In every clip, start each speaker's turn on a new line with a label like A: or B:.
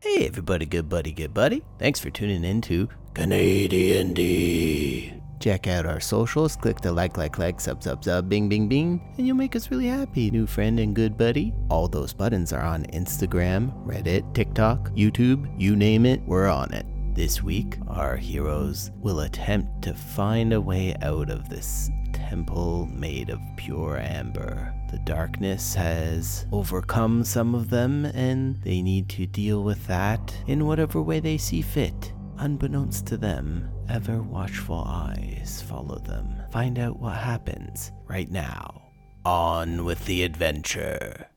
A: Hey, everybody, good buddy, good buddy. Thanks for tuning in to Canadian D. Check out our socials, click the like, like, like, sub, sub, sub, bing, bing, bing, and you'll make us really happy, new friend and good buddy. All those buttons are on Instagram, Reddit, TikTok, YouTube, you name it, we're on it. This week, our heroes will attempt to find a way out of this temple made of pure amber. The darkness has overcome some of them, and they need to deal with that in whatever way they see fit. Unbeknownst to them, ever watchful eyes follow them. Find out what happens right now. On with the adventure.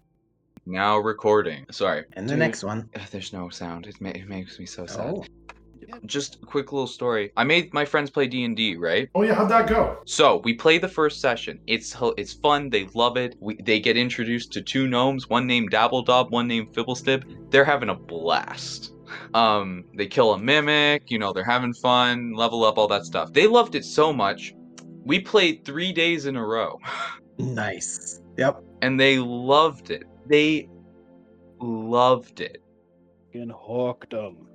B: Now recording. Sorry.
C: And the
B: Dude,
C: next one.
B: ugh, There's no sound. It, ma- it makes me so sad.
C: Oh,
B: Just a quick little story. I made my friends play D and D, right?
D: Oh yeah, how'd that go?
B: So we play the first session. It's h- it's fun. They love it. We, they get introduced to two gnomes. One named Dabbledob. One named Fibblestib. They're having a blast. Um, they kill a mimic. You know, they're having fun. Level up, all that stuff. They loved it so much. We played three days in a row.
C: nice. Yep.
B: and they loved it. They loved it.
E: and hawked them.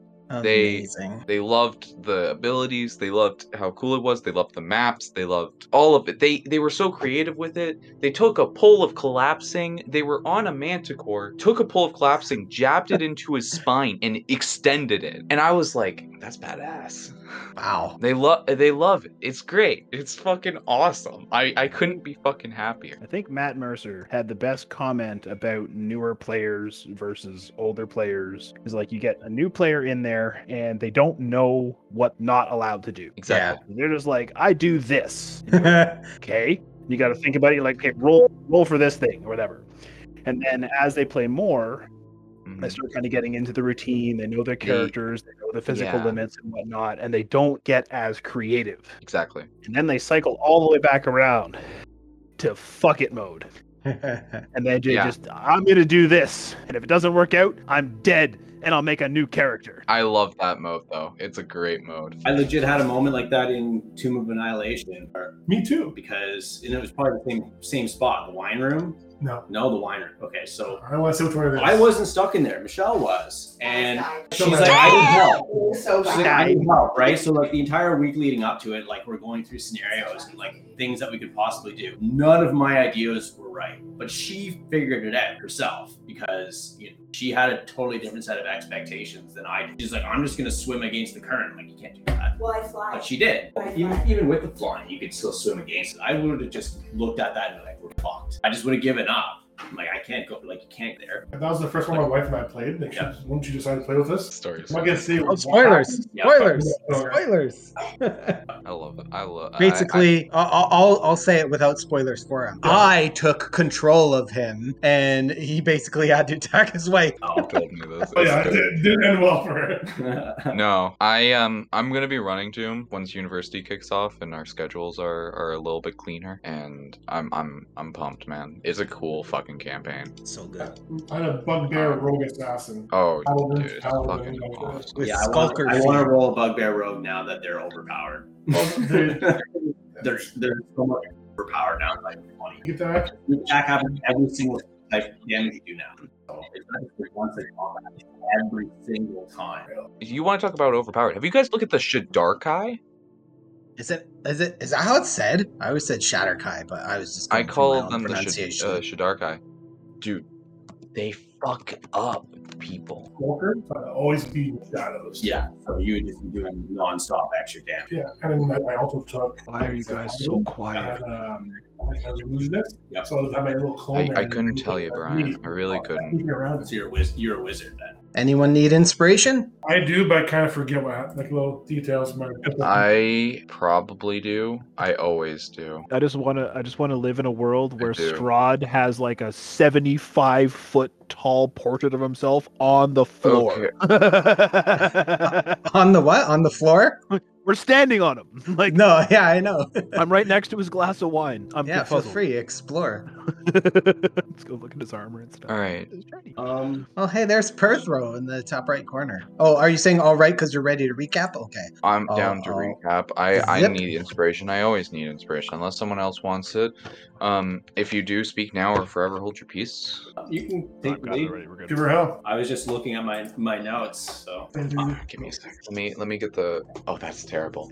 B: They-
C: Amazing.
B: They loved the abilities, they loved how cool it was, they loved the maps, they loved all of it. They they were so creative with it. They took a pull of collapsing, they were on a manticore, took a pull of collapsing, jabbed it into his spine and extended it. And I was like, that's badass.
C: Wow.
B: They love they love it. It's great. It's fucking awesome. I I couldn't be fucking happier.
E: I think Matt Mercer had the best comment about newer players versus older players. Is like you get a new player in there and they don't know what not allowed to do.
B: Exactly.
E: They're just like, I do this. okay you got to think about it you're like okay roll roll for this thing or whatever and then as they play more
B: Mhm.
E: they start kind of getting into the routine they know their
B: The-
E: characters they know the physical
B: yeah.
E: limits and whatnot and they don't get as creative
B: Exactly.
E: and then they cycle all the way back around to fuck it mode and then they
B: Yeah.
E: just i'm gonna do this and if it doesn't work out i'm dead and i'll make a new character
B: I love that mode though. It's a great mode.
F: I legit had a moment like that in Tomb of Annihilation or-
D: Me too.
F: because and it was probably the same same spot, the wine room.
D: No,
F: No, the wine room. Okay, so
D: I don't want to say which one it is.
F: I wasn't stuck in there. Michelle was, and
D: So
F: she's
D: bad.
F: like, I need help.
G: So
F: She's like, I need help, right? So like the entire week leading up to it, like we're going through scenarios and like things that we could possibly do. None of my ideas were right, but she figured it out herself because you know, she had a totally different set of expectations than I. Did. She's like, I'm just gonna swim against the current. I'm like, you can't do that.
G: Well, I fly.
F: But she did.
G: Right.
F: Even, even with the flying, you could still swim against it. I would have just looked at that and been like, we're fucked. I just would have given up. I'm like, I can't go. Like, you can't there.
D: That was the first one my wife and I played. Like,
F: Yeah.
D: she- Wouldn't you decide to play with us?
B: Stories.
D: I'm not gonna say.
H: Oh, spoilers!
F: Yeah.
H: Spoilers! Spoilers!
B: I love it. I love.
H: Basically, I, will I'll I'll say it without spoilers for him. I took control of him, and he basically had to attack his wife.
F: Um,
B: you told me this.
D: Oh yeah,
B: It's
D: it
B: good.
D: did, didn't end well for her.
B: No, I um, I'm gonna be running Doom once university kicks off and our schedules are are a little bit cleaner. And I'm I'm I'm pumped, man. It's a cool fucking campaign.
H: So good
D: I had a bugbear rogue assassin.
B: Oh,
D: Paladin,
B: dude, it's
D: paladin,
B: fucking
D: like,
B: awesome.
H: with
F: yeah, I want,
H: skulker.
F: I
H: feet.
F: want to roll a bugbear rogue now that they're overpowered.
D: dude.
F: they're, they're so much overpowered now. Like, funny.
D: Get that?
F: The attack happens every single type of damage you do now. So it's not just like once a combat, it's every single time.
B: You want to talk about overpowered? Have you guys looked at the Shadarkai?
H: Is it is it is that how it's said? I always said Shatterkai, but I was just
B: I
H: going for my
B: call
H: own
B: them the Shad-
H: pronunciation.
B: uh, Shadarkai. Dude, they fuck up people.
D: Walker, but always be in the shadows.
F: Yeah, so you would just be doing non-stop extra damage.
D: Yeah, and then I, I also took.
E: why are you guys so quiet
D: And, um, I had illusionist.
F: Yep.
D: So I was at my little clone.
B: I,
D: there
B: I
D: and
B: couldn't
D: he
B: tell
D: was
B: you,
D: like,
B: Brian.
D: "Hey,
B: I really couldn't.
D: sneaking around."
F: So you're a, wiz- you're a wizard then.
H: Anyone need inspiration?
D: I do, but I kind of forget what happened, like little details. My
B: Ah, I probably do. I always do.
E: i just want to i just want to live in a world
B: I
E: where
B: do.
E: strahd has like a 75 foot tall portrait of himself on the floor
B: Okay.
H: On the what? On the floor?
E: We're standing on him. Like
H: No, yeah, I know.
E: I'm right next to his glass of wine. I'm
H: yeah, feel
E: befuddled.
H: free, explore.
E: Let's go look at his armor and stuff.
B: All right.
E: It's shiny.
F: Um,
H: Oh, hey, there's Perthrow in the top right corner. Oh, are you saying all right because you're ready to recap? Okay.
B: I'm
H: Oh,
B: down to
H: oh.
B: recap. I, I
H: Zip.
B: need inspiration. I always need inspiration, unless someone else wants it. Um, if you do, speak now or forever hold your peace.
F: You can
I: I've
E: Oh,
F: take the
I: got it
F: lead.
I: already. We're good.
D: Give her hell.
F: I was just looking at my my notes, so
H: Um,
B: Ah, give me a second. Let me let me get the. Oh, that's terrible.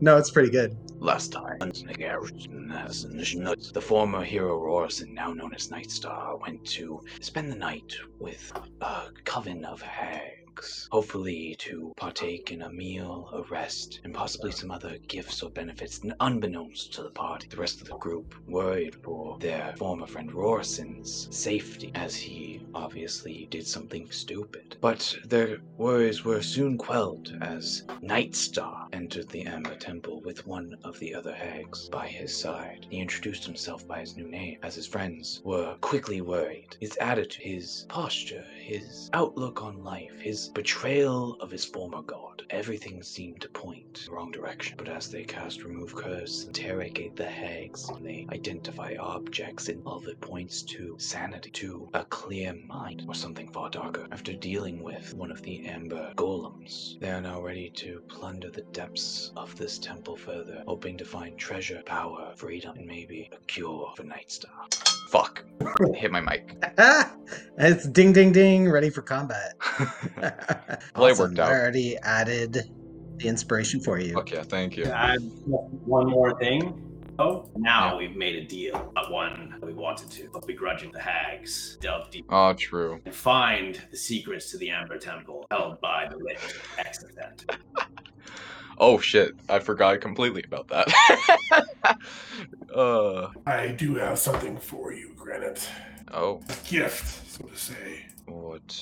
H: no, it's pretty good.
B: Last time, the former hero Orison, now known as Nightstar, went to spend the night with a coven of hags, hopefully to partake in a meal, a rest, and possibly some other gifts or benefits n- unbeknownst to the party. The rest of the group worried for their former friend Rorison's safety, as he obviously did something stupid. But their worries were soon quelled as Nightstar entered the Amber Temple with one of the other hags by his side. He introduced himself by his new name, as his friends were quickly worried. His attitude, his posture, his outlook on life, his betrayal of his former god, everything seemed to point in the wrong direction. But as they cast Remove Curse, interrogate the hags, and they identify objects and all that points to sanity, to a clear mind, or something far darker. After dealing with one of the amber golems, they are now ready to plunder the depths of this temple further, hoping to find treasure, power, freedom, and maybe a cure for Nightstar. Fuck. Hit my mic.
H: it's ding, ding, ding, ready for combat.
B: Well, it
H: Awesome.
B: worked out.
H: I already added the inspiration for you.
B: yeah, thank you.
F: add one more thing. Oh, now we've made a deal. Not one we wanted to, but begrudging the hags, delve deep
B: Oh, true.
F: and find the secrets to the Amber Temple held by the lich Exodent.
B: Oh shit, I forgot completely about that. uh,
D: I do have something for you, Granite.
B: oh,
D: A gift, so to say.
B: what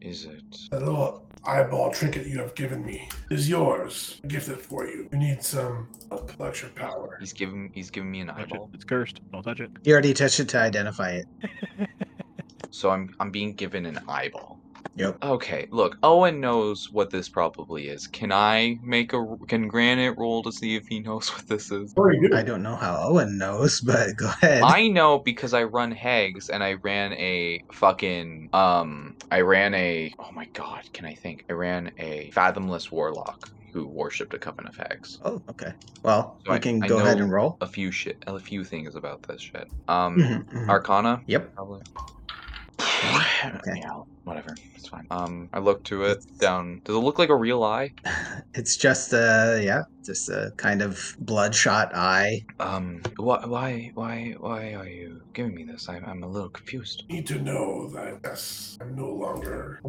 B: is it?
D: That little eyeball trinket you have given me is yours. I gift it for you. You need some collection power.
B: He's giving he's giving me an
I: Touch it.
B: eyeball.
I: It's cursed. Don't touch it.
H: You already touched it to identify it.
B: So I'm I'm being given an eyeball.
H: Yep.
B: Okay, look, Owen knows what this probably is. Can I make a can Granite roll to see if he knows what this is?
D: What are you
H: I
D: doing?
H: don't know how Owen knows, but go ahead.
B: I know because I run hags and I ran a fucking um I ran a oh my god, can I think? I ran a fathomless warlock who worshipped a coven of hags.
H: Oh, okay. Well,
B: So I-
H: you can
B: I
H: go ahead
B: know-
H: and roll.
B: A few shit a few things about this shit. Um
H: Mhm, mhm.
B: Arcana?
H: Yep.
B: Probably.
H: Okay.
B: Yeah, whatever. It's fine. Um, I look to it down. Does it look like a real eye?
H: It's just a yeah, just a kind of bloodshot eye.
B: Um, why, why, why, why are you giving me this? I'm, I'm a little confused.
D: Need to know that yes, I'm no longer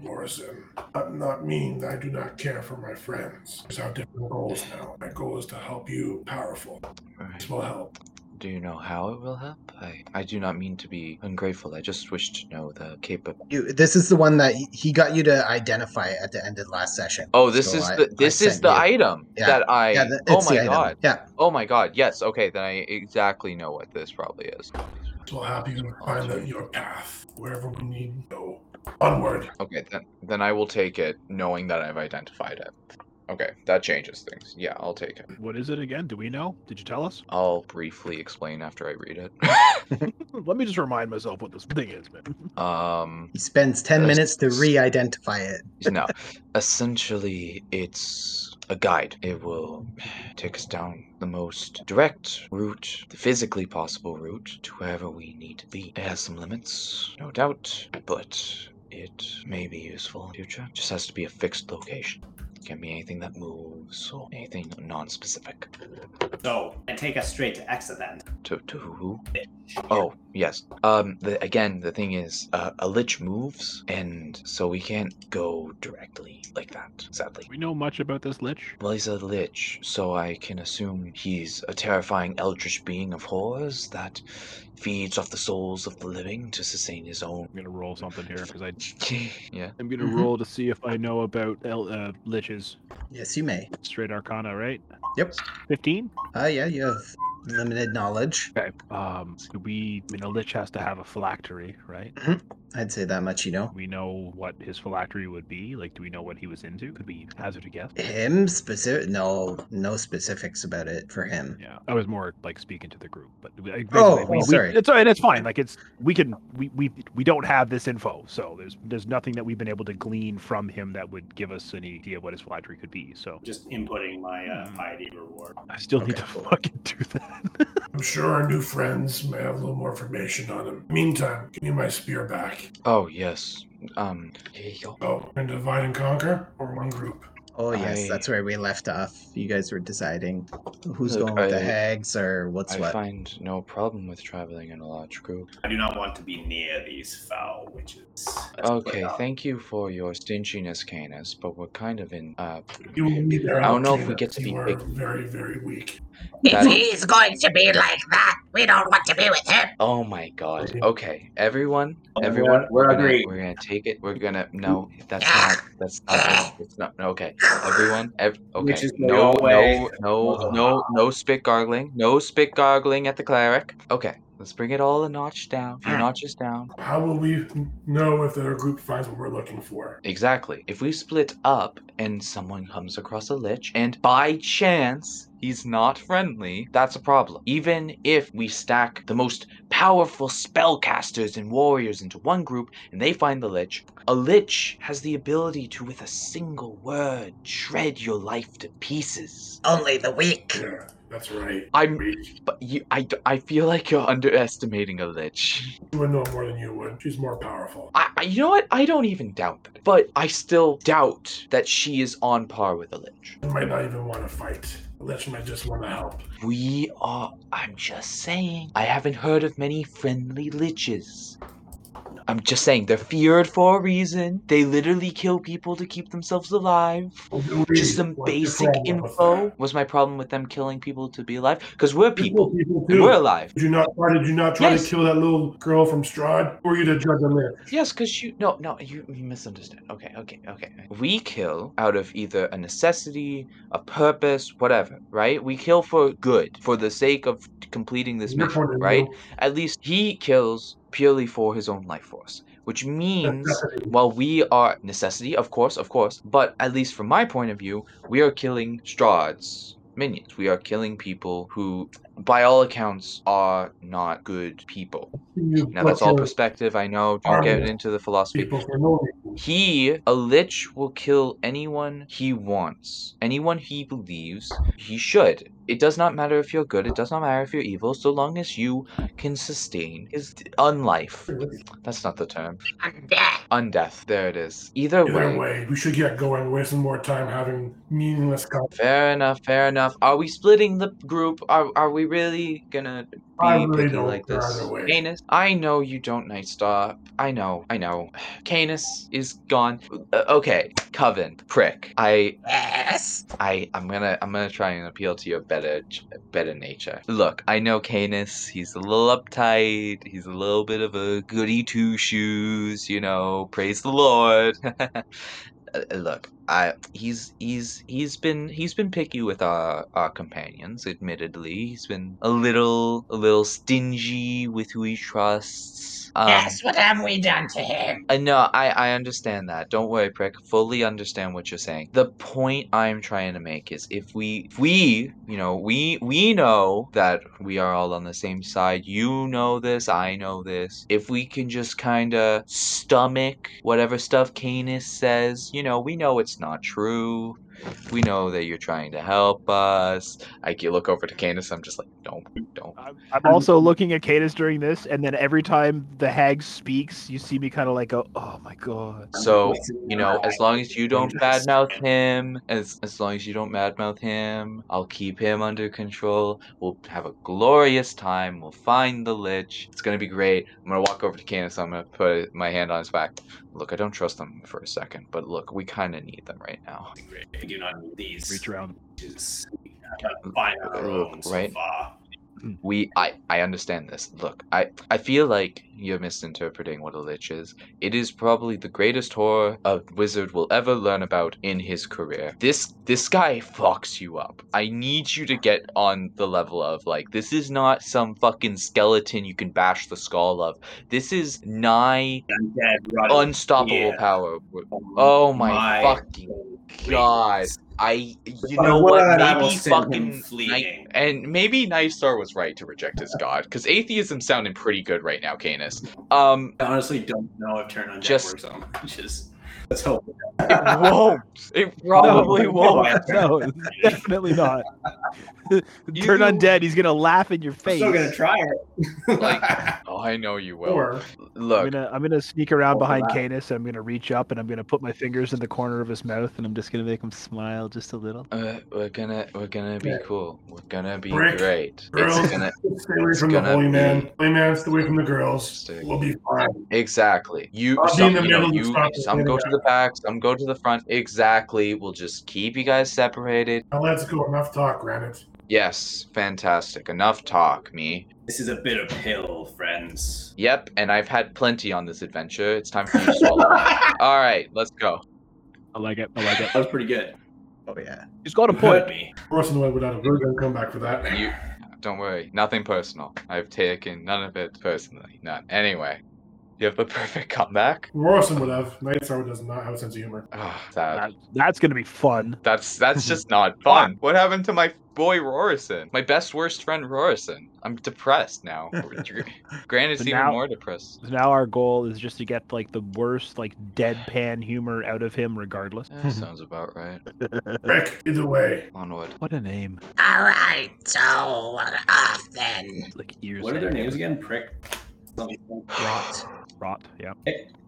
D: Morrison. I'm not mean that I do not care for my friends. There's our different goals now. My goal is to help you powerful.
B: Right.
D: This will help.
B: Do you know how it will help? I, I do not mean to be ungrateful. I just wish to know the capable.
H: You this is the one that he got you to identify at the end of last session.
B: Oh, this
H: So
B: is
H: I-
B: the
H: I
B: this is
H: sent
B: the
H: you-
B: item
H: Yeah.
B: that I.
H: Yeah, the,
B: oh
H: it's
B: my
H: the item.
B: god!
H: Yeah.
B: Oh my god! Yes. Okay, then I exactly know what this probably is.
D: This will help you find the, your path wherever we need to go. Onward.
B: Okay, then then I will take it, knowing that I've identified it. Okay, that changes things. Yeah, I'll take it.
I: What is it again? Do we know? Did you tell us?
B: I'll briefly explain after I read it.
I: Let me just remind myself what this thing is, man.
B: um,
H: He spends ten
B: That's-
H: minutes to re-identify it.
B: no, essentially, it's a guide. It will take us down the most direct route, the physically possible route, to wherever we need to be. It has some limits, no doubt, but it may be useful in the future. Just has to be a fixed location. Can be anything that moves or anything non-specific.
F: So, and take us straight to Exodent.
B: To to who? Oh yes. Um. The, again, the thing is, uh, a lich moves, and so we can't go directly like that. Sadly.
I: Do we know much about this lich?
B: Well, he's a lich, so I can assume he's a terrifying eldritch being of horrors that feeds off the souls of the living to sustain his own.
I: I'm gonna roll something here because I
B: yeah.
I: I'm gonna
H: Mhm.
I: roll to see if I know about el- uh, liches.
H: Yes, you may.
I: Straight Arcana, right?
H: Yep.
I: Fifteen.
H: Uh yeah, you have limited knowledge.
I: Okay. Um, do we. I mean, a lich has to have a phylactery, right?
H: I'd say that much you know.
I: Do we know what his phylactery would be? Like, do we know what he was into? Could we hazard a guess?
H: Him specific no no specifics about it for him.
I: Yeah, I was more like speaking to the group, but we- like, basically,
H: Oh,
I: we, we-
H: oh, sorry.
I: it's all right, it's fine. Like it's we can we, we we don't have this info, so there's there's nothing that we've been able to glean from him that would give us any idea what his flattery could be. So Hmm.
F: Just inputting my uh, piety reward.
I: I still need to
H: Okay.
I: fucking do that.
D: I'm sure our new friends may have a little more information on him. Meantime, give me my spear back.
B: Oh yes. Um. here you go.
D: Oh, and divide and conquer or one group?
H: Oh yes,
B: I-
H: that's where we left off. You guys were deciding who's
B: Look,
H: going with the
B: I-
H: hags or what's
B: I
H: what.
B: find no problem with traveling in a large group.
F: I do not want to be near these foul witches. Let's put it
B: Okay,
F: out.
B: thank you for your stinginess, Canis, but we're kind of in. Uh,
D: You will need their
B: I don't know
D: help,
B: if we
D: Caleb.
B: get to be
D: You are
B: big.
D: very, very weak.
G: If
B: That-
G: he's going to be like that, we don't want to be with him.
B: oh my god. Okay, everyone,
F: Oh, we're-
B: everyone,
F: we're
B: gonna-
F: agreed.
B: We're gonna take it. We're gonna no. That's not. That's not. It's not. no, Okay, everyone. Ev- okay.
F: Which is the
B: no, no,
F: way-
B: no, no, no spit gargling. No spit gargling at the cleric. Okay, let's bring it all a notch down. A
F: Ah.
B: few notches down.
D: How will we know if the group finds what we're looking for?
B: Exactly. If we split up and someone comes across a lich and by chance he's not friendly, that's a problem. Even if we stack the most powerful spellcasters and warriors into one group and they find the lich, a lich has the ability to, with a single word, shred your life to pieces.
G: Only the weak.
D: Yeah, that's right.
B: I'm.
D: Weak.
B: But you, I, d- I feel like you're underestimating a lich.
D: You would know more than you would. She's more powerful.
B: I, I- you know what? I don't even doubt that. But I still doubt that she is on par with a lich.
D: They might not even want to fight. Unless you might just want to help.
B: We are. I'm just saying. I haven't heard of many friendly liches. I'm just saying, they're feared for a reason. They literally kill people to keep themselves alive. Just some
D: What's the
B: basic
D: problem with
B: info.
D: that?
B: Was my problem with them killing people to be alive? Because we're
D: People,
B: people,
D: people
B: and we're
D: do.
B: alive.
D: Did you not try? Did you not try
B: Yes.
D: to kill that little girl from Strahd? Who are you to judge on that?
B: Yes, because you no no you, you misunderstand. Okay, okay, okay. We kill out of either a necessity, a purpose, whatever, right? We kill for good, for the sake of completing this
D: Your
B: mission,
D: point of
B: right?
D: view,
B: At least he kills purely for his own life force, which means
D: necessity.
B: while we are necessity, of course, of course, but at least from my point of view, we are killing Strahd's minions. We are killing people who, by all accounts, are not good people.
D: You
B: Now that's all
D: butcher
B: perspective. I know. Don't get
D: army
B: into the philosophy.
D: people for no reason.
B: He, a lich, will kill anyone he wants, anyone he believes he should. It does not matter if you're good, it does not matter if you're evil, so long as you can sustain his unlife. That's not the term.
G: Undead.
B: Undeath. There it is. Either,
D: Either
B: way.
D: way, we should get going. Wasting more time having meaningless conversations.
B: Fair enough, fair enough. Are we splitting the group? Are are we really gonna be
D: I really
B: picky
D: don't
B: like
D: care
B: this?
D: either way.
B: Canis, I know you don't Nightstar. I know, I know. Canis is gone. Uh, okay, Coven, prick. I
G: Yes.
B: I I'm gonna I'm gonna try and appeal to your better ch- better nature. Look, I know Canis. He's a little uptight. He's a little bit of a goody two shoes. You know, praise the Lord. Uh, Look, I he's he's he's been he's been picky with our our companions. Admittedly, he's been a little a little stingy with who he trusts. Um,
G: yes, what have we done to him?
B: uh, no, I, I understand that. Don't worry, prick. Fully understand what you're saying. The point I'm trying to make is if we if we, you know, we we know that we are all on the same side. You know this, I know this. If we can just kind of stomach whatever stuff Canis says, you know, we know it's not true. We know that you're trying to help us. I can look over to Canis. I'm just like, don't, don't.
I: I'm, I'm also looking at Cadus during this, and then every time the hag speaks, you see me kind of like go, "Oh my god."
B: So
F: Like,
B: you know, as long as you don't badmouth him, as as long as you don't badmouth him, I'll keep him under control. We'll have a glorious time. We'll find the lich. It's gonna be great. I'm gonna walk over to Candace. I'm gonna put my hand on his back. Look, I don't trust them for a second, but look, we kind of need them right now.
F: We do not need these
I: Reach around.
F: witches. We have find our own so
B: Right.
F: far.
B: we I, I understand this. Look, I I feel like you're misinterpreting what a lich is. It is probably the greatest horror a wizard will ever learn about in his career. This this guy fucks you up. I need you to get on the level of like this is not some fucking skeleton you can bash the skull of. This is nigh
F: Undead, rotting
B: unstoppable
F: Yeah.
B: power. Oh my, fucking god.
F: goodness.
B: I you
F: By
B: know what?
F: word, I will
B: Maybe
F: send him
B: fucking
F: fleeing.
B: Ni- and maybe Nightstar was right to reject his god because atheism's sounding pretty good right now, Canis. Um,
F: I honestly don't know if turn on
B: Just-
F: just works on witches. Let's hope.
B: It won't. It probably
I: no,
B: won't.
I: No, definitely not. Turn
B: You-
I: undead. He's gonna laugh in your
F: I'm
I: face.
F: still gonna try it. like,
B: Oh, I know you will.
D: Or
I: I'm
B: Look,
I: gonna I'm gonna sneak around
F: Oh,
I: behind
F: wow.
I: Canis. I'm gonna reach up and I'm gonna put my fingers in the corner of his mouth and I'm just gonna make him smile just a little.
B: uh, we're gonna we're gonna be
D: Yeah.
B: cool. We're gonna be
D: Brick,
B: great.
D: girls.
B: It's gonna
D: stay away
B: It's
D: from the
B: gonna
D: holy man.
B: be-
D: Holy man, stay away from the girls.
B: Stick.
D: We'll be fine.
B: Exactly. You,
D: I'll be
B: some,
D: in the
B: you, know,
D: middle of the
B: you
D: front
B: some
D: with
B: go
D: you
B: to the back, some go to the front. Exactly. We'll just keep you guys separated.
D: Now let's go. Enough talk, Granite.
B: Yes, fantastic. Enough talk, me.
F: this is a bitter pill, friends.
B: Yep, and I've had plenty on this adventure. It's time for you to swallow. All right, let's go.
I: I like it. I like it.
F: That was pretty good.
H: Oh yeah.
I: He's got a
F: You heard
I: point.
F: me.
D: Orson went without a word and come back for that.
B: You, don't worry. Nothing personal. I've taken none of it personally. None. Anyway, you have the perfect comeback.
D: Morrison would have. Night's Hour does not have a sense of humor.
B: Oh, sad.
I: That- that's gonna be fun.
B: That's that's just not fun. What happened to my boy Rorison? My best worst friend Rorison. I'm depressed now. Granite's
I: But
B: even
I: now-
B: more depressed.
I: So now our goal is just to get like the worst like deadpan humor out of him, regardless.
B: That sounds about right.
D: Rick, either way.
B: Onward.
I: What a name!
G: All right, so we're off then.
I: It's like ears.
F: What are their
I: and
F: names again? Prick, something,
G: Right.
I: Rot. Yeah.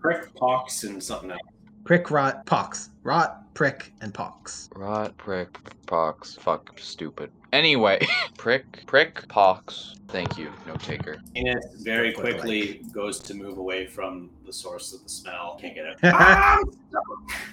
F: prick, pox, and something else.
H: Prick, rot, pox. Rot, prick, and pox.
B: Rot, prick, pox, fuck, stupid. Anyway, prick, prick, pox. Thank you, no taker.
F: Canis very
H: Stuff like
F: quickly goes to move away from the source of the smell. Can't get it.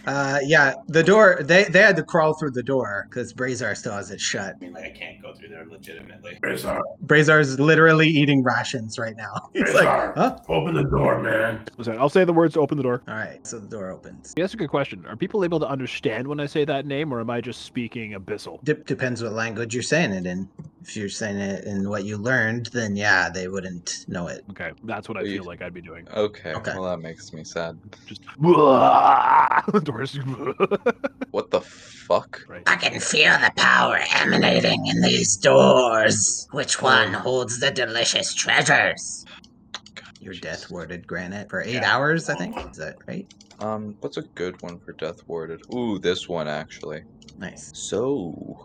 H: Uh, yeah, the door. They they had to crawl through the door because Brazar still has it shut.
F: I mean, like I can't go through there legitimately.
D: Razor,
H: Brazar's literally eating rations right now. He's like,
D: Razor,
H: huh?
D: open the door, man.
I: So I'll say the words. to Open the door.
H: All right, so the door opens.
I: Yeah, that's a good question. Are people able to understand when I say that name, or am I just speaking abyssal?
H: Dep depends what language you're saying it in. If you're saying it in what you learned, then yeah, they wouldn't know it.
I: Okay, that's what I
B: Are you-
I: feel like I'd be doing.
B: Okay,
H: Okay.
B: well, that makes me sad.
I: Just the doors.
B: What the fuck?
I: right.
G: I can feel the power emanating in these doors. Which one holds the delicious treasures?
H: Your
B: Jesus.
H: death warded granite for eight
I: Yeah.
H: hours, I think. Is that right?
B: Um, what's a good one for death warded? Ooh, this one actually.
H: Nice.
B: So,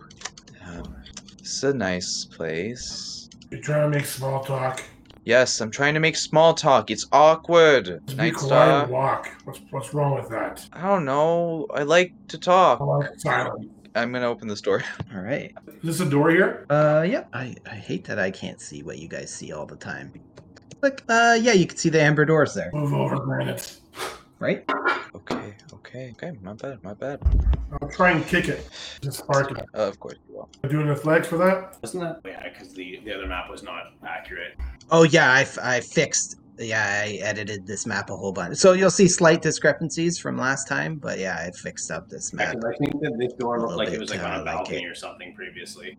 B: um, it's a nice place.
D: You're trying to make small talk.
B: Yes, I'm trying to make small talk. It's awkward.
D: Just be
B: Night
D: quiet
B: Star.
D: and walk. What's, what's wrong with that?
B: I don't know. I like to
D: I
B: talk.
D: like silence.
B: I'm gonna open this door.
H: All right.
D: Is this a door here?
H: Uh, yep. I, I hate that I can't see what you guys see all the time. Look, uh, yeah, you can see the amber doors there,
D: Move over, Granite.
H: right?
B: Okay, okay, okay. My bad, my bad.
D: I'll try and kick it. Just spark it.
B: Uh, of course you will.
D: Am I doing enough legs for that?
F: Wasn't that? Yeah, because the, the other map was not accurate.
H: Oh yeah, I, f- I fixed. Yeah, I edited this map a whole bunch. So you'll see slight discrepancies from last time, but yeah, I fixed up this map.
F: Because I think that this door looked
H: Little
F: like it
H: bit
F: was like on
H: kinda
F: a
H: like
F: balcony
H: it.
F: or something previously.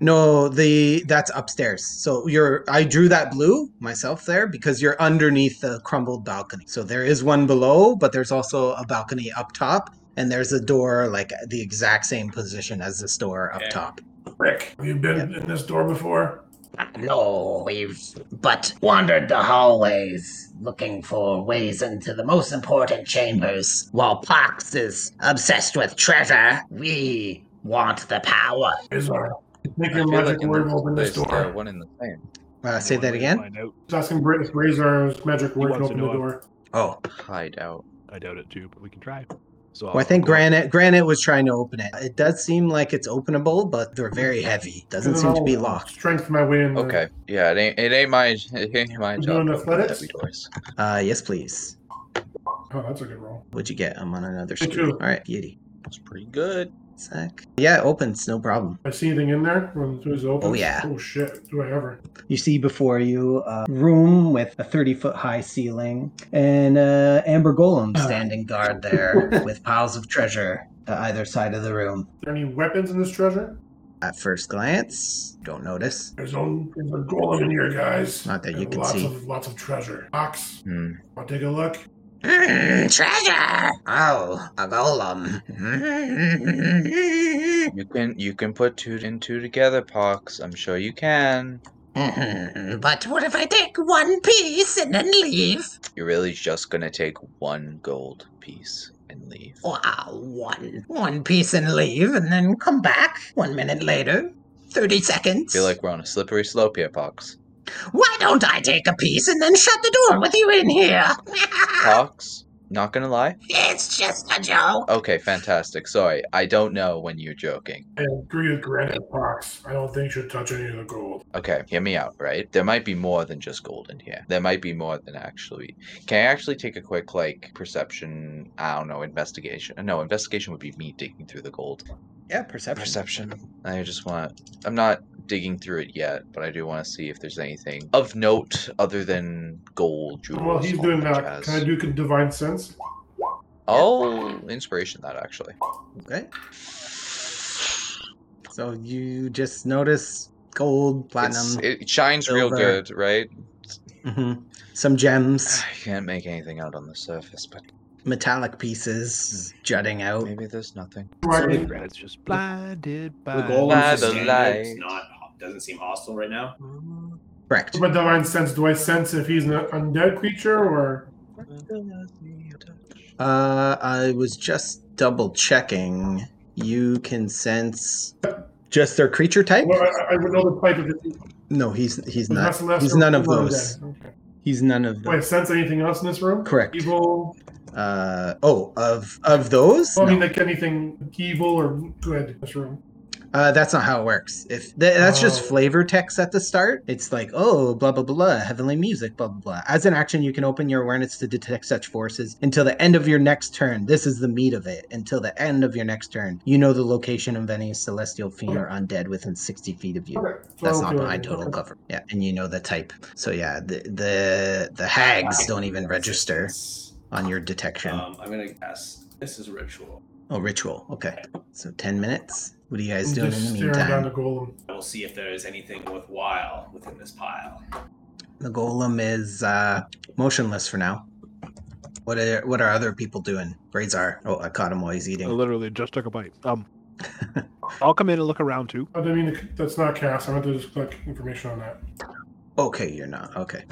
H: No, the that's upstairs. So you're I drew that blue myself there because you're underneath the crumbled balcony. So there is one below, but there's also a balcony up top and there's a door like the exact same position as this door up
F: Okay.
H: top.
D: Rick, have you been in this door before?
G: No, we've but wandered the hallways looking for ways into the most important chambers. While Pox is obsessed with treasure, we want the power.
D: Razor, make
B: I
D: your
B: feel
D: magic
B: like in
D: word
B: this
D: and open this
B: place they're
D: door.
B: one in the same.
H: Uh, say
I: One
H: that
I: way to
H: again?
I: find out.
D: Just asking Brit if Razor's magic word can
I: wants to
D: open the
I: know if-
D: door.
H: Oh.
B: Hideout.
I: I doubt it too, but we can try. So
H: Well, I think
I: I'll-
H: granite granite was trying to open it. It does seem like it's openable, but they're very heavy. Doesn't seem to be
D: I'll
H: locked.
D: Strength my way in. there.
B: Okay. Yeah, it ain't it ain't my it ain't my
D: You
B: job.
D: doing
B: to open
D: athletics?
B: heavy doors.
H: Uh yes, please.
D: Oh, that's a good roll.
H: What'd you get? I'm on another
D: Me
H: street.
D: too.
H: All right, beauty.
B: It's pretty good.
H: Sec. Yeah, it opens, no problem.
D: I see anything in there when it was open.
H: Oh, yeah.
D: Oh shit. Do I ever?
H: You see before you a room with a 30 foot high ceiling and uh, Amber Golem standing guard there with piles of treasure to either side of the room.
D: Are there any weapons in this treasure?
H: At first glance, don't notice.
D: There's only there's a golem in here, guys.
H: Not that you
D: And
H: can
D: lots
H: see.
D: Of, lots of treasure. Ox,
B: Hmm.
D: I'll take a look.
G: Mm, treasure! Oh, a golem. Mm,
B: You can you can put two and two together, Pox. I'm sure you can.
G: mhm. but what if I take one piece and then leave?
B: You're really just gonna take one gold piece.
H: and leave.
G: Wow, one one piece and leave, and then come back one minute later. Thirty seconds.
B: feel like we're on a slippery slope here, Pox.
G: Why don't I take a piece and then shut the door with you in here?
B: Pox? Not gonna lie?
G: it's just a joke.
B: Okay, fantastic. Sorry, I don't know when you're joking.
D: And agree with Granite Box. I don't think you should touch any of the gold.
B: Okay, hear me out, right? There might be more than just gold in here. There might be more than actually. Can I actually take a quick, like, perception? I don't know, investigation. No, investigation would be me digging through the gold.
H: Yeah, perception.
B: Perception. I just want. I'm not digging through it yet, but I do want to see if there's anything of note other than gold jewels.
D: Well, he's
B: all
D: doing
B: that
D: that.
B: jazz.
D: Can I do con- divine sense?
B: Oh, inspiration that actually.
H: Okay. So you just notice gold,
B: It's-
H: platinum,
B: it shines real
H: silver.
B: good, right?
H: mhm, some gems,
B: I can't make anything out on the surface, but
H: metallic pieces jutting out.
B: maybe there's nothing.
D: Right.
I: Granite's just
A: Blinded by
F: The goal
B: By
F: is
B: the light.
F: not doesn't seem hostile right now.
H: Correct.
D: But divine sense, do I sense if he's an undead creature or
H: Uh, I was just double checking. You can sense just their creature type.
D: well, I, I would know the type of it.
H: No, he's he's
D: That's
H: not.
D: less
H: He's
D: or
H: none of
D: more undead.
H: those.
D: Okay.
H: He's none of
D: Do I
H: those.
D: sense anything else in this room?
H: Correct.
D: Evil.
H: Uh, oh, of of those.
D: Well, I mean,
H: No.
D: like anything evil or good in this room.
H: Uh, that's not how it works. If th- that's just
D: Oh.
H: flavor text at the start, it's like oh blah blah blah heavenly music blah blah blah. As an action, you can open your awareness to detect such forces until the end of your next turn. This is the meat of it. Until the end of your next turn, you know the location of any celestial fiend or undead within sixty feet of you.
D: Oh, Okay. so I
H: That's
D: don't
H: not
D: feel
H: behind
D: anything.
H: total
D: Okay.
H: cover. Yeah, and you know the type. So yeah, the the the hags don't even register on your detection.
D: Oh.
F: Um, I'm gonna guess this is ritual.
H: oh, ritual. Okay, so ten minutes. What are you guys
D: I'm
H: doing in
D: just
H: the
D: staring down the
H: meantime?
D: golem.
F: I will see if there is anything worthwhile within this pile.
H: The golem is uh, motionless for now. What are what are other people doing? Brazar. Oh, I caught him while he's
I: I
H: eating.
I: literally just took a bite. Um, I'll come in and look around too.
D: I didn't mean to, that's not cast. I meant to just click information on that.
H: Okay, you're not. Okay,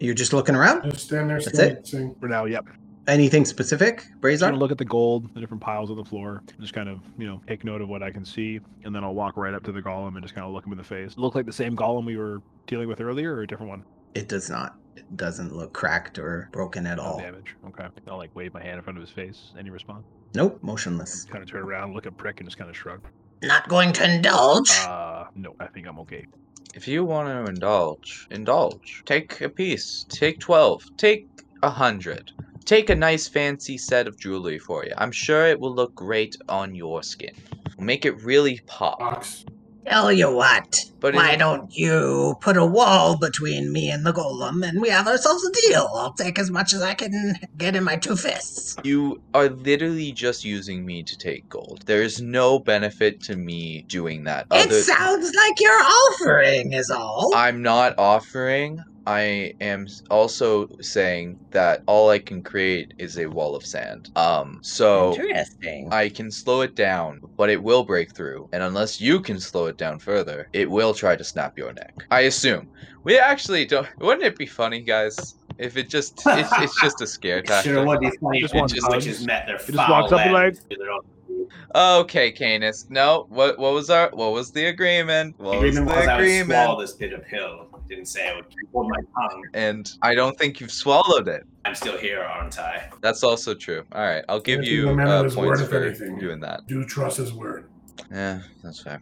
H: you're just looking around.
D: Just stand there,
H: That's
D: staring, saying,
I: For now, yep.
H: Anything specific,
I: Just gonna
H: Brazar?
I: look at the gold, the different piles on the floor, and just kind of you know take note of what I can see, and then I'll walk right up to the golem and just kind of look him in the face. Look like the same golem we were dealing with earlier, or a different one?
H: It does not. It doesn't look cracked or broken at
I: No
H: all.
I: damage. Okay. I'll like wave my hand in front of his face. Any response?
H: Nope, motionless.
I: Kind of turn around, look at prick, and just kind of shrug.
G: Not going to indulge.
I: Uh, no, I think I'm okay.
B: If you want to indulge, indulge. Take a piece. Take 12. Take a 100. Take a nice fancy set of jewelry for you. I'm sure it will look great on your skin. Make it really pop.
D: Ox.
G: Tell you what.
B: But
G: Why
B: it-
G: don't you put a wall between me and the golem and we have ourselves a deal? I'll take as much as I can get in my two fists.
B: you are literally just using me to take gold. There is no benefit to me doing that.
G: It sounds like you're offering, is all.
B: I'm not offering. I am s- also saying that all I can create is a wall of sand. Um, so
G: Interesting.
B: I can slow it down, but it will break through. And unless you can slow it down further, it will try to snap your neck. I assume. We actually don't. Wouldn't it be funny, guys, if it just it's, it's just a scare tactic?
F: Sure, what these funny
I: Just wants
F: bitches
I: hugs.
F: met their
I: just walks up and
B: Okay, Canis. No. What what was our what was the agreement? What
F: agreement
B: was
F: was
B: the
F: I would swallow
B: agreement?
F: this bit of pill. I didn't say I would hold my tongue.
B: And I don't think you've swallowed it.
F: I'm still here, aren't I?
B: That's also true. All right, I'll give
D: If
B: you
D: the man of
B: uh,
D: his
B: points
D: word, if
B: for
D: anything.
B: doing that.
D: Do trust his word.
B: Yeah, that's fair.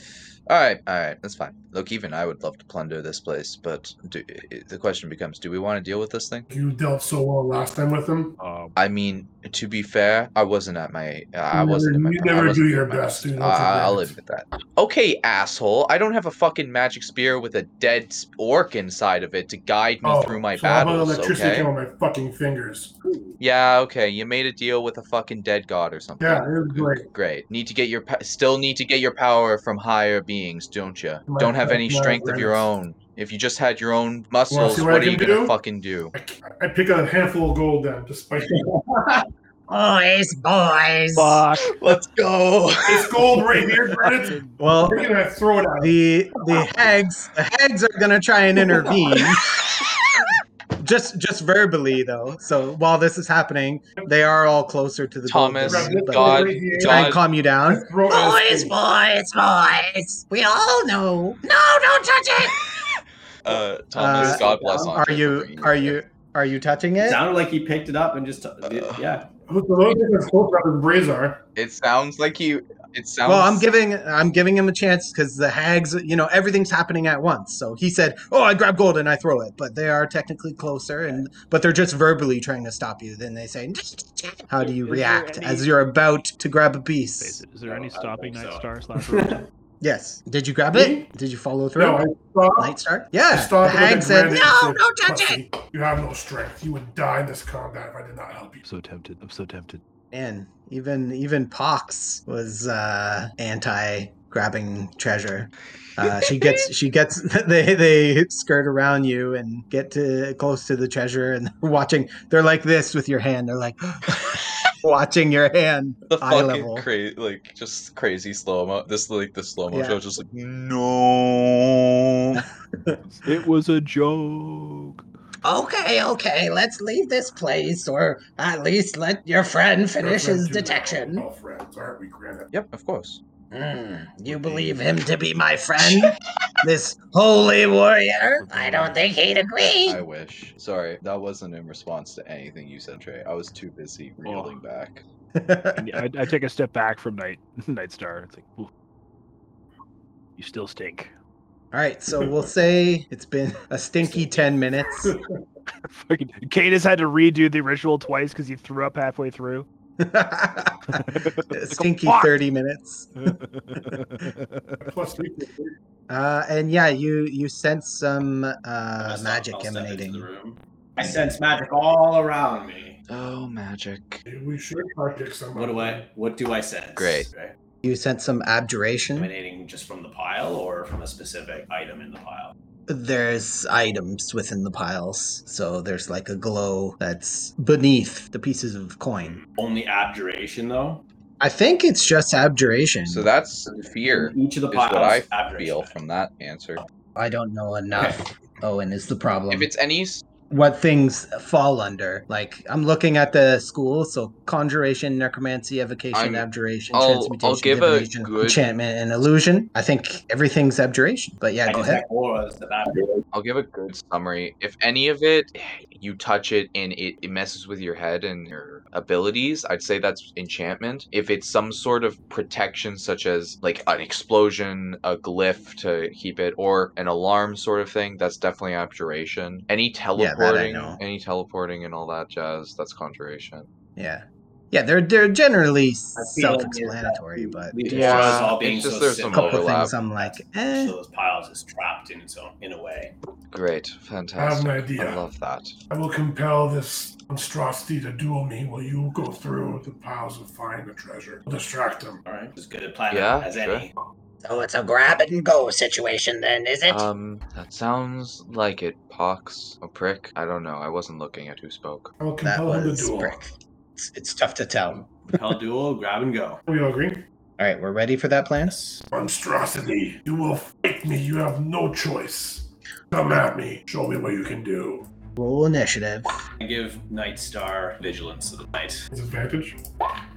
B: All right, all right, that's fine. Look, even I would love to plunder this place, but do, i- the question becomes: Do we want to deal with this thing?
D: You dealt so well last time with him.
I: Um,
B: I mean, to be fair, I wasn't at my. Uh, I
D: You
B: wasn't in
D: never-
B: my.
D: you
B: pri- I
D: never
B: wasn't
D: do your
B: at my best.
D: best, dude. That's
B: I,
D: a
B: I'll
D: fact.
B: admit that. Okay, asshole. I don't have a fucking magic spear with a dead s- orc inside of it to guide me through my
D: Oh, so I'll have
B: battles.
D: electricity
B: Okay.
D: came on my fucking fingers.
B: Yeah. Okay. You made a deal with a fucking dead god or something.
D: Yeah, it was
B: Good-
D: great.
B: Great. Need to get your pa- still need to get your power from higher beings, don't you?
D: My-
B: Don't have
D: my-
B: any
D: my
B: strength of your
D: awareness.
B: own. If you just had your own muscles,
D: see
B: what,
D: what I
B: are you
D: can
B: gonna
D: do?
B: fucking do?
D: I, I pick a handful of gold then, despite
G: Boys, boys.
I: fuck.
B: Let's go.
D: it's gold right here, Brennan.
H: Well,
I: uh,
D: We're gonna throw it out.
H: the the hags the hags are gonna try and intervene. just just verbally though. So while this is happening, they are all closer to the gold
B: Thomas,
H: building, but
B: God,
H: try
B: God.
H: and calm you down.
G: Boys, boys, boys. We all know. No, don't touch it.
B: Uh, Thomas,
H: Uh,
B: God bless.
H: Are
B: Andre for
H: you
B: bringing
H: are
B: it.
H: you are you touching
F: It
H: it?
F: sounded like he picked it up and just, uh,
B: Uh,
F: yeah.
D: Who's the little thing that's closer up than Brazar?
B: It sounds like you. It sounds.
H: Well, I'm giving I'm giving him a chance because the hags, you know, everything's happening at once. So he said, "Oh, I grab gold and I throw it," but they are technically closer, and but they're just verbally trying to stop you. Then they say, "How do you
E: Is there
H: react
E: any-
H: as you're about to grab a piece?"
E: Is there any
F: I don't
E: stopping
F: think
E: Night
F: so.
E: Star slash Rogue?
H: Yes. Did you grab it? Did you follow through?
D: No, I stopped.
H: Night Star. Yeah.
D: I
H: The
D: stopped. and
H: hag
D: looked at
H: said,
D: Granny
H: "No."
D: and said,
G: don't touch
D: "Pussy, You have no strength. You would die in this combat if I did not help you.
E: I'm so tempted. I'm so tempted.
H: And even even Pox was uh, anti grabbing treasure. Uh, she gets she gets they they skirt around you and get to close to the treasure and they're watching they're like this with your hand they're like watching your hand
B: the
H: eye
B: fucking
H: level
B: crazy, like just crazy slow mo. This like the slow mo
H: Yeah.
B: show, just like no.
E: It was a joke.
G: Okay, okay. Let's leave this place, or at least let your friend finish
D: We're
G: his
D: friends too now. We're
G: detection.
D: all friends, aren't we, Granny?
B: Yep, of course.
G: Hmm, you believe him to be my friend? this holy warrior? I don't think he'd agree.
B: I wish. Sorry, that wasn't in response to anything you said, Trey. I was too busy reeling back.
E: And yeah, I, I take a step back from Night Night Star. It's like, "Oof. you still stink.
H: all right so we'll say it's been a stinky 10 minutes
E: Fucking Cadus had to redo the ritual twice because he threw up halfway through.
H: A stinky
E: fuck.
H: 30 minutes
D: Plus, we-
H: uh, and yeah you you sense some
F: I'll
H: uh,
F: step-
H: magic
F: I'll step into
H: emanating
F: the room. I sense magic all around me.
B: Oh, magic.
D: we should project someone.
F: What do I? What do I sense?
B: Great.
F: Right?
H: You sense some abjuration.
F: Emanating just from the pile or from a specific item in the pile.
H: There's items within the piles, so there's like a glow that's beneath the pieces of coin.
F: Only abjuration though.
H: I think it's just abjuration.
B: So that's fear.
F: Each of the
B: Is what
F: piles.
B: I
F: abjuration.
B: feel from that answer.
H: I don't know enough. Owen is the problem.
B: If it's any, s-
H: what things fall under? Like I'm looking at the school, so conjuration, necromancy, evocation,
B: I'm-
H: abjuration,
B: I'll- I'll
H: transmutation,
B: give a
H: divination,
B: good-
H: enchantment, and illusion. I think everything's abjuration. But yeah,
F: I
H: go ahead.
F: detect auras of abjuration.
B: I'll give a good summary. If any of it, you touch it and it, it messes with your head and your abilities, I'd say that's enchantment. If it's some sort of protection, such as like an explosion, a glyph to keep it, or an alarm sort of thing, that's definitely abjuration. Any
H: that I
B: teleporting,
H: know.
B: any teleporting and all that jazz, that's conjuration.
H: Yeah. Yeah, they're they're generally
F: My feeling is that
H: self-explanatory, but
F: the
B: Yeah,
F: auras all being
B: it's just
F: so
B: there's some
H: a
F: similar.
H: couple
B: overlap.
H: things I'm like, eh.
F: Each of those piles is trapped in its own in a way.
B: Great,
D: I have an
B: fantastic. I
D: idea.
B: love that.
D: I will compel this monstrosity to duel me while you go through the piles and find the treasure. Distract them.
F: All right, as good a plan
B: Yeah,
F: as
B: sure.
F: any.
G: So it's a grab and go situation, then, is it?
B: Um, that sounds like it, Pox. A prick? I don't know. I wasn't looking at who spoke.
D: I will
H: That
D: compel them to
H: was
D: duel.
H: brick. It's, it's tough to tell.
F: Hell duel, grab and go.
D: We all agree?
H: All right, we're ready for that plan.
D: Monstrosity, you will fight me. You have no choice. Come at me. Show me what you can do.
H: Roll initiative.
F: I give Night Star vigilance of the night,
D: Disadvantage?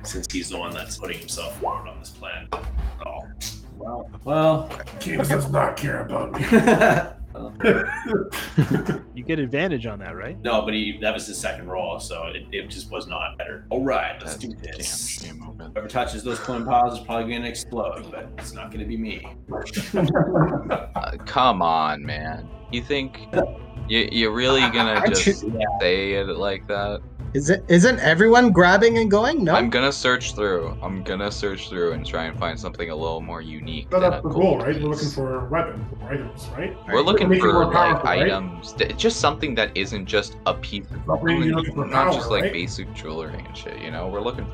F: since he's the one that's putting himself forward on this plan. Oh. Wow. Well.
D: Cadence does not care about me.
E: You get advantage on that, right?
F: no, but he that was his second roll, so it, it just was not better. All right, let's
B: That
F: do
B: damn
F: this.
B: shame moment.
F: Whoever touches those coin piles is probably gonna explode, but it's not gonna be me.
B: Uh, come on, man. You think you, you're really gonna
H: Aren't you-
B: just say it like that?
H: Is it? Isn't everyone grabbing and going? No.
B: I'm gonna search through. I'm gonna search through and try and find something a little more unique.
D: But
B: than
D: that's
B: a
D: the goal,
B: gold
D: right? We're looking
B: piece.
D: for weapons or items, right?
B: We're looking
D: Make it
B: for
D: more
B: like
D: powerful, right?
B: items, that- just something that isn't just a piece of
D: Not really
B: jewelry,
D: looking for
B: not just
D: power,
B: like
D: right?
B: basic jewelry and shit. You know, we're looking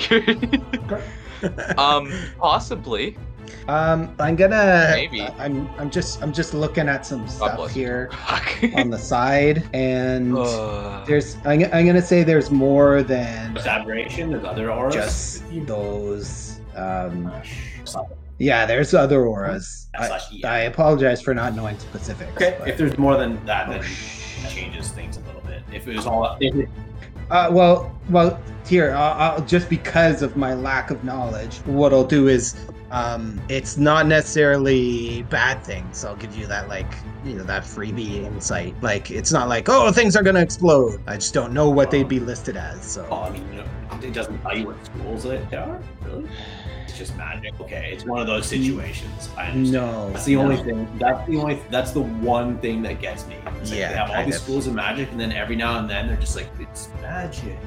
B: for something. um, possibly.
H: Um, I'm gonna. uh,
B: Maybe.
H: I'm. I'm just. I'm just looking at some stuff
B: bless you.
H: here
B: Fuck.
H: on the side, and
B: Uh,
H: there's. I'm, I'm gonna say there's more than
F: There's aberration, there's other auras.
H: just those. Um,
F: Slash-
H: yeah, there's other auras. I,
F: slash E.
H: I apologize for not knowing specifics.
F: Okay,
H: but-
F: if there's more than that,
H: Oh,
F: then changes things a little bit. If it was all up, if,
H: Uh, well, well, here, I'll, I'll, just because of my lack of knowledge, what I'll do is, um, it's not necessarily bad things. I'll give you that, like, you know, that freebie insight. Like, it's not like, oh, things are gonna explode. I just don't know what they'd be listed as.
F: oh,
H: So,
F: I mean, you know, it doesn't tell you what schools it are. Really, it's just magic. Okay, it's one of those situations. I understand.
H: no,
F: That's the only
H: no.
F: thing. That's the only. That's the one thing that gets me. It's like
H: Yeah,
F: they have all
H: kind
F: these
H: of.
F: schools of magic, and then every now and then they're just like, it's magic.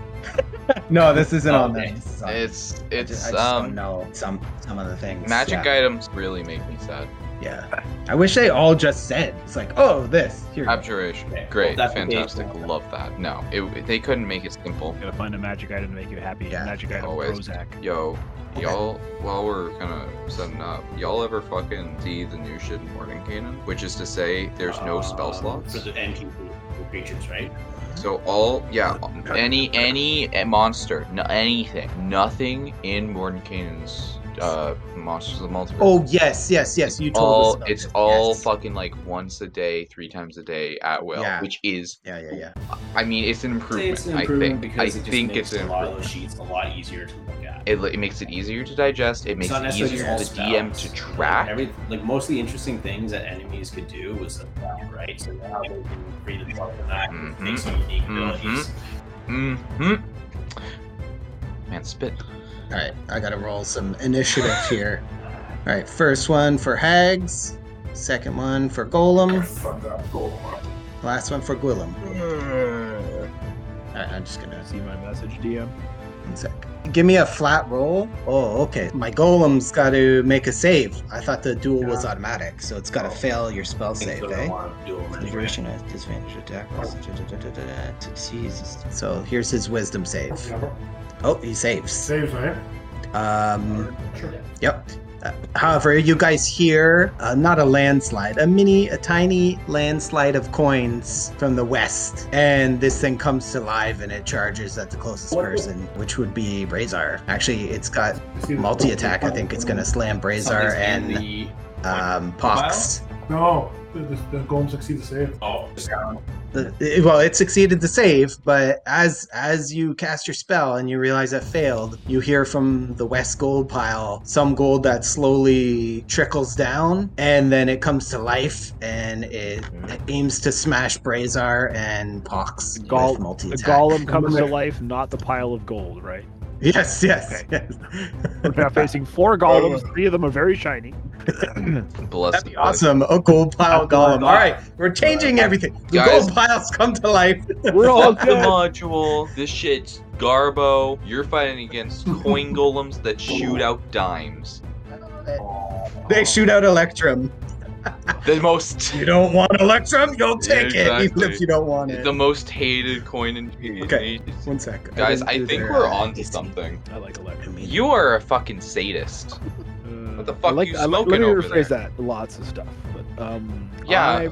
H: No, this isn't on
F: Okay.
H: them. This is on them.
B: It's
H: I ju-
B: it's
H: I just don't
B: um
H: know some some of the things.
B: magic
H: yeah,
B: items really make me sad.
H: yeah. I wish they all just said it's like, oh, this here.
B: Abjuration,
F: Okay, well,
B: great,
F: that's what they-
B: fantastic, love that. No, it, they couldn't make it simple.
E: Gotta find a magic item to make you happy.
H: Yeah,
E: magic item
B: always.
E: Prozac.
B: Yo, y'all, while we're kind of setting up, y'all ever fucking see the new shit in Warden Cannon? Which is to say, there's no spell
F: Um,
B: slots.
F: for the NPC for creatures, right?
B: So all, yeah, any any eh, monster, no, anything, nothing in Warden Cannon's uh, Monsters of the Multiverse.
H: Oh yes, yes, yes. You told us.
B: all
H: about
B: it's
H: this,
B: all
H: yes.
B: fucking like once a day, three times a day at will,
H: Yeah.
B: which is,
H: Yeah, yeah, yeah.
B: I mean, it's an
F: I'd say
B: improvement.
F: It's an improvement
B: I think,
F: because
B: I
F: it just
B: think
F: makes
B: it's an
F: a lot of
B: improvement.
F: those sheets a lot easier to look at.
B: It, it makes it easier to digest. It makes
F: not
B: it
F: necessarily
B: easier for the
F: just all
B: DM to
F: spells.
B: track.
F: Every like most of the interesting things that enemies could do was like that, right? So now they can free themselves from that and make some unique
B: Mhm.
F: abilities.
B: hmm Man, spit.
H: All right, I gotta roll some initiative here. All right, first one for Hags, second one for
D: I
H: Golem,
D: fucked up golem up.
H: last one for Gwillem. All right, I'm just gonna
E: See my message, DM.
H: one sec. Give me a flat roll. Oh, okay. My Golem's got to make a save. I thought the duel was automatic, so it's got to
E: Oh.
H: fail your spell
F: Things
H: save,
F: that I
H: eh?
F: wanna do them anyway.
H: Conjuration at disadvantage attack. rolls. Da-da-da-da-da. Succeeds. So here's his wisdom save.
D: Never.
H: Oh, he saves.
D: Saves, right?
H: Um,
D: Sure.
H: Yep. Uh, however, you guys hear uh, not a landslide, a mini, a tiny landslide of coins from the west, and this thing comes to life and it charges at the closest
F: What?
H: person, which would be Brazar. Actually, it's got
D: See,
H: multi-attack. I think it's gonna slam Brazar
F: Something's in
H: and
F: the
H: um, Pox.
D: No, the, the, the golem succeeds the save.
F: oh, just got one.
H: The- it- Well, it succeeded the save, but as as you cast your spell and you realize it failed, you hear from the west gold pile some gold that slowly trickles down, and then it comes to life and it, it aims to smash Brazar and Pox
E: Gol-
H: with multi
E: The
H: attack.
E: golem comes to life, not the pile of gold, right?
H: yes, yes,
E: We're now facing four golems.
B: Oh.
E: Three of them are very shiny.
B: Bless
H: That'd be
B: you.
H: awesome. A gold pile golem. All right, we're changing everything. The
B: Guys.
H: gold piles come to life.
E: We're all
B: Fuck the
E: dead.
B: module. This shit's Garbo. You're fighting against coin golems that shoot out dimes.
H: They shoot out Electrum.
B: The most,
H: You don't want Electrum? You'll
B: Yeah,
H: take it, even
B: exactly.
H: if you don't want it.
B: the most hated coin in
H: Okay. One sec.
B: Guys,
H: didn't
B: I
H: do
B: think
H: their,
B: we're
H: uh,
B: onto
H: 18.
B: something.
E: I like
H: I
E: electric.
H: mean,
B: You are a fucking sadist.
E: What
B: the fuck
E: I like,
B: you
E: I like, let
B: smoking
E: me
B: over
E: rephrase
B: there?
E: that. Lots of stuff. But, um,
B: Yeah.
E: I,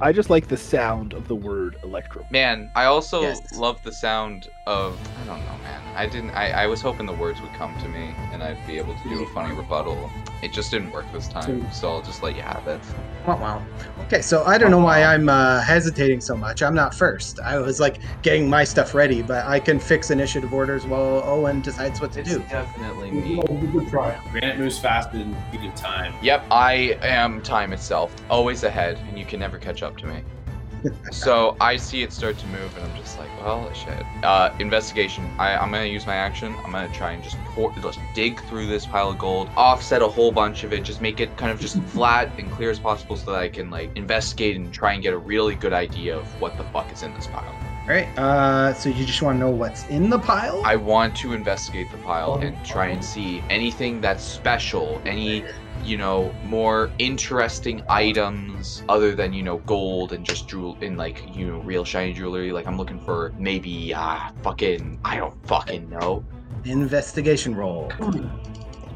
E: I just like the sound of the word electrum.
B: Man, I also
H: Yes.
B: love the sound of I don't know, man. I didn't I, I was hoping the words would come to me and I'd be able to do a funny rebuttal. It just didn't work this time, so I'll just let you have it.
H: wow, wow. Okay, so I don't know why I'm uh, hesitating so much. I'm not first. I was like getting my stuff ready, but I can fix initiative orders while Owen decides what to do.
B: definitely me.
D: Oh, good try.
F: Granite moves faster than you do time.
B: Yep, I am time itself. Always ahead, and you can never catch up to me. so I see it start to move, and I'm just like, well, shit. Uh, investigation. I, I'm gonna use my action. I'm gonna try and just pour, just dig through this pile of gold, offset a whole bunch of it, just make it kind of just flat and clear as possible, so that I can like investigate and try and get a really good idea of what the fuck is in this pile.
H: All right. Uh, so you just want to know what's in the pile?
B: I want to investigate the pile and try and see anything that's special, any, you know, more interesting items other than, you know, gold and just jewel in like, you know, real shiny jewelry. Like, I'm looking for maybe, uh, fucking, I don't fucking know.
H: Investigation roll.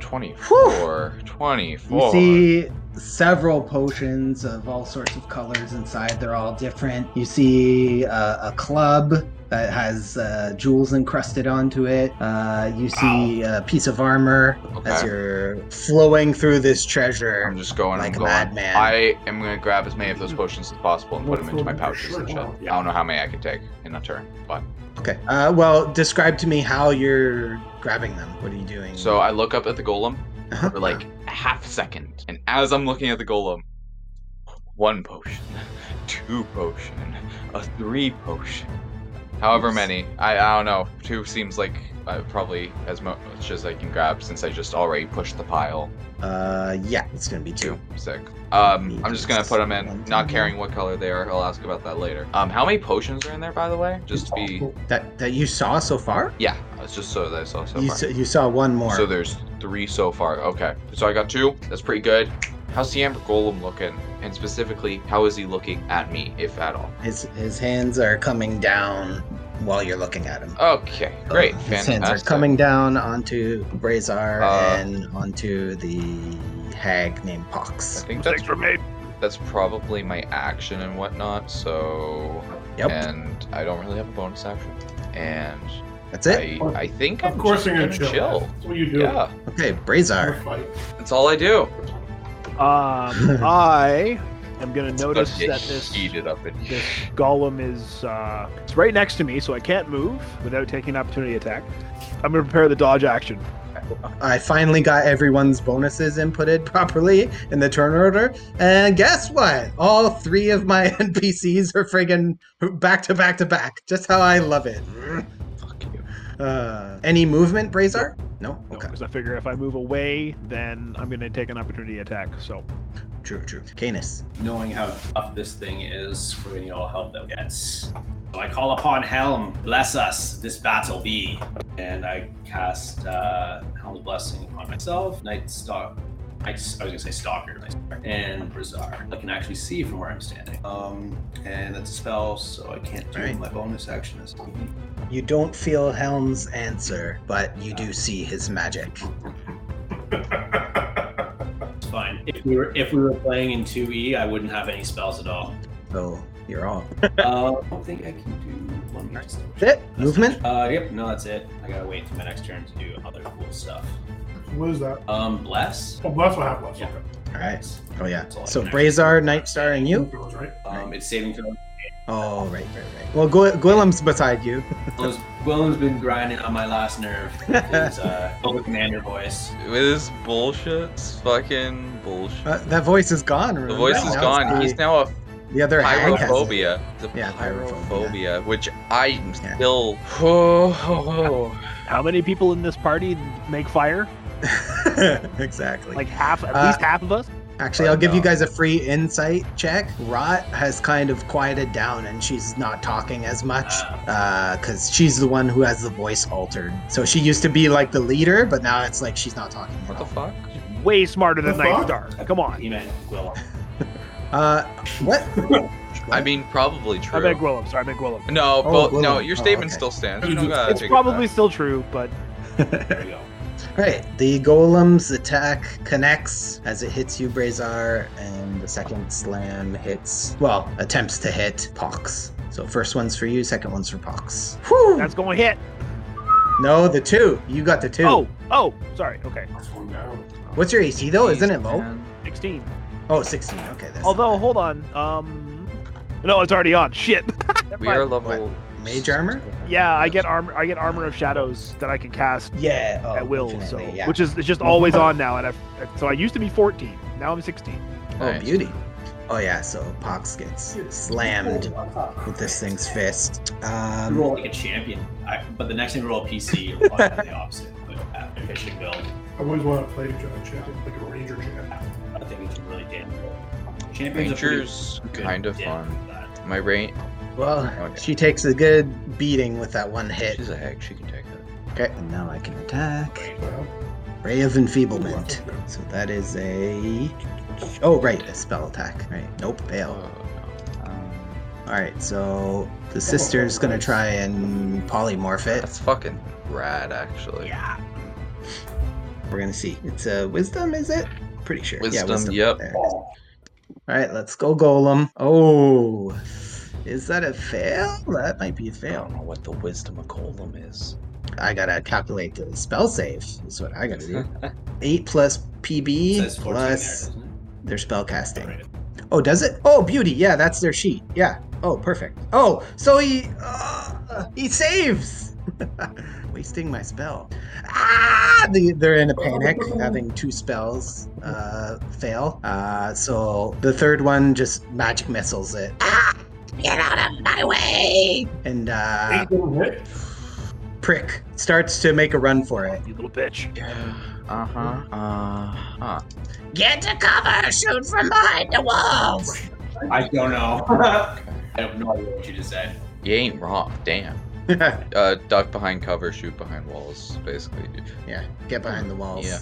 B: 24. 24.
H: You see several potions of all sorts of colors inside. They're all different. You see uh, a club that has uh, jewels encrusted onto it. Uh, you see a piece of armor as
B: Okay.
H: you're flowing through this treasure
B: I'm just going.
H: like
B: I'm
H: a
B: going.
H: madman.
B: I am gonna grab as many of those potions as possible and put them into my pouches and shit. I don't know how many I can take in a turn, but
H: Okay. Uh, well, describe to me how you're grabbing them. What are you doing?
B: so I look up at the golem
H: Uh-huh.
B: for like a half second, and as I'm looking at the golem, one potion, two potion, a three potion, however many. I, I don't know. Two seems like uh, probably as mu- much as I can grab since I just already pushed the pile.
H: Uh, yeah, it's gonna be two.
B: Two, sick. Um, I'm just gonna put them in, not caring what color they are. I'll ask about that later. Um, how many potions are in there, by the way? Just to be,
H: That that you saw so far.
B: yeah, it's just so that I saw so
H: you
B: far.
H: s- you saw one more.
B: So there's three so far. Okay. So I got two. That's pretty good. How's the Amber Golem looking? And specifically, how is he looking at me, if at all?
H: his his hands are coming down while you're looking at him.
B: Okay, great.
H: His
B: Fantastic.
H: hands are coming down onto Brazar
B: Uh,
H: and onto the hag named
B: I
H: Pox.
B: think that's,
E: Mistakes were made.
B: that's probably my action and whatnot, so.
H: Yep.
B: And I don't really have a bonus action. And
H: That's it.
B: I, I think
D: Of
B: I'm
D: course
B: just
D: you're gonna
B: gonna
D: chill. That's what you do.
B: Yeah,
H: Okay,
D: You're
H: Brazar.
D: a fight.
B: that's all I do.
E: Um, I am gonna notice
B: Let's get
E: that this
B: heated up in
E: this golem is uh, it's right next to me, so I can't move without taking an opportunity attack. I'm gonna prepare the dodge action.
H: I finally got everyone's bonuses inputted properly in the turn order, and guess what? All three of my NPCs are friggin' back to back to back. Just how I love it.
B: Fuck you.
H: Uh, any movement, Brazar? No.
E: No,
H: Okay.
E: Because I figure if I move away, then I'm gonna take an opportunity attack. So
H: True. True. Canis.
F: knowing how tough this thing is, we're gonna need all help that gets. So I call upon Helm, bless us, this battle be. And I cast uh, Helm's Blessing upon myself, Night Stalk. I, I was gonna say Stalker, Night Stalker, and Bazaar. I can actually see from where I'm standing. Um, and that's a spell, so I can't do
H: Right.
F: my bonus action. As
H: You don't feel Helm's answer, but you do see his magic.
F: it's fine. If we were if we were playing in 2e, I wouldn't have any spells at all.
H: So you're all.
F: uh, I don't think I can do one E. more.
H: That's it. Movement.
F: Uh, yep, no, that's it. I gotta wait till my next turn to do other cool stuff.
D: What is that?
F: Um, bless.
D: Oh, that's what I have left.
F: Yeah.
D: Okay.
H: All right. Oh yeah.
F: That's all I
H: So
F: can
H: Brazar,
F: actually do.
H: Nightstar, and you.
D: Those, right?
F: Um, it's saving throw.
H: Oh right, right, right. Well, Gwil- Gwillem's beside you.
F: Willem's, Willem's been grinding on my last nerve. His uh, old commander voice.
B: This bullshit's fucking bullshit.
H: Uh, that voice is gone. Remember?
B: the voice
H: Now
B: is
H: it's
B: gone.
H: the-
B: He's now a
H: The other hag has it.
B: pyrophobia. The
H: Yeah, pyrophobia.
B: pyrophobia, which I'm
H: Yeah.
B: still. Oh, oh, oh.
E: how many people in this party make fire?
H: exactly.
E: Like half, at
H: Uh,
E: least half of us.
H: Actually, I'll
B: um,
H: give you guys a free insight check. Rot has kind of quieted down and she's not talking as much
B: Ah.
H: because she's the one who has the voice altered. So she used to be like the leader, but now it's like she's not talking at
B: What the
H: all.
B: fuck?
E: Way smarter than
D: The fuck?
E: Nightstar. Come on.
F: He meant Willem.
H: Uh, what?
B: I mean, probably true.
E: I meant Gwillem. Sorry, I meant Gwillem.
B: no,
H: Oh,
B: but no,
H: Gwilym.
B: your
H: Oh,
B: statement
H: okay.
B: still stands. You don't gotta
E: It's
B: take it
E: probably
B: back.
E: still true, but
F: There we go.
H: All right, the golem's attack connects as it hits you, Brazar, and the second slam hits, well, attempts to hit Pox. So first one's for you, second one's for Pox. Whew!
E: that's going to hit.
H: No, the two. You got the two.
E: Oh, oh, sorry. Okay,
D: That's one uh, down.
H: What's your AC though? Oh, Isn't it low?
E: 16.
H: Oh, 16. Okay. That's
E: Although, hold on. Um, no, it's already on. Shit.
B: We are level.
H: mage armor?
E: Yeah, I get armor. I get armor of shadows that I can cast
H: Yeah. Oh,
E: at will. So,
H: definitely, yeah.
E: which is it's just always on now. And I've, so I used to be 14. Now I'm 16.
H: oh,
B: Nice.
H: beauty. Oh yeah. So Pox gets slammed with this thing's fist.
F: You roll
H: Um,
F: like a champion. I, but the next time you roll a PC, you're probably have the opposite. But uh, efficient build.
D: I've always wanted to play John Champion, like a Ranger Champion.
F: I think it's a really damn roll. Champions are pretty
B: Rangers,
F: good
B: kind of
F: damn
B: fun.
F: for that.
B: My range.
H: well,
B: Okay.
H: she takes a good beating with that one hit.
B: She's a heck. She can take it.
H: Okay. And now I can attack.
D: Well,
H: Ray of Enfeeblement. So that is a. Oh right, a spell attack. Right. Nope. Fail.
B: Oh,
E: Oh.
H: All right, so the sister's gonna try and polymorph it.
B: That's fucking rad, actually.
H: We're gonna see. It's a wisdom, is it? pretty sure.
B: Wisdom,
H: yeah, wisdom.
B: yep.
H: There it is. All right, let's go, Golem. Oh, is that a fail? That might be a
B: I don't
H: fail.
B: know what the wisdom of Golem is.
H: I gotta calculate the spell save. Is what I gotta do. Eight plus PB
F: It says 14 there,
H: plus
F: doesn't it?
H: their spell casting.
F: Right.
H: Oh, does it? Oh, beauty. Yeah, that's their sheet. Yeah. Oh, perfect. Oh, so he uh, he saves. Wasting my spell. Ah, they, they're in a panic, having two spells uh, fail. Uh, so the third one just magic missiles it,
G: Ah, get out of my way!
H: and uh,
D: Eight doesn't hit.
H: prick starts to make a run for it.
E: You little bitch.
B: Uh huh.
H: Mm-hmm.
B: Uh huh.
G: Get to cover! Shoot from behind the walls!
F: I don't know. I have no idea what you just said.
B: You ain't wrong. Damn.
H: Get
B: Uh, duck behind cover, shoot behind walls, basically.
H: behind the walls.
B: Yeah.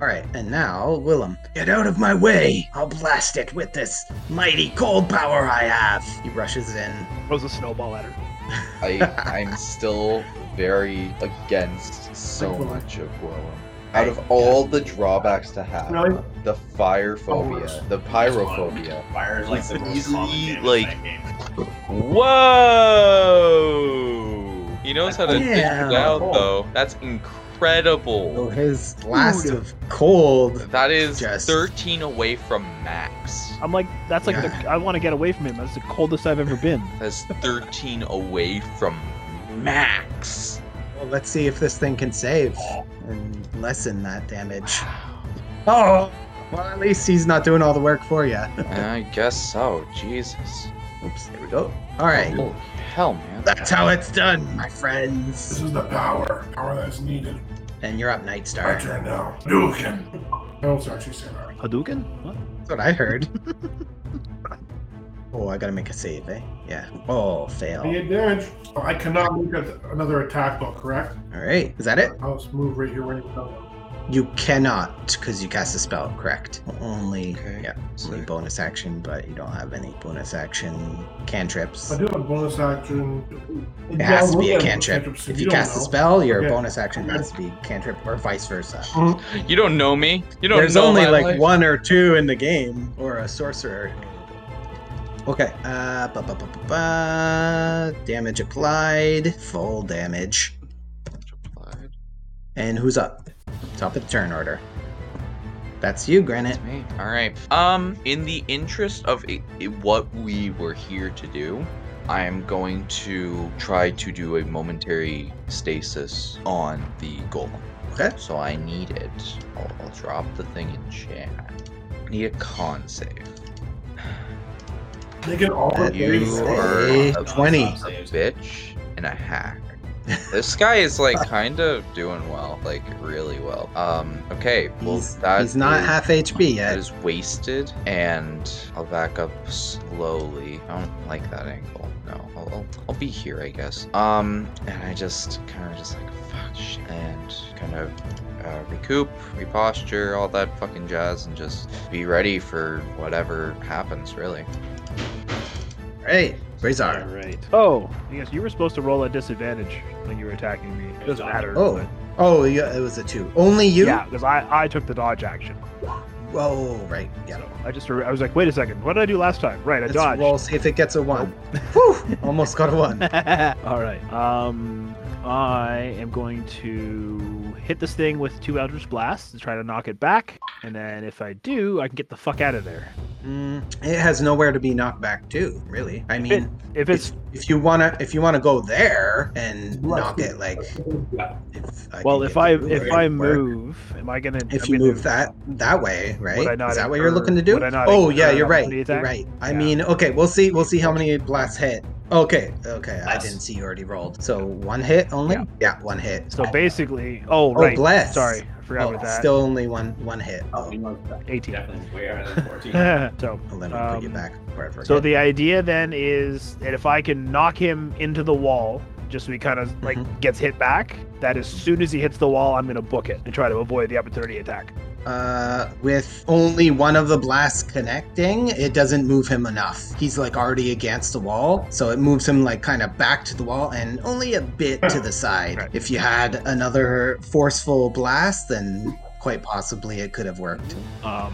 H: All right, and now Willem, get out of my way! I'll blast it with this mighty cold power I have. He rushes in.
E: Throws a snowball at her.
B: I I'm still very against so much of Gwillem. Out of all the drawbacks to have,
F: Really?
B: the fire phobia, the pyrophobia.
F: Fire is like the most
B: Easily,
F: common damage
B: like-
F: in that game.
B: Whoa! He knows how to dish it
H: Yeah.
B: out though. That's incredible.
H: So Oh, his blast of cold.
B: That is
H: Just-
B: 13 away from max.
E: I'm like, that's like, the, I want to get away from him. That's the coldest I've ever been.
B: That's 13 away from max.
H: Well, let's see if this thing can save and lessen that damage. Oh, well, at least he's not doing all the work for you.
B: I guess so. Jesus.
H: Oops, there we go. All right,
B: Holy hell, man.
H: that's how it's done, my
D: This
H: friends.
D: is the power. Power that's needed.
H: And you're up, Night
D: My
H: Star.
D: turn now. Dukin. I also actually said that.
E: Hadouken? What?
H: That's what I heard. oh, I gotta make a save, eh? Yeah. Oh, fail.
D: The advantage. I cannot make a, another attack though, correct?
H: All right, is that it?
D: I'll just move right here when you come.
H: You cannot, because you cast a spell, correct? Only,
B: Okay.
H: yeah, only
B: Sick.
H: bonus action, but you don't have any bonus action cantrips.
D: I do have a bonus action.
H: It has to be
D: Yeah,
H: a
D: look at
H: cantrip.
D: cantrips
H: If
D: you
H: you
D: don't
H: cast a
D: know.
H: spell, your
D: Okay.
H: bonus action has to be cantrip, or vice versa.
B: You don't know me. You don't
H: There's
B: know
H: only
B: my
H: like
B: life.
H: one or two in the game, or a sorcerer. Okay. Uh, ba, ba, ba, ba, ba. Damage applied, full damage. And who's up? Top of the turn order. That's you, Granite.
B: That's me. All right. Um, in the interest of i i what we were here to do, I am going to try to do a momentary stasis on the golem.
H: Okay.
B: So I need it. I'll, I'll drop the thing in chat. I need a con save.
D: They get all the
H: That
B: You
D: things.
H: is
B: are
H: a
B: a
H: 20.
B: a bitch and a hack. This guy is like kind of doing well, like really well. Um, okay, well
H: He's,
B: that
H: he's not
B: is-
H: half HP
B: That
H: yet.
B: is wasted, and I'll back up slowly. I don't like that angle. No, I'll, I'll, I'll be here, I guess. Um, and I just kind of just like fuck shit, and kind of uh, recoup, reposture, all that fucking jazz, and just be ready for whatever happens. Really,
H: Hey, Razor.
E: right. Oh, yes, you were supposed to roll at disadvantage when you were attacking me. It doesn't matter.
H: Oh,
E: but-
H: Oh, yeah, it was a two. Only you?
E: Yeah, because I, I took the dodge action.
H: Whoa, right. Yeah.
E: So I just, re- I was like, wait a second, what did I do last time? Right, I
H: Let's
E: dodged.
H: roll, see if it gets a one. Whew, almost got a one.
E: All right. Um, I am going to hit this thing with two Eldritch Blasts to try to knock it back, and then if I do, I can get the fuck out of there.
H: Mm, it has nowhere to be knocked back to, really. I
E: it-
H: mean, if,
E: If it's
H: if you wanna if you wanna go there and knock it like if I
E: well,
H: can
E: if
H: get
E: I
H: the
E: if
H: word
E: I
H: work.
E: move, am I gonna?
H: if
E: I'm
H: you
E: gonna-
H: move that that way, right?
E: I not
H: Is that what you're looking to
E: incur-
H: do?
E: would I not
H: Oh yeah,
E: incur
H: you're right.
E: opportunity
H: You're
E: attack?
H: right. I
E: Yeah.
H: mean, okay, we'll see. We'll see how many blasts hit. Okay, okay. I
F: Nice.
H: didn't see you already rolled. So one hit only.
E: Yeah.
H: Yeah, one hit.
E: So basically, oh
H: Oh,
E: right.
H: bless.
E: Sorry, I forgot
H: Oh,
E: about that.
H: still only one one hit. Oh,
F: You know,
E: eighteen.
F: definitely way higher than 14.
E: so
H: I'll let me put you
E: Um,
H: back wherever.
E: So the idea then is that if I can knock him into the wall, just so he kind of like
H: Mm-hmm.
E: gets hit back, that as soon as he hits the wall, I'm gonna book it and try to avoid the opportunity attack.
H: uh, with only one of the blasts connecting, it doesn't move him enough. He's like already against the wall, so it moves him like kind of back to the wall and only a bit to the side.
E: Right.
H: If you had another forceful blast, then quite possibly it could have worked.
E: Um,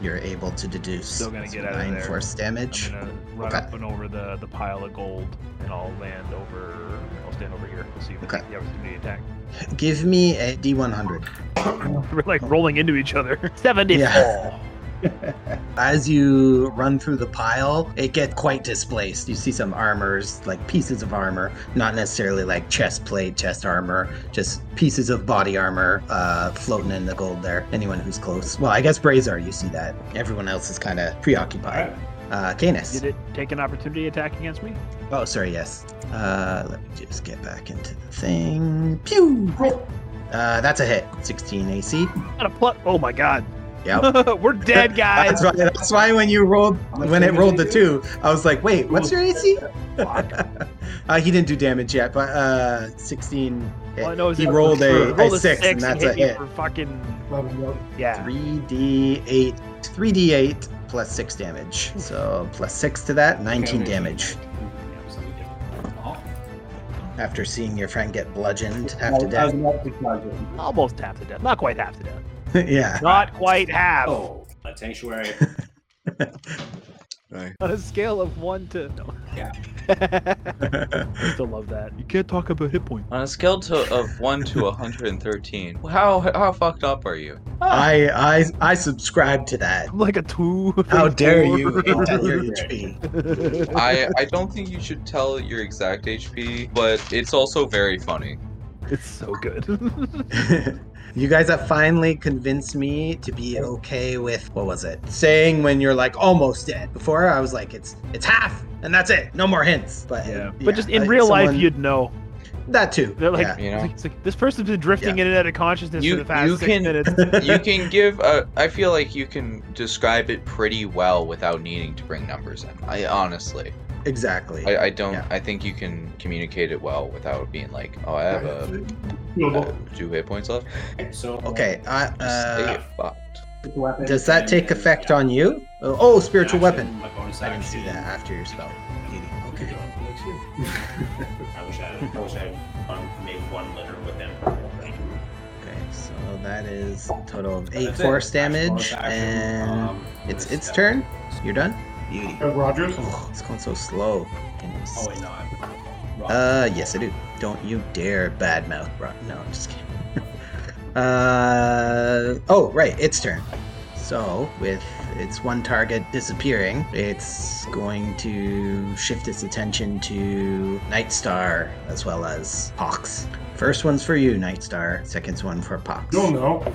H: You're able to deduce
E: Still gonna get out of
H: nine
E: there.
H: force
E: I'm
H: damage.
E: gonna run
H: Okay.
E: up and over the, the pile of gold, and I'll land over. I'll stand over here. We'll see if
H: Okay.
E: the opportunity attack.
H: Give me a D100.
E: We're like rolling into each other. Seventy-four.
H: As you run through the pile, it gets quite displaced. You see some armors, like pieces of armor, not necessarily like chest plate, chest armor, just pieces of body armor uh, floating in the gold there. Anyone who's close. Well, I guess Brazar, you see that. Everyone else is kind of preoccupied. Uh, Canis.
E: Did it take an opportunity attack against me?
H: Oh, sorry, yes. Uh, let me just get back into the thing. Pew! Uh, that's a hit. 16 AC.
E: Got a plus. Oh my god.
H: Yep.
E: We're dead,
H: That's
E: guys.
H: why, that's why when you rolled,
C: How much
H: when it
C: damage
H: rolled the
C: did you
H: two, I was like, wait, what's your AC?
E: Fuck.
H: Uh, he didn't do damage yet, but uh, 16. hit.
E: All I know is
H: he
E: that
H: rolled
E: for sure-
H: a,
E: rolled
H: a six, and that's a
E: hit me
H: hit.
E: For fucking
C: Level up.
E: yeah.
H: 3d8, 3d8 plus six damage. So plus six to that, 19 damage.
F: Oh,
H: After seeing your friend get bludgeoned
C: I,
H: half to
C: I was
H: death.
C: about to charge him.
E: Almost half to death. Not quite half to death.
H: yeah.
E: Not quite half.
F: oh, a sanctuary.
E: On a scale of one to no.
F: Yeah.
E: I still love that. You can't talk about hit point.
B: On a scale to, of 1 to 113, how how fucked up are you?
E: Ah.
H: I, I I subscribe to that.
E: I'm like a two.
H: How dare you
E: four.
H: hate on your HP?
B: I, I don't think you should tell your exact HP, but it's also very funny.
E: It's so good.
H: you guys have finally convinced me to be okay with what was it? Saying when you're like almost dead. Before I was like it's it's half and that's it. No more hints. But
E: yeah. But just in
H: like,
E: real life,
H: someone-
E: you'd know.
H: that too.
E: They're like,
H: yeah.
B: You know?
E: it's like, this person's been drifting in and out of consciousness
B: You-
E: for the past
B: you
E: six
B: can-
E: minutes.
B: You can give a, I feel like you can describe it pretty well without needing to bring numbers in. I honestly,
H: exactly.
B: I, I don't,
H: Yeah.
B: I think you can communicate it well without being like, oh, I have a, uh,
D: Doable.
B: two hit points left.
F: so
H: okay. I,
B: Just
H: uh,
B: stay fucked.
C: Weapon.
H: does that take
F: and-
H: effect
F: yeah.
H: on you? Oh, oh, spiritual
F: action,
H: weapon.
F: My bonus
H: I didn't
F: action.
H: see that after your spell. Okay.
F: I wish I, had, I wish I had um, made one litter with them.
H: Okay, so that is a total of eight
F: That's it.
H: force
F: Action, bonus
H: damage,
F: action,
H: and
F: um,
H: it's
F: bonus
H: its
F: step.
H: turn. You're done. Beauty.
D: Uh, Rogers?
H: Oh, it's going so slow.
F: Oh wait, no. I'm wrong.
H: Uh, yes, I do. Don't you dare badmouth Brock. No, I'm just kidding. uh, oh, right, its turn. So, with its one target disappearing, it's going to shift its attention to Nightstar as well as Pox. First one's for you, Nightstar. Second's one for Pox.
D: You'll know.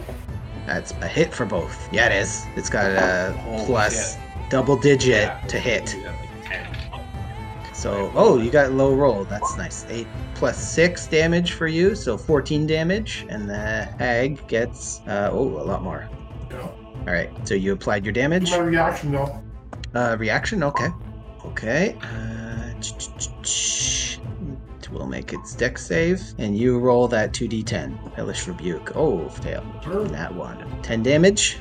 H: That's a hit for both. Yeah, it is. It's got a
F: Holy
H: plus
F: shit.
H: double digit
F: Yeah,
H: to hit.
F: we got, like, 10.
H: So, oh, you got low roll. That's nice. Eight plus six damage for you, so 14 damage. And the hag gets, uh, oh, a lot more.
D: Yeah.
H: All right, so you applied your
D: Do
H: damage.
D: my reaction though.
H: Uh, reaction, okay. Okay. Uh, ch- ch- ch- ch. It will make its deck save, and you roll that 2d10. Hellish Rebuke. Oh, fail. That one. 10 damage.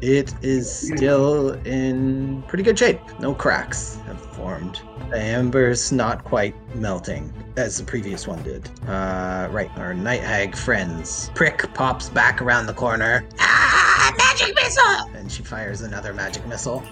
H: It is still in pretty good shape. No cracks have formed. The amber's not quite melting as the previous one did. Uh, right, our night hag friends. Prick pops back around the corner. Ah, magic missile! And she fires another magic missile.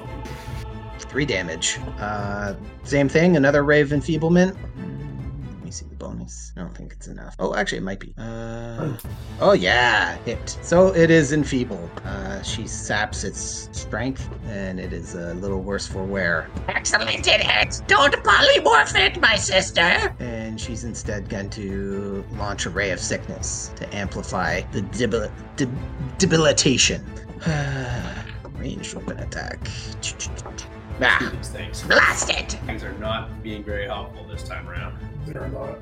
H: Three damage. Uh, same thing, another rave enfeeblement. Mm, Let me see the bonus. I don't think it's enough. Oh, actually, it might be. Uh, oh, yeah, hit. So it is enfeebled. Uh, she saps its strength, and it is a little worse for wear.
G: Excellent, it hits. Don't polymorph it, my sister.
H: And she's instead going to launch a ray of sickness to amplify the debil- deb- debilitation. Ranged weapon attack.
F: Do
H: Ah,
F: These things.
G: Blast it.
F: Things are not being very helpful this time around.
D: They're not.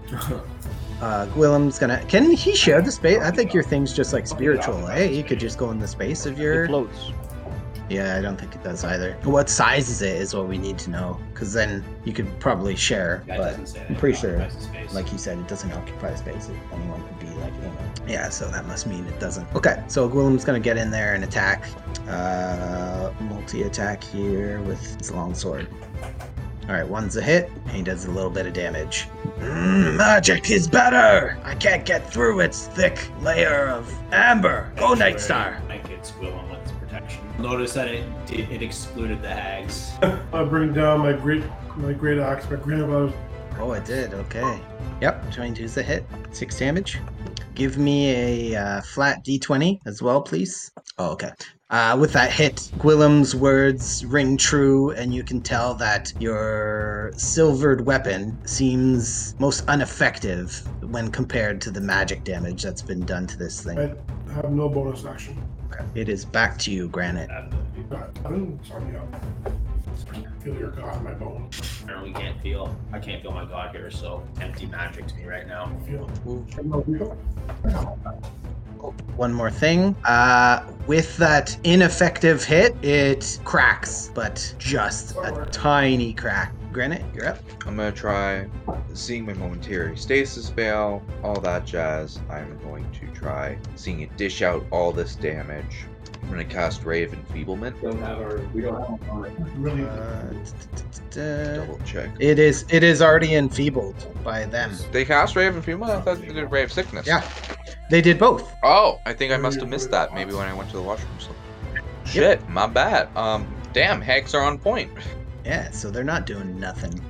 H: Uh, Gwillem's gonna. Can he share the space? I think your thing's just like spiritual, eh? You could just go in the space of
E: It
H: your.
E: floats.
H: Yeah, I don't think it does either. What size is it is what we need to know, because then you could probably share.
F: That
H: But
F: doesn't say that.
H: I'm pretty
F: It
H: sure,
F: occupies the space.
H: like you said, it doesn't occupy space. It- Anyone could be like in it. Yeah, so that must mean it doesn't. Okay, so Gwillem's gonna get in there and attack. Uh, multi attack here with its long sword. All right, one's a hit. He does a little bit of damage. Mm, magic is better. I can't get through its thick layer of amber. Go, Night Star.
F: Blankets will on with its protection. Notice that it it, it excluded the hags.
D: I bring down my great my great axe, my grandmother's
H: Oh, it did. Okay. Yep, 22's a hit. Six damage. Give me a uh, flat d20 as well, please. Oh, okay. Uh, with that hit, Gwillem's words ring true, and you can tell that your silvered weapon seems most ineffective when compared to the magic damage that's been done to this thing.
D: I have no bonus action.
H: It is back to you, Granite.
F: Um,
D: God, I didn't sign me up. Feel your god in my bone.
F: Apparently can't feel. I can't feel my god here, so empty magic to me right now.
D: Feel.
H: Ooh.
D: it.
H: One more thing. Uh, with that ineffective hit, it cracks, but just a tiny crack. Granite, you're up.
B: I'm gonna try seeing my momentary stasis veil, all that jazz. I'm going to try seeing it dish out all this damage. I'm gonna cast Ray of Enfeeblement.
F: Don't have our. We don't have our.
D: Really.
H: Uh,
B: Double check.
H: it is it is already enfeebled by them.
B: They cast Ray of Enfeeblement? I thought they did Ray of Sickness.
H: Yeah. They did both.
B: Oh, I think I must have missed that maybe when I went to the washroom. So. Shit, my bad. Um, damn, hags are on point.
H: Yeah, so they're not doing nothing.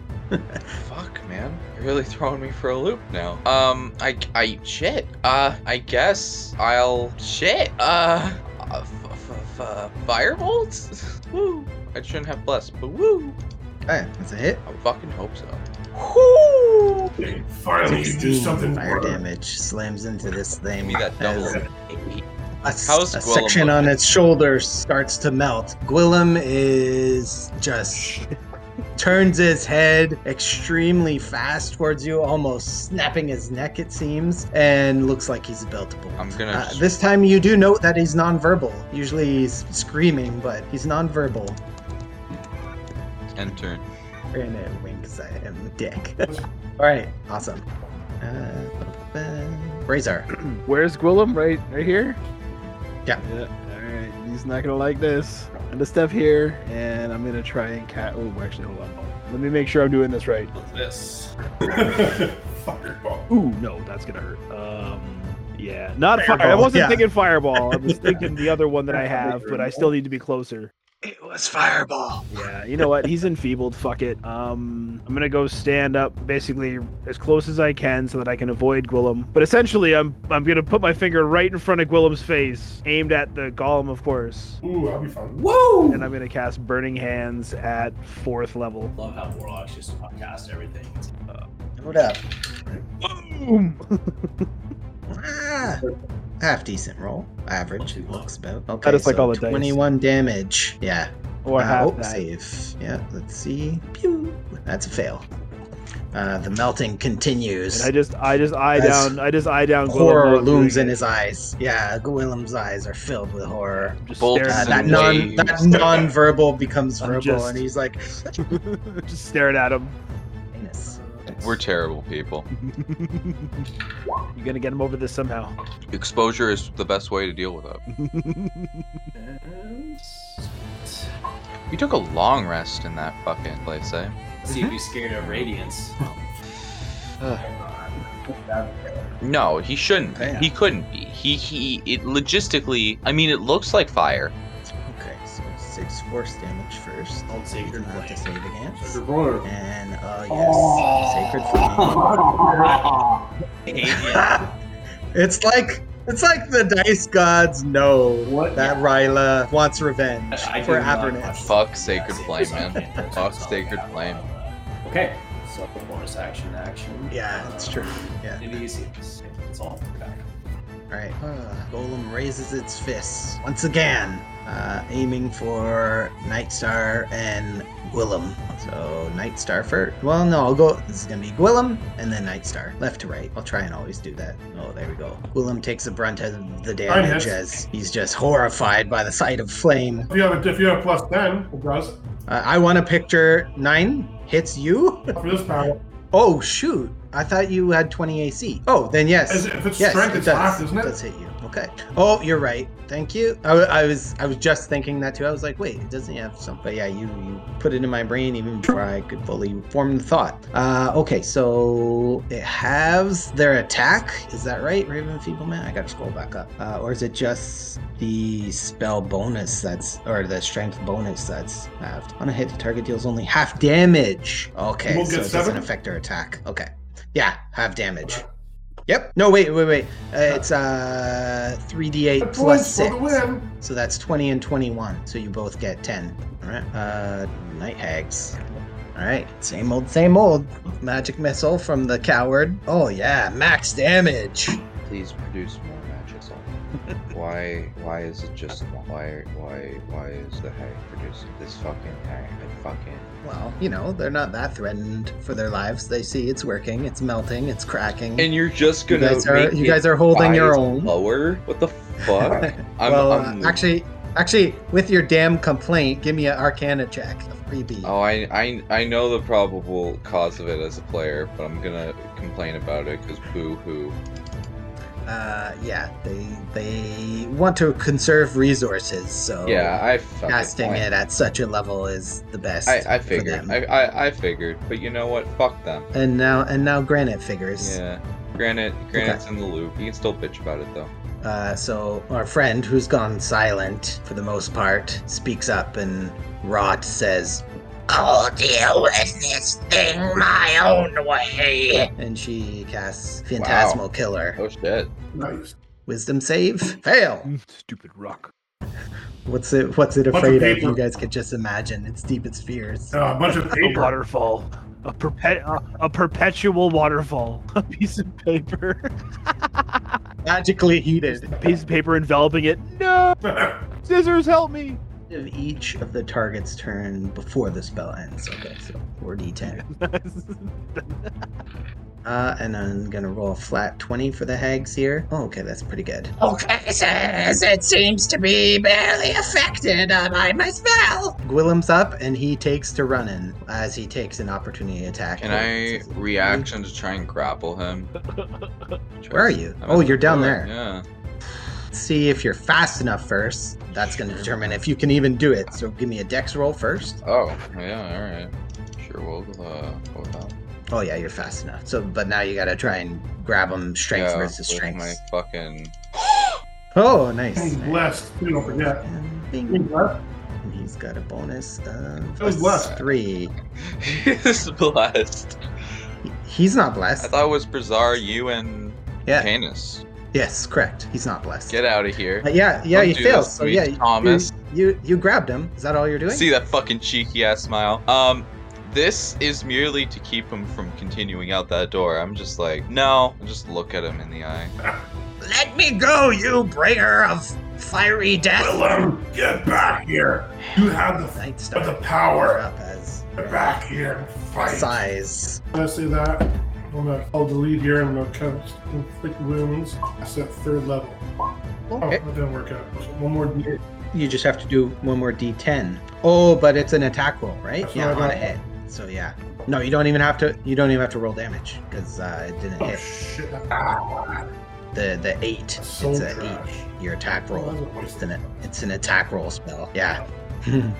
B: Fuck, man. You're really throwing me for a loop now. Um, I, I, shit. Uh, I guess I'll, shit. Uh, uh f- f- f- firebolt? woo. I shouldn't have blessed, but woo.
H: Okay, that's a hit.
B: I fucking hope so.
H: Woo!
D: Finally, you do
H: 16
D: something.
H: fire
D: worth it.
H: damage slams into this
B: Give
H: thing.
B: me that double.
H: as- A, s-
B: How's
H: a
B: Gwillem
H: section on
B: looking?
H: its shoulder starts to melt. Gwillem is just turns his head extremely fast towards you, almost snapping his neck, it seems, and looks like he's about to bolt.
B: I'm gonna.
H: Uh, this time you do note that he's nonverbal. Usually he's screaming, but he's nonverbal.
B: end turn.
H: And it winks at him, dick. All right, awesome. Uh, ba-ba-ba. Razor.
I: Where's Gwillem? Right, right here.
H: Yeah.
I: All right. He's not gonna like this. I'm gonna step here, and I'm gonna try and cat. Oh, actually, hold on. Let me make sure I'm doing this right.
F: What's this?
D: Fireball.
I: Ooh, no, that's gonna hurt. Um, yeah, not fire. I
H: Fireball,
I: wasn't
H: yeah.
I: thinking fireball. I was thinking the other one that I have, but I still need to be closer.
H: It was Fireball.
I: Yeah, you know what? He's enfeebled. Fuck it. Um, I'm gonna go stand up, basically as close as I can, so that I can avoid Gwillem. But essentially, I'm I'm gonna put my finger right in front of Gwillem's face, aimed at the golem, of course,
D: Ooh, that'll be fun.
I: and I'm gonna cast Burning Hands at fourth level.
F: Love how warlocks just podcast everything.
H: What up?
I: Boom!
H: Ah, half decent roll. Average, it looks about. Okay,
I: is like
H: so
I: all the dice.
H: 21 damage. Yeah.
I: Or
H: Uh,
I: half
H: oh,
I: that.
H: save. Yeah, let's see. Pew. That's a fail. Uh, the melting continues.
I: And I just I just eye
H: As
I: down I just eye down. Gwillem while
H: horror
I: I'm
H: looms
I: doing
H: in
I: it.
H: his eyes. Yeah, Gwillem's eyes are filled with horror.
I: Just
B: Bolt
I: staring
H: Uh,
I: at
B: Yes,
H: that
I: him.
B: and
H: non that
B: waves.
H: non-verbal becomes
I: I'm
H: verbal,
I: just-
H: and he's like,
I: just staring at him.
H: "Penis."
B: We're terrible people.
I: You're gonna get him over this somehow.
B: Exposure is the best way to deal with it.
F: And-
B: We took a long rest in that fucking place, eh?
F: See if he's scared of radiance.
B: No, he shouldn't. be.
H: Damn.
B: He couldn't be. He he. It logistically. I mean, it looks like fire.
H: okay, so six force damage first.
F: Old
H: You
F: sacred
H: have to
F: flame.
H: save against.
F: Sacred roar.
H: And oh yes, sacred flame.
F: Alien.
H: it's like it's like the dice gods know
F: What?
H: that Ryla wants revenge
F: I- I do
H: for
F: not
H: Avernus.
B: Fuck
F: watch that.
B: Sacred
F: Yeah,
B: Flame,
F: Sacred
B: man.
F: Flame.
B: Fuck Sacred Flame.
F: Okay, so bonus action, action.
H: Yeah, that's true. Yeah.
F: It is. It's, it's all back.
H: All right. Uh, Golem raises its fists once again, uh, aiming for Nightstar and Gwillem. So Nightstar first. Well, no, I'll go. This is gonna be Gwillem and then Nightstar, left to right. I'll try and always do that. Oh, there we go. Gwillem takes the brunt of the damage
D: hits.
H: as he's just horrified by the sight of flame.
D: If you have a, if you have a plus ten, it does
H: Uh, I want to picture nine hits you.
D: for this battle.
H: Oh shoot! I thought you had 20 AC. Oh, then yes.
D: As if it's
H: yes,
D: strength,
H: it
D: it's
H: does.
D: half, isn't it?
H: does hit you. Okay. Oh, you're right. Thank you. I, w- I was I was just thinking that too. I was like, wait, it doesn't have some. But yeah, you, you put it in my brain even before I could fully form the thought. Uh, okay, so it halves their attack. Is that right, Raven Feebleman? I gotta scroll back up. Uh, or is it just the spell bonus that's or the strength bonus that's halved? On a hit, the target deals only half damage. Okay,
D: We'll
H: so
D: get
H: it doesn't
D: seven?
H: affect their attack. Okay. Yeah, half damage. Yep. No, wait, wait, wait. Uh, it's uh 3d8
D: Points
H: plus
D: for
H: 6.
D: the win.
H: So that's 20 and 21. So you both get 10. All right. Uh, Night Hags. All right. Same old, same old. Magic missile from the coward. Oh, yeah. Max damage.
B: Please produce more magic. salt. why? Why is it just one? Why? Why? Why is the hag producing this fucking hag? I fucking
H: Well, you know, they're not that threatened for their lives. They see it's working, it's melting, it's cracking.
B: and you're just
H: you
B: gonna
H: guys are,
B: make
H: you
B: it
H: guys are holding your
B: rise
H: own.
B: lower. What the fuck? I'm,
H: well, uh,
B: I'm
H: actually, actually, with your damn complaint, give me an Arcana check, a freebie.
B: Oh, I, I I know the probable cause of it as a player, but I'm gonna complain about it because boo hoo.
H: Uh, yeah, they they want to conserve resources, so
B: yeah, I fucking
H: Oh. casting
B: I,
H: it at such a level is the best.
B: I, I
H: for
B: figured.
H: them.
B: I, I I figured. But you know what? Fuck them.
H: and now and now Granite figures.
B: Yeah. Granted, Granite's in the loop. You can still bitch about it though.
H: Uh, so our friend, who's gone silent for the most part, speaks up, and Rot says,
G: I'll deal with this thing my own way.
H: "Eh," and she casts Phantasmal Killer.
B: Oh shit.
D: Nice.
H: Wisdom save, fail.
E: Mm, Stupid rock.
H: What's it? What's it
D: Bunch of
H: afraid of?
D: paper.
H: You guys could just imagine its deepest fears.
D: Uh, a bunch of
H: Oh,
E: A
D: paper.
E: waterfall. A, perpet- a, a perpetual waterfall. A piece of paper.
H: Magically heated.
E: A piece of paper enveloping it. No! Scissors, help me!
H: of each of the target's turn before the spell ends. Okay, so 4d10. Uh, and I'm gonna roll a flat 20 for the hags here. Oh, okay, that's pretty good.
G: Okay, says it seems to be barely affected uh, by my spell.
H: Gwillem's up, and he takes to running as he takes an opportunity attack.
B: Can I reaction to try and grapple him?
H: Where are you?
B: I'm
H: Oh,
B: at
H: you're
B: the
H: down
B: door,
H: there.
B: Yeah.
H: See if you're fast enough first. That's gonna determine if you can even do it. So give me a dex roll first.
B: Oh, yeah. All right. Sure. We'll uh. Hold that.
H: Oh yeah, you're fast enough. So, but now you gotta try and grab him strength
B: yeah,
H: versus
B: with
H: strength.
B: My fucking.
H: Oh, nice.
D: Being blessed. You don't forget.
H: And bing.
D: Being blessed.
H: And he's got a bonus of
D: Who's
H: plus
D: Oh, blessed?
H: three.
B: He's blessed.
H: He- He's not
B: I
H: blessed.
B: thought it was Brazar, you and
H: Yeah.
B: Canis.
H: Yes, correct. He's not blessed.
B: Get out of here.
H: Uh, yeah, yeah,
B: Don't
H: you
B: do
H: failed.
B: this to
H: So
B: me,
H: yeah, you-
B: Thomas.
H: You, you you grabbed him. Is that all you're doing?
B: See that fucking cheeky ass smile. Um, this is merely to keep him from continuing out that door. I'm just like, no. I just look at him in the eye.
G: Let me go, you bringer of fiery death.
D: Willem, get back here. You have the,
H: Night Star
D: have the
H: power
D: power.
H: up as
D: Get back here and fight.
H: size.
D: When I say that, I'm gonna I'll delete here. I'm gonna count inflict wounds. That's at third level. Oh,
H: Okay.
D: that didn't work out. One more D8.
H: You just have to do one more D10. Oh, but it's an attack roll, right?
D: That's
H: yeah,
D: what I
H: on a
D: got.
H: hit. So yeah. No, you don't even have to. You don't even have to roll damage because uh, it didn't
D: Oh
H: hit
D: shit! Ah,
H: the the eight.
D: that's so
H: it's a
D: trash.
H: eight. Your attack
D: Oh,
H: roll.
D: that's a waste
H: It's
D: of
H: an it's an attack roll spell. Yeah.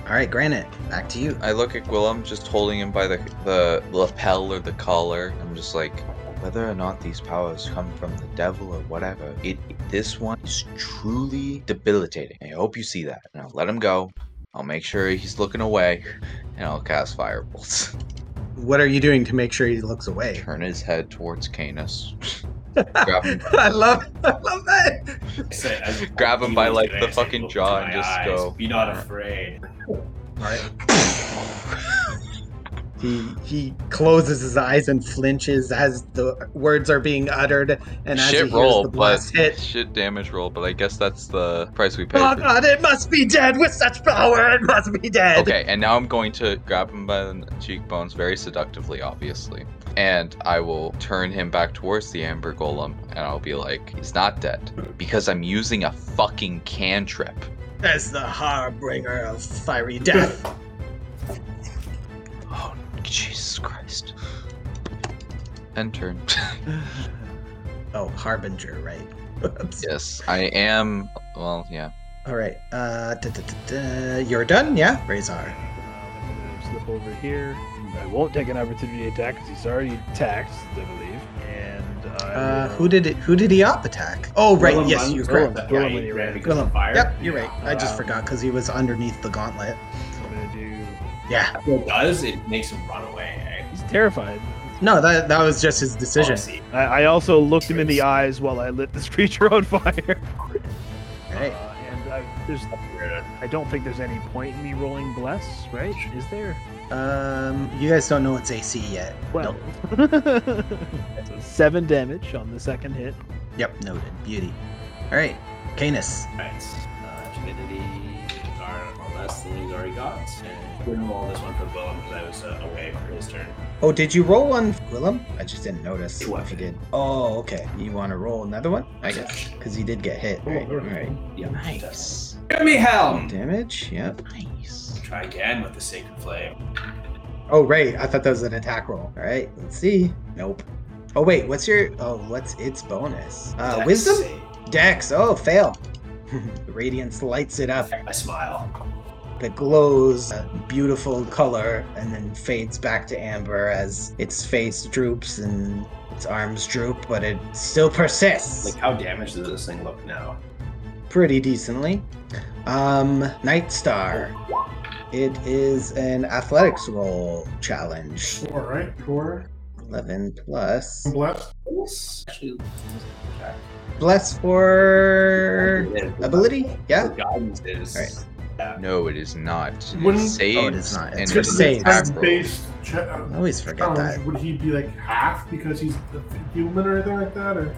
H: all right, Granite, back to you.
B: I look at Gwillem, just holding him by the the lapel or the collar. I'm just like, whether or not these powers come from the devil or whatever, it this one is truly debilitating. I hope you see that. And I'll let him go. I'll make sure he's looking away, and I'll cast firebolts.
H: What are you doing to make sure he looks away?
B: Turn his head towards Canis. Grab him.
H: I love, I love that.
F: Say, as a
B: Grab him by,
F: demon
B: like,
F: today,
B: the
F: I say,
B: fucking
F: "Look
B: jaw
F: to
B: and
F: my
B: just go-
F: Be not afraid.
H: He he closes his eyes and flinches as the words are being uttered, and as he
B: shit
H: hears
B: roll,
H: the
B: but
H: blast hit.
B: shit damage roll. But I guess that's the price we pay.
H: Oh
B: for-
H: God! It must be dead with such power. It must be dead.
B: Okay, and now I'm going to grab him by the cheekbones very seductively, obviously. And I will turn him back towards the Amber Golem, and I'll be like, he's not dead. Because I'm using a fucking cantrip.
H: As the harbinger of fiery death.
B: Oh, Jesus Christ.
J: End turn.
H: Oh, harbinger, right? Oops.
J: yes, I am. Well, yeah.
H: All right. Uh, da, da, da, da. you're done. Yeah, Razor.
E: Um, I'm gonna slip over here. I won't take an opportunity attack because he's already attacked, I believe. And I
H: Uh, who did it? Who did he up attack? Oh, right.
F: Gwilym
H: yes,
F: run-
H: you
F: Gwilym-
H: grabbed that.
F: that
E: Gwilym
F: guy
E: when he
F: ran
E: ran.
F: because of fire.
H: Yep, you're right. I just
E: Um,
H: forgot because he was underneath the gauntlet.
E: am gonna do.
H: Yeah.
F: What it does, it makes him run away.
E: He's terrified.
H: No, that that was just his decision.
F: Honestly.
E: I, I also looked him in the eyes while I lit this creature on fire.
H: All right.
E: Uh, and I, there's, I don't think there's any point in me rolling bless, right? Is there?
H: Um, you guys don't know it's AC yet.
E: Well, so seven damage on the second hit.
H: Yep, noted. Beauty. All right, Canis.
F: Alright. Uh, timidity are more or less than he's already got. And we're gonna roll this one for Willem because I was uh, away for his turn.
H: Oh, did you roll one, Willem? I just didn't notice
F: It was.
H: if you did. Oh, okay. You want to roll another one? I guess because he did get hit. Right. All right.
F: Yeah.
G: Nice.
F: Give me helm!
H: Damage. Yep.
G: Nice.
F: Try again with the sacred flame.
H: Oh, right. I thought that was an attack roll. All right. Let's see. Nope. Oh wait, what's your? Oh, what's its bonus? Uh,
F: Dex
H: wisdom.
F: save.
H: Dex. Oh, fail. the radiance lights it up.
F: I smile.
H: that glows a beautiful color and then fades back to amber as its face droops and its arms droop, but it still persists
F: Like, how damaged does this thing look now?
H: pretty decently. Um, Night Star. It is an athletics roll challenge.
D: All right, four.
H: 11 plus.
D: I'm blessed.
F: Actually,
H: Bless for ability?
F: The
H: Yeah?
F: guidance is.
H: Alright.
J: No, it is not. It
D: Wouldn't-
J: is saves
H: Oh, it is not.
J: and
H: It's
J: it
H: just
J: is
H: saves.
J: attack roll.
D: Based che- uh,
H: I always forget
D: challenge,
H: that.
D: would he be like half because he's a human or anything like that? Or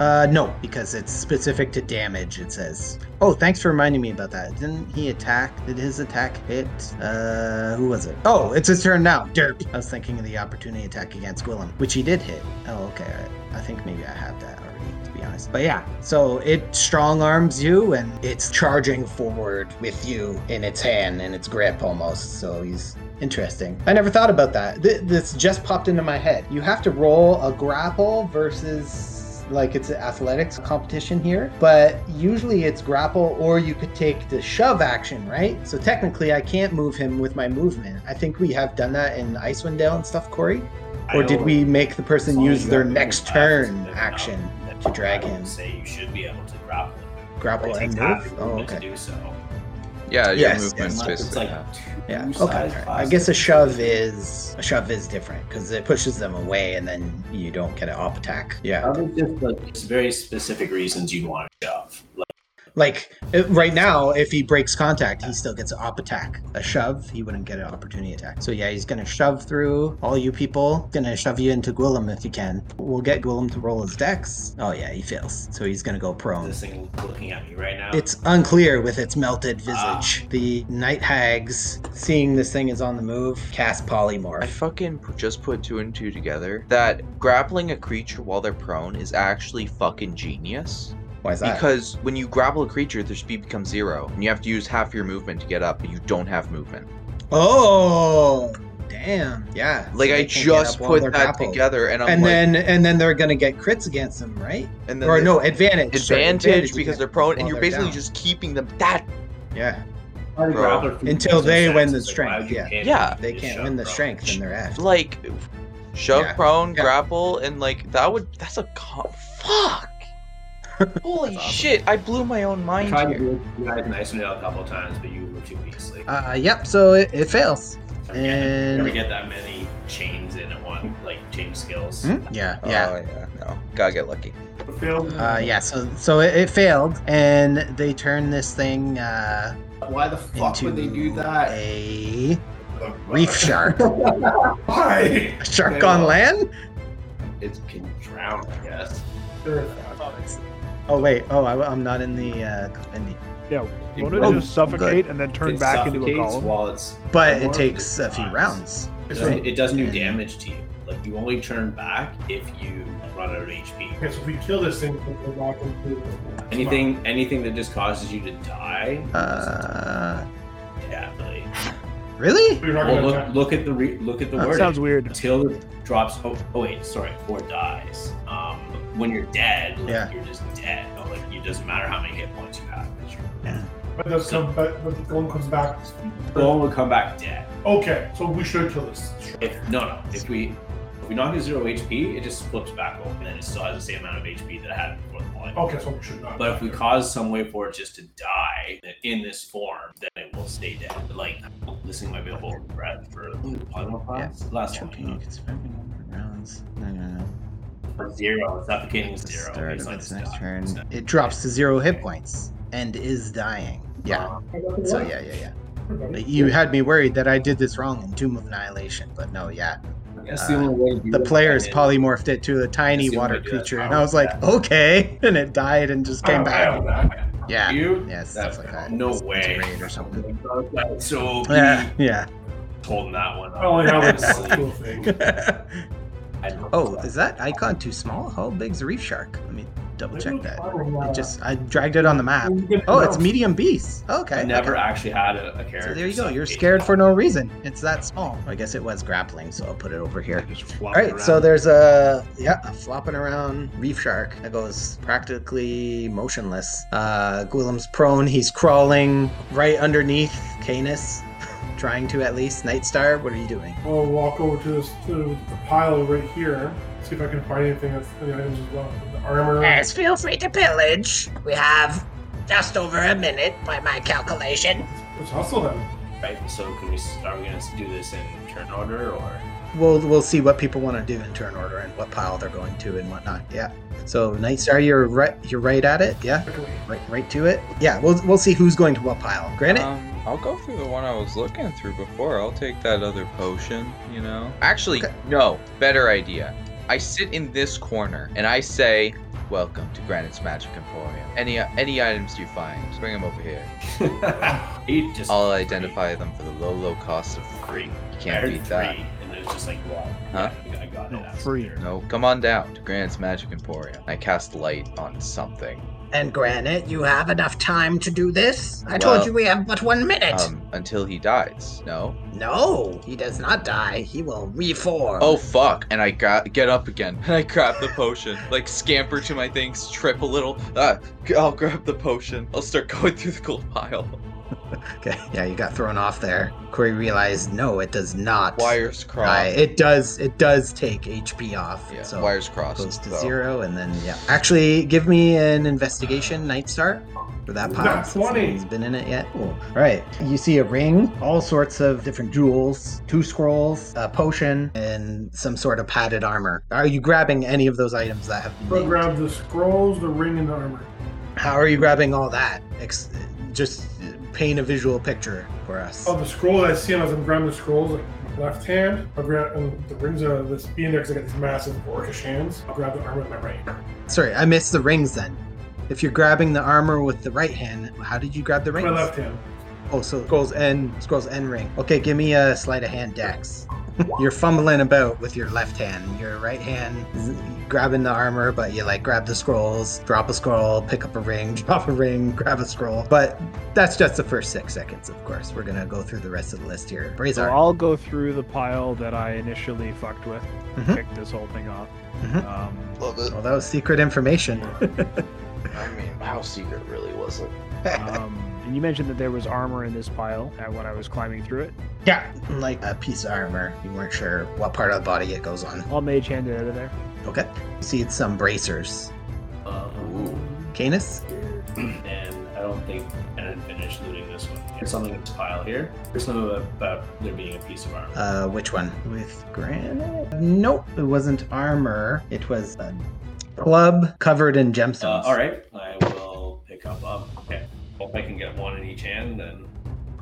H: Uh, no, because it's specific to damage, it says. Oh, thanks for reminding me about that. Didn't he attack? Did his attack hit? Uh, who was it? Oh, it's his turn now. Derp. I was thinking of the opportunity attack against Gwillem, which he did hit. Oh, okay. all right. I think maybe I have that already, to be honest. But yeah, so it strong arms you and it's charging forward with you in its hand, in its grip almost. So he's Interesting. I never thought about that. Th- this just popped into my head. You have to roll a grapple versus like it's an athletics competition here, but usually it's grapple or you could take the shove action, right? So technically, I can't move him with my movement. I think we have done that in Icewind Dale and stuff, Corey. Or
F: I
H: did
F: don't-
H: we make the
F: as
H: person
F: long as
H: use
F: you
H: their
F: have
H: next
F: movement
H: turn
F: left,
H: action?
F: then
H: to drag
F: I would
H: him.
F: Say you should be able to grapple him.
H: Grapple
F: It
H: and
F: takes half
H: move?
F: your
H: Oh,
F: movement
H: okay.
F: To do so.
J: Yeah, your
H: Yes,
J: movement's
F: Unless it's
J: basically
F: like
J: half.
F: two
H: Yeah. Okay.
F: size
H: alright. I
F: classes.
H: guess a shove is a shove is different because it pushes them away and then you don't get an op attack. Yeah.
F: Probably just like it's very specific reasons you'd want to shove. Like
H: Like it- right now, if he breaks contact, he still gets an op attack. A shove, he wouldn't get an opportunity attack. So yeah, he's gonna shove through all you people. Gonna shove you into Gwillem if he can. We'll get Gwillem to roll his dex. Oh yeah, he fails. So he's gonna go prone.
F: this thing looking at me right now.
H: It's unclear with its melted visage.
F: Ah.
H: The night hags, seeing this thing is on the move, cast polymorph.
J: I fucking p- just put two and two together that grappling a creature while they're prone is actually fucking genius.
H: Why is that?
J: Because when you grapple a creature, their speed becomes zero, and you have to use half your movement to get up, but you don't have movement.
H: Oh, damn. Yeah.
J: Like
H: So
J: I
H: they can't get
J: just
H: up while
J: put
H: they're
J: that
H: grappled.
J: together, and I'm
H: And
J: like,
H: then and then they're gonna get crits against them, right?
J: and
H: or
J: the
H: no, advantage.
J: advantage,
H: sorry,
J: because
H: against
J: they're
H: them
J: prone,
H: while
J: and you're
H: they're
J: basically
H: down.
J: just keeping them. That
H: yeah.
F: Hard
J: Bro.
F: grappler from
H: Until
F: those
H: they
F: sets,
H: win the
F: it's like,
H: strength,
F: why would you
H: yeah.
F: hand
J: Yeah.
F: it to
H: They
F: the
H: can't
F: shove,
H: win the
F: bro?
H: strength and they're at.
J: like shove
H: Yeah.
J: prone,
H: Yeah.
J: grapple, and like that would that's a con- fuck. Holy
H: awesome.
J: shit! I blew my own
F: I
J: mind
F: tried to
J: here.
F: do it you guys in Icewind Dale a couple of times, but you were too weak. Like,
H: Uh yep, so it, it fails.
F: never
H: And
F: never get that many chains in at one, like chain skills.
H: Hmm? yeah, yeah.
J: Oh, yeah. No, gotta get lucky.
D: failed.
H: Uh, yeah, so so it, it failed, and they turn this thing uh,
F: Why the
H: into a reef shark.
D: Why?
H: A shark on land?
F: It can drown, I guess.
H: Oh wait, oh I, am not in the uh, in the
E: Won't it
H: Oh,
E: just suffocate and then turn
F: It
E: back into a
F: suffocates
E: column?
F: While it's,
H: But it
F: Or-
H: takes a few rounds.
F: it, doesn't, it doesn't do
H: And-
F: damage to you. Like you only turn back if you run out of HP.
D: Okay, so if we kill this thing, we'll go back into
F: Anything, anything that just causes you to die.
H: Uh,
F: Yeah, really.
H: Really?
D: You're not
F: Well,
D: gonna
F: look, look at the re- look at the
E: That
F: word.
E: sounds weird.
F: Until it drops. Oh, oh wait, sorry. Or dies. Um, when you're dead, like,
H: Yeah.
F: you're just dead. So, like, it doesn't matter how many hit points you have. 'cause you're-
D: attack. But that's come back. But the golem comes back.
F: The one will come back dead.
D: Okay, so we should kill this.
F: If no, no. If we if we knock it to zero HP, it just flips back over, and then it still has the same amount of HP that it had before the point.
D: Okay, so we should not.
F: But if we cause some way for it just to die in this form, then it will stay dead. Like this thing might be a whole threat for the puzzle class. Last
J: Choking you
F: one.
J: can spend your number of rounds. No, no, no.
F: uh, Zero. Suffocating
J: At the
F: zero.
J: start
F: It's
J: of
F: not
J: its
F: just
J: next
F: die.
J: turn.
F: It's not-
H: It drops to zero hit points and is dying. Yeah. So yeah, yeah, yeah. But You had me worried that I did this wrong in Doom of Annihilation, but no, yeah.
F: I guess
H: Uh,
F: only way to do
H: The
F: it
H: players
F: is-
H: polymorphed it to a tiny
F: Assume Oh,
H: water
F: we do that.
H: creature, and I was like, okay, and it died and just came back. Yeah,
F: Oh, You?
H: yeah, stuff like that.
F: No
H: It's- it's
F: way.
H: raid or something.
F: So
H: Yeah, yeah.
F: holding that one.
E: Oh,
D: I only have this
F: up.
D: little thing.
F: I don't know.
H: oh, is that icon too small? How big's the reef shark? Let me double check that. It
D: It
H: just I dragged it on the map. Oh, it's medium beast. Okay.
F: I never actually had a, a character.
H: So there you go. You're
F: suffocate.
H: scared for no reason. It's that small. I guess it was grappling, so I'll put it over here.
E: Just
H: All
E: flop
H: right,
E: around.
H: so there's a yeah, a flopping around reef shark that goes practically motionless. Uh, Gwillem's prone. He's crawling right underneath Canis, trying to at least. Night Star, what are you doing?
D: I'll walk over to this to the pile right here. See if I can find anything that's any items as well. The armor.
G: Yes, feel free to pillage. We have just over a minute by my calculation.
D: Let's hustle them.
F: Right. So can we? s- Are we gonna do this in turn order or?
H: We'll we'll see what people want to do in turn order and what pile they're going to and whatnot. Yeah. So Night Star, you're right. You're right at it. Yeah. Right, right to it. Yeah. We'll we'll see who's going to what pile. Granted.
J: Um, I'll go through the one I was looking through before. I'll take that other potion, you know? Actually,
H: Okay.
J: no, better idea. I sit in this corner and I say, Welcome to Granite's Magic Emporium. Any any items you find, bring them over here.
F: He just
J: I'll identify them for the low, low cost of free. You can't
F: Iron
J: beat that.
F: three, And it was just like, wow.
J: Huh?
F: yeah, I got it.
E: No,
F: that's
E: free.
F: there.
J: No, come on down to Granite's Magic Emporium. I cast light on something.
G: And granted, you have enough time to do this. I
J: Well,
G: told you we have but one minute.
J: Um, until he dies. No?
G: no, he does not die. He will reform.
J: Oh fuck! And I gra- get up again, and I grab the potion. Like scamper to my things, trip a little. Uh, g- I'll grab the potion. I'll start going through the gold pile.
H: Okay. Yeah. You got thrown off there. Corey realized no, it does not.
J: Wires
H: die.
J: crossed.
H: It does. It does take HP off.
J: yeah,
H: so
J: wires
H: it
J: crossed.
H: goes to
J: so-
H: zero, and then yeah. Actually, give me an investigation, Night Star, for that pile.
D: Nat
H: since no
D: 20.
H: one's been in it yet. Cool. All right. You see a ring, all sorts of different jewels, two scrolls, a potion, and some sort of padded armor. Are you grabbing any of those items that have
D: But
H: been named?
D: grab the scrolls, the ring, and the armor.
H: How are you grabbing all that? Ex- just paint a visual picture for us.
D: Oh, the scroll I see him as I'm grabbing the scrolls, like my left hand. I'll grab and the rings out of this being there because I got these massive orcish hands. I'll grab the armor with my right.
H: Sorry, I missed the rings then. If you're grabbing the armor with the right hand, how did you grab the
D: with
H: rings?
D: My left hand.
H: Oh, so scrolls and scrolls and ring. Okay, give me a sleight of hand dex. You're fumbling about with your left hand. Your right hand is grabbing the armor, but you like grab the scrolls, drop a scroll, pick up a ring, drop a ring, grab a scroll. But that's just the first six seconds, of course. We're gonna go through the rest of the list here.
E: So
H: Brazar.
E: I'll go through the pile that I initially fucked with,
H: Mhm.
E: pick this whole thing off.
H: Mhm.
E: Um,
J: Love it.
H: well, that was secret information.
J: I mean, how secret really was it?
E: um, and you mentioned that there was armor in this pile uh, when I was climbing through it.
H: yeah, like a piece of armor. You weren't sure what part of the body it goes on.
E: I'll mage hand it out of there.
H: Okay. You see, it's some bracers.
F: Um,
H: Canis?
F: and I don't think I didn't finish looting this one. There's something in this pile here. There's something about there being a piece of armor.
H: Uh, which one? With granite? Nope, it wasn't armor. It was a club covered in
F: Uh,
H: gemstones.
F: all right, I will pick up. Um, okay. Hope I can get one in each hand. Then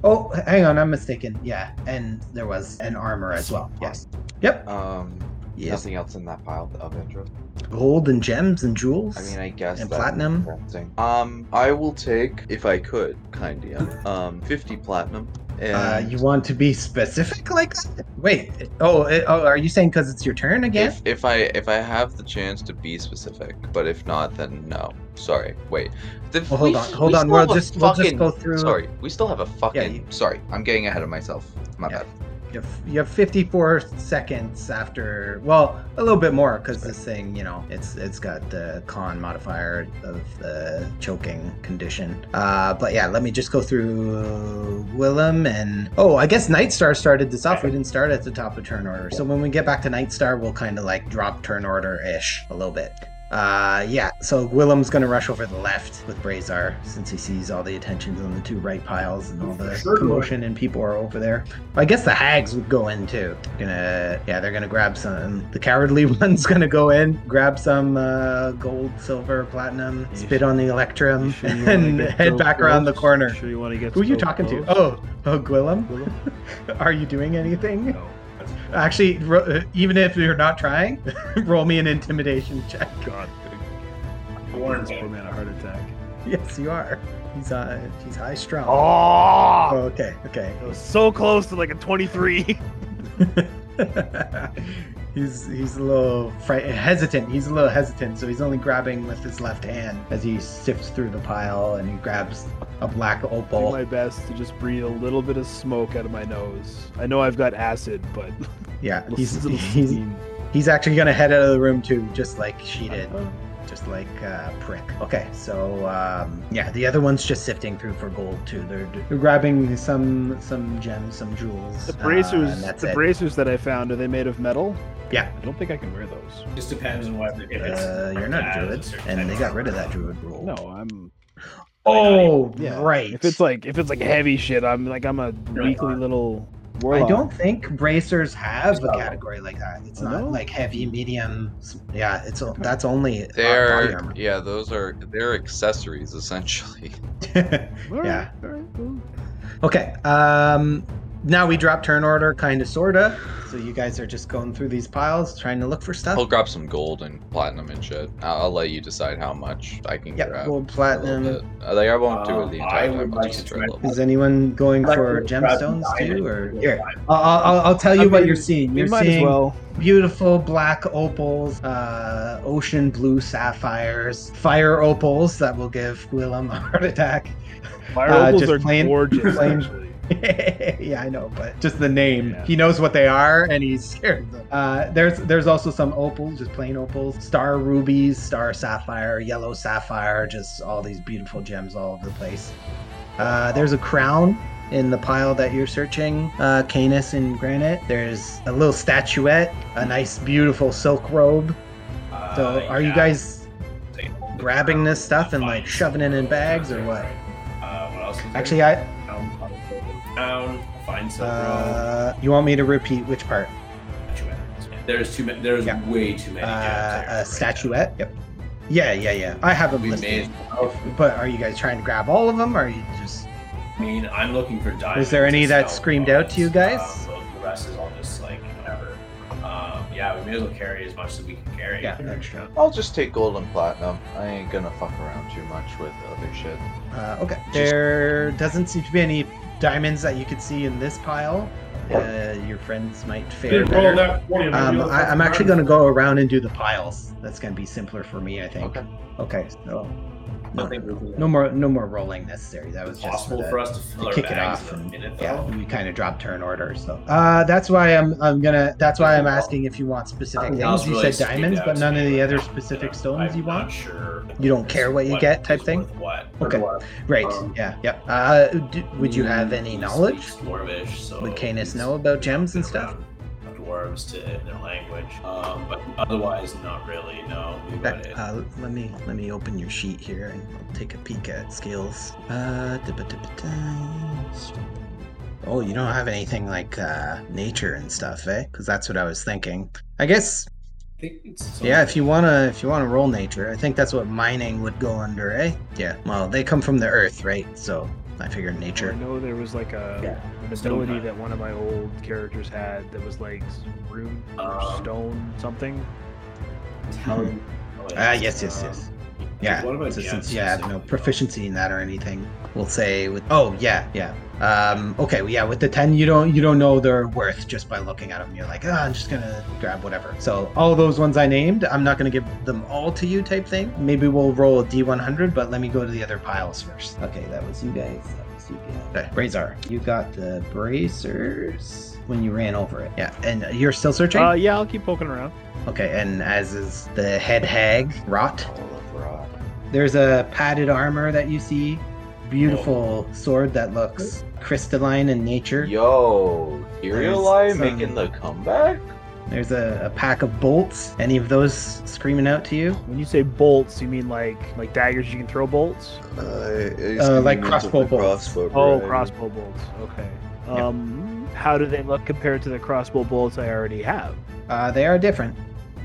H: Oh, hang on, I'm mistaken. Yeah, and there was an armor as well. Yes. Yep.
J: Um,
H: Yes.
J: nothing else in that pile of interest.
H: Gold and gems and jewels.
J: I mean, I guess.
H: And
J: that-
H: platinum?
J: that thing. Um, I will take, if I could, kinda, um, 50 platinum
H: Uh,
J: And
H: you want to be specific like that? Wait. Oh, eh, oh are you saying because it's your turn again?
J: if, if I if I have the chance to be specific, but if not, then no. Sorry. Wait. The-
H: Well, hold
J: we-
H: on,
J: we
H: hold on,
J: still
H: we'll
J: have a
H: just- we'll just
J: fucking-
H: go through-
J: Sorry, we still have a fucking.
H: you-
J: Sorry, I'm getting ahead of myself. My
H: Yeah.
J: bad.
H: You have, you have 54 seconds after. Well, a little bit more because this thing, you know, it's it's got the con modifier of the choking condition. Uh, but yeah, let me just go through Willem and oh, I guess Nightstar started this off. We didn't start at the top of turn order, so when we get back to Nightstar, we'll kind of like drop turn order ish a little bit. Uh, yeah, so Willem's gonna rush over the left with Brazar since he sees all the attentions on the two right piles and all the
C: Sure.
H: commotion and people are over there. I guess the hags would go in too. Gonna, yeah, they're gonna grab some. The cowardly one's gonna go in, grab some uh, gold, silver, platinum,
E: You
H: spit
E: sure-
H: on the electrum, and head back around the corner.
E: Sure, you want to get.
H: Who are you
E: so
H: talking to?
E: close?
H: Oh, oh, Gwillem.
E: Gwillem?
H: Are you doing anything?
E: No.
H: Actually, ro- uh, even if you're not trying, roll me an intimidation check.
E: God. I
D: Warren.
E: gave this poor man a heart attack.
H: Yes, you are. He's uh, he's high strung.
E: Oh!
H: Oh, okay, okay.
E: It was so close to like a 23.
H: he's he's a little fright- hesitant. He's a little hesitant, so he's only grabbing with his left hand as he sifts through the pile and he grabs a black
E: do
H: opal.
E: my best to just breathe a little bit of smoke out of my nose. I know I've got acid, but
H: yeah, he's
E: he's,
H: he's he's actually gonna head out of the room too, just like she did.
E: Oh,
H: Just like uh, prick. Okay, so um, yeah, the other one's just sifting through for gold too. They're, they're grabbing some some gems, some jewels.
E: the
H: uh,
E: bracers,
H: and that's
E: the
H: it.
E: bracers that I found, are they made of metal?
H: Yeah.
E: I don't think I can wear those.
F: Just depends on what. If it's
H: Uh, you're not druid, and they got rid of that druid rule.
E: No, I'm.
H: Oh,
E: Yeah.
H: right.
E: If it's like if it's like heavy shit, I'm like I'm a weakly little warlock.
H: I don't think bracers have a
F: Oh.
H: category like that. It's
E: Oh,
H: not
E: no?
H: like heavy, medium. s- Yeah, it's o- that's only uh, body
J: They're
H: armor.
J: yeah, those are they're accessories essentially.
E: All right,
H: yeah.
E: all right, cool.
H: okay. Um, now we drop turn order, kind of, sorta. So you guys are just going through these piles, trying to look for stuff.
J: I'll grab some gold and platinum and shit. I'll, I'll let you decide how much I can
H: Yep, gold,
J: grab. a little
H: platinum.
J: bit. Uh, Like I won't do it
F: Um,
J: the
F: I
J: entire
F: would
J: time. I'll
F: like
J: just
F: to
J: do a little bit.
H: Is anyone going
F: Like uh,
H: for
F: to grab
H: gemstones
F: diamond.
H: too, or here? I'll, I'll, I'll tell you
E: I
H: what
E: mean,
H: you're seeing.
E: We
H: You're
E: might
H: seeing uh,
E: as well.
H: beautiful black opals, uh, ocean blue sapphires, fire opals that will give Willem a heart attack.
E: Fire
H: uh,
E: opals
H: just
E: are
H: plain-
E: gorgeous.
H: plain-
E: actually.
H: yeah, I know, but just the name.
E: Yeah.
H: He knows what they are, and he's scared of them. Uh, there's there's also some opals, just plain opals, star rubies, star sapphire, yellow sapphire, just all these beautiful gems all over the place. Uh, there's a crown in the pile that you're searching, uh, Canis in granite. There's a little statuette, a nice, beautiful silk robe. So,
F: Uh, Oh
H: are you guys grabbing this stuff and like shoving it in bags or what?
F: Uh, what else? Is there?
H: Actually, I
F: down, down, find some road.
H: uh, you want me to repeat which part?
F: There's too many. There's
H: yeah.
F: way too many.
H: uh,
F: gems there
H: a
F: right
H: statuette. Yep. Yeah, yeah, yeah. I have
F: now.
H: them
F: We
H: listed.
F: may. As
H: But are you guys trying to grab all of them? Or are you just?
F: I mean, I'm looking for diamonds.
H: Was there any
F: and
H: that
F: stuff,
H: screamed out to you
F: but,
H: guys?
F: Um, the rest is all just like whatever. Um, yeah, we may as well carry as much as we can carry.
H: Yeah, extra.
J: I'll just take gold and platinum. I ain't gonna fuck around too much with other shit.
H: Uh, okay. There doesn't seem to be any diamonds that you could see in this pile. Uh, your friends might fare
D: Didn't roll
H: better.
D: that 20, maybe
H: Um,
D: you'll
H: I, I'm
D: find
H: actually
D: some
H: going to go around and do the piles. That's going to be simpler for me, I think.
J: Okay.
H: Okay. So
F: I think we're
H: no more, no more rolling necessary. That was
F: It's
H: just
F: possible
H: the-
F: for us to fill our
H: kick it
F: bags
H: off
F: in a
H: and-
F: minute,
H: yeah
F: though.
H: we kind of drop turn order so uh that's why i'm i'm gonna that's why i'm asking if you want specific
F: That was
H: things you
F: really
H: said diamonds
F: sticking out
H: but
F: to
H: none of
F: me
H: the
F: right
H: other
F: now.
H: specific
F: I'm
H: stones you
F: not
H: want
F: Sure
H: You don't care what you get type
F: is
H: thing?
F: worth What?
H: Okay.
F: What-
H: right
F: Um, mm,
H: yeah yep uh d would you have any
F: He's-
H: knowledge
F: he's dwarvish, so
H: would canis
F: he's
H: know about gems and
F: been
H: stuff
F: around Dwarves to their language, um, but otherwise not really. No, we got
H: Okay,
F: it.
H: uh, let me let me open your sheet here and I'll take a peek at skills. Uh, da-ba-da-ba-da. oh, you don't have anything like uh, nature and stuff, eh? Because that's what I was thinking. I guess
F: I think it's something-
H: Yeah, if you wanna if you wanna roll nature, I think that's what mining would go under, eh? Yeah. Well, they come from the earth, right? So I figure
E: I
H: nature.
E: know there was like a an
F: Stone
E: ability
F: mine.
E: that one of my old characters had that was like rune or
F: Um, oh,
E: stone something.
F: Talent-
H: um, Ah, yes, yes, yes.
F: Um,
H: Yeah.
F: What about
H: So since
F: Jets?
H: you have no proficiency in that or anything, we'll say with oh yeah yeah. Um, okay, well, yeah, with the ten, you don't you don't know their worth just by looking at them. You're like, ah, I'm just gonna grab whatever. So all those ones I named, I'm not gonna give them all to you, type thing. Maybe we'll roll a d100, but let me go to the other piles first. Okay, that was you guys. That was you guys. Okay, Brazar, you got the bracers when you ran over it. Yeah, and you're still searching.
E: Uh, yeah, I'll keep poking around.
H: okay, and as is the head hag, rot.
J: All of rock.
H: There's a padded armor that you see, beautiful sword that looks crystalline in nature.
J: Yo, Ethereal Eye
H: There's some-
J: making the comeback?
H: There's a, a pack of bolts. Any of those screaming out to you?
E: When you say bolts, you mean like like daggers you can throw bolts?
H: Uh, like crossbow bolts.
J: crossbow
E: Oh,
J: right?
E: crossbow bolts. Okay. Um, how do they look compared to the crossbow bolts I already have?
H: Uh, they are different.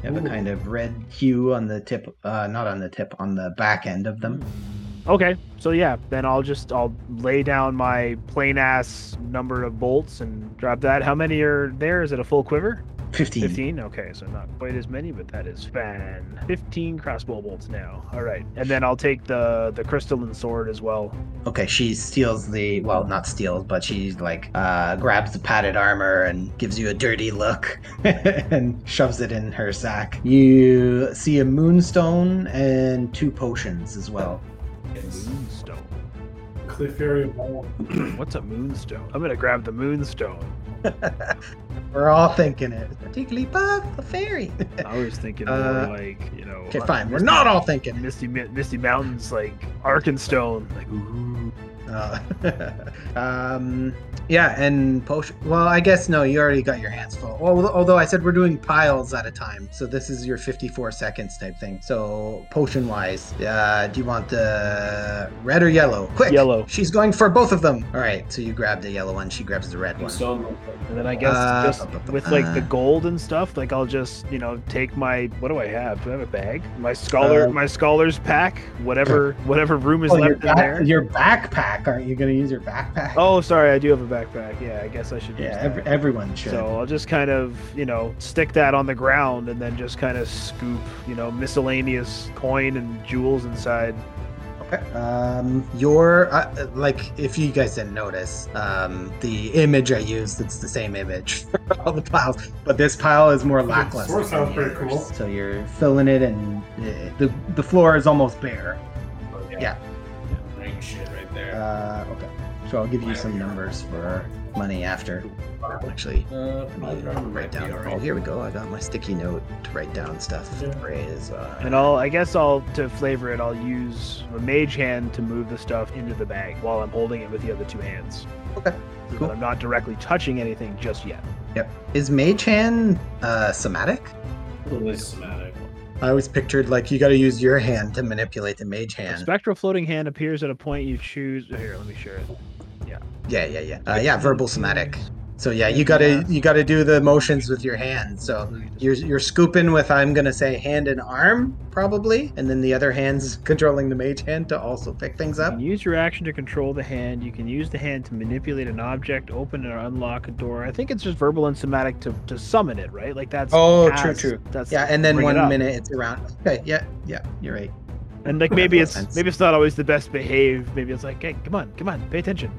H: They have
E: Ooh.
H: a kind of red hue on the tip, uh, not on the tip, on the back end of them.
E: Okay, so yeah, then I'll just I'll lay down my plain ass number of bolts and drop that. How many are there? Is it a full quiver?
J: Hmm.
H: 15.
E: Fifteen. Okay, so not quite as many, but that is fan. Fifteen crossbow bolts now. All right, and then I'll take the the crystalline sword as well.
H: Okay, she steals the, well, not steals, but she like uh, grabs the padded armor and gives you a dirty look and shoves it in her sack. You see a moonstone and two potions as well.
E: Moonstone.
D: Clefairy Ball.
E: What's a moonstone? I'm gonna grab the moonstone.
H: We're all thinking it. Jigglypuff, the fairy.
E: I was thinking more
H: Uh,
E: like you know.
H: okay,
E: uh,
H: fine. We're
E: Misty-
H: not all thinking it.
E: Misty Mi- Misty Mountains like Arkenstone. Like ooh.
H: Uh, um, yeah, and potion. Well, I guess no. You already got your hands full. Al- Although I said we're doing piles at a time, so this is your 54 seconds type thing. So potion wise, uh, do you want the red or yellow? Quick.
E: Yellow.
H: She's going for both of them. All right. So you grab the yellow one. She grabs the
F: Oh,
H: red one.
F: Stone.
E: And then I guess
H: Uh,
E: just
H: bu- bu-
E: with like the
H: uh.
E: gold and stuff, like I'll just you know take my what do I have? Do I have a bag? My scholar,
H: Uh,
E: my scholar's pack, whatever whatever room is
H: Oh, your,
E: left in there.
H: back, your backpack. Aren't you going to use your backpack?
E: Oh, sorry, I do have a backpack. Yeah, I guess I should. use
H: yeah.
E: that.
H: Every, everyone should.
E: So I'll just kind of, you know, stick that on the ground and then just kind of scoop, you know, miscellaneous coin and jewels inside.
H: Okay. Um, your uh, like, if you guys didn't notice, um, the image I used it's the same image for all the piles, but this pile is more lackluster.
D: Sword sounds
H: than the
D: pretty
H: others.
D: cool.
H: So you're filling it, and uh, the the floor is almost bare.
F: Ring shit right there.
H: Uh, okay. So I'll give you some numbers for money after. Actually,
F: Uh,
H: I need to write down. Oh, here we go. I got my sticky note to write down stuff. Raise. Uh,
E: And I'll, I guess I'll, to flavor it, I'll use a mage hand to move the stuff into the bag while I'm holding it with the other two hands.
H: Okay,
E: So
H: cool.
E: that I'm not directly touching anything just yet.
H: is Mage Hand uh, somatic?
F: Totally somatic.
H: I always pictured like you got to use your hand to manipulate the Mage
E: A
H: Hand.
E: spectral floating hand appears at a point you choose. Here, let me share it.
H: Yeah, yeah, yeah. Uh, yeah, verbal somatic. So yeah, you gotta you gotta do the motions with your hand. So you're you're scooping with I'm gonna say hand and arm probably, and then the other hand's controlling the mage hand to also pick things
E: You
H: up.
E: can use your action to control the hand. You can use the hand to manipulate an object, open or unlock a door. I think it's just verbal and somatic to, to summon it, right? Like that's
H: Oh, true,
E: past-
H: true.
E: That's
H: Yeah, and then
E: bring it
H: one
E: up.
H: minute it's around. Okay, yeah, yeah, you're right.
E: and like
H: That
E: maybe
H: makes
E: it's
H: sense.
E: maybe it's not always the best behaved. Maybe it's like, hey, come on, come on, pay attention.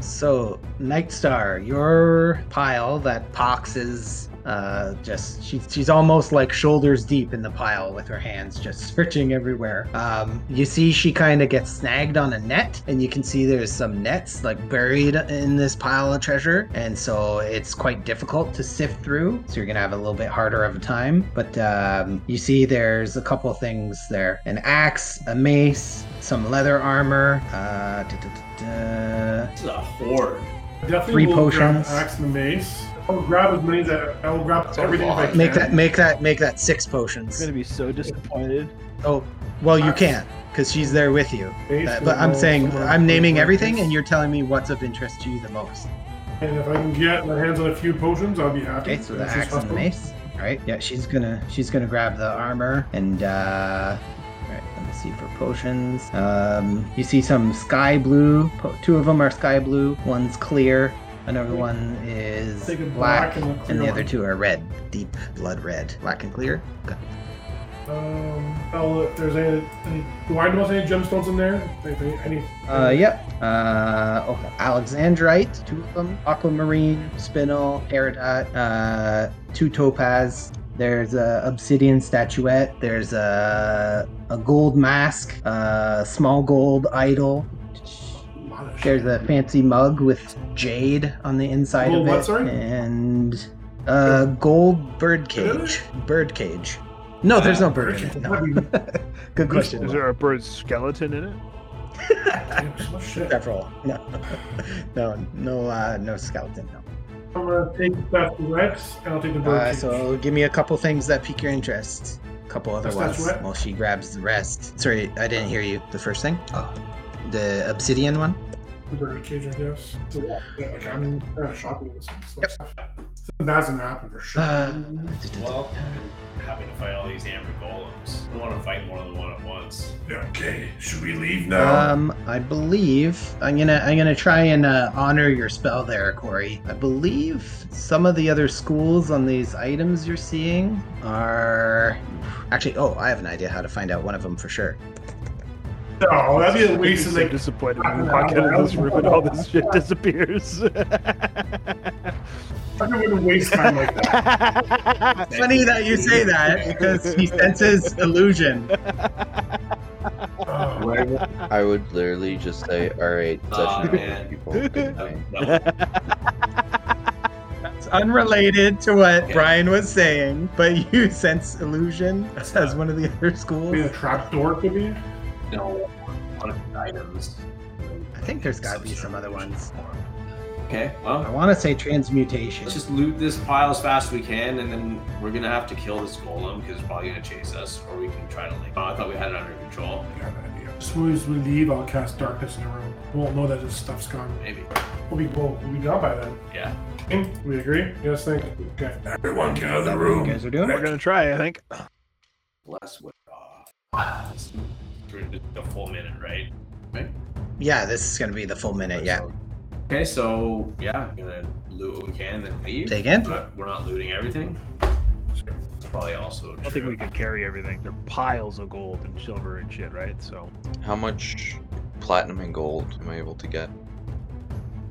H: So Nightstar, your pile that Pox is uh, just she, she's almost like shoulders deep in the pile with her hands just searching everywhere. Um, you see she kind of gets snagged on a net, and you can see there's some nets like buried in this pile of treasure, and so it's quite difficult to sift through. So you're gonna have a little bit harder of a time. But um, you see there's a couple things there: an axe, a mace, some leather armor. Uh, da, da, da, da.
F: This is a horde.
D: Definitely
H: Three
D: will grab
H: potions.
D: Axe and mace. I'll grab as many as I, I will grab
J: That's a
D: everything if I
J: lot.
D: can.
H: Make that, make that, make that six
E: I'm
H: potions.
E: gonna be so disappointed.
H: Oh, well, you
D: Nice.
H: can't because she's there with you.
D: Mace
H: That-
D: and
H: but I'm
D: roll
H: saying
D: some
H: I'm naming
D: potions.
H: everything, and you're telling me what's of interest to you the most.
D: And if I can get my hands on a few potions, I'll be happy.
H: Okay, so the
D: That's
H: axe
D: just
H: and the
D: possible.
H: mace. All right. Yeah, she's gonna she's gonna grab the armor and. uh all right, Let me see for potions. Um, you see some sky blue. Po- two of them are sky blue. One's clear. Another one is
D: Take a
H: black,
D: black and a
H: and
D: clear
H: the other
D: one.
H: two are red, deep blood red, black and clear. Okay.
D: Um, I'll look if there's any, any. Do I know if any gemstones in there? Anything? Any?
H: Uh, yep. Uh, okay. Alexandrite, two of them. Aquamarine, spinel, peridot, uh, two topaz. There's a obsidian statuette. There's a a gold mask, a small gold idol.
D: lot of
H: There's a fancy mug with jade on the inside
D: Gold
H: of it,
D: what, sorry?
H: and a gold bird cage. Bird cage. No, there's no bird. in it, no. Good question.
E: Is there a bird skeleton in it?
D: shit. shit.
H: Several. No, no, no, uh, no skeleton. No.
D: I'm gonna take that Rex and I'll take the bird.
H: Uh,
D: cage.
H: so give me a couple things that pique your interest. couple other
D: That's- that's
H: ones
D: what-
H: while she grabs the rest. Sorry, I didn't hear you. The first thing. Oh, the obsidian one.
D: The bird cage, I guess. So, yeah, yeah, like I'm kind of shopping with some stuff. Something bad's gonna happen for sure.
H: Uh,
F: Well, I'm happy to fight all these amber golems. I don't want to fight more than one at once.
D: okay, should we leave now?
H: Um, I believe I'm gonna I'm gonna try and uh, honor your spell there, Corey. I believe some of the other schools on these items you're seeing are actually. Oh, I have an idea how to find out one of them for sure.
D: no, that'd be a waste of
E: so
D: like.
E: disappointed when we walk out of this room and all this shit disappears.
D: I don't want to waste time like that.
H: Funny that you say that because he senses illusion.
D: Um,
J: I would literally just say, all right,
F: Aw,
J: session over,
F: man.
J: people. Good night."
H: It's unrelated to what
F: Okay.
H: Brian was saying, but you sense illusion as one of the other
D: be a
H: schools.
D: trap door could be.
F: Uh, No, one of the items.
H: I think there's got to be some other ones.
F: Okay,
H: I
F: well,
H: want to say transmutation.
F: let's just loot this pile as fast as we can, and then we're gonna have to kill this golem because it's probably gonna chase us, or we can try to like. Oh, I thought we had it under control.
D: I got an idea. As soon as we leave, I'll cast darkness in the room. We won't know that this stuff's gone.
F: Maybe.
D: We'll be we'll, we'll be gone by then.
F: Yeah.
D: Okay, Hmm? We agree? You guys think? Okay. Everyone get out of the
H: you
D: room.
H: guys are doing
E: We're gonna try, I think.
F: Less with. Oh, this- we're gonna do the full minute, right?
H: Yeah, this is gonna be the full minute. Uh, Yeah,
F: Okay, so yeah, we're gonna loot what we can, then leave.
H: Say again?
F: But we're not looting everything. It's probably also.
E: I don't think we could carry everything. They're piles of gold and silver and shit, right? So
J: How much platinum and gold am I able to get?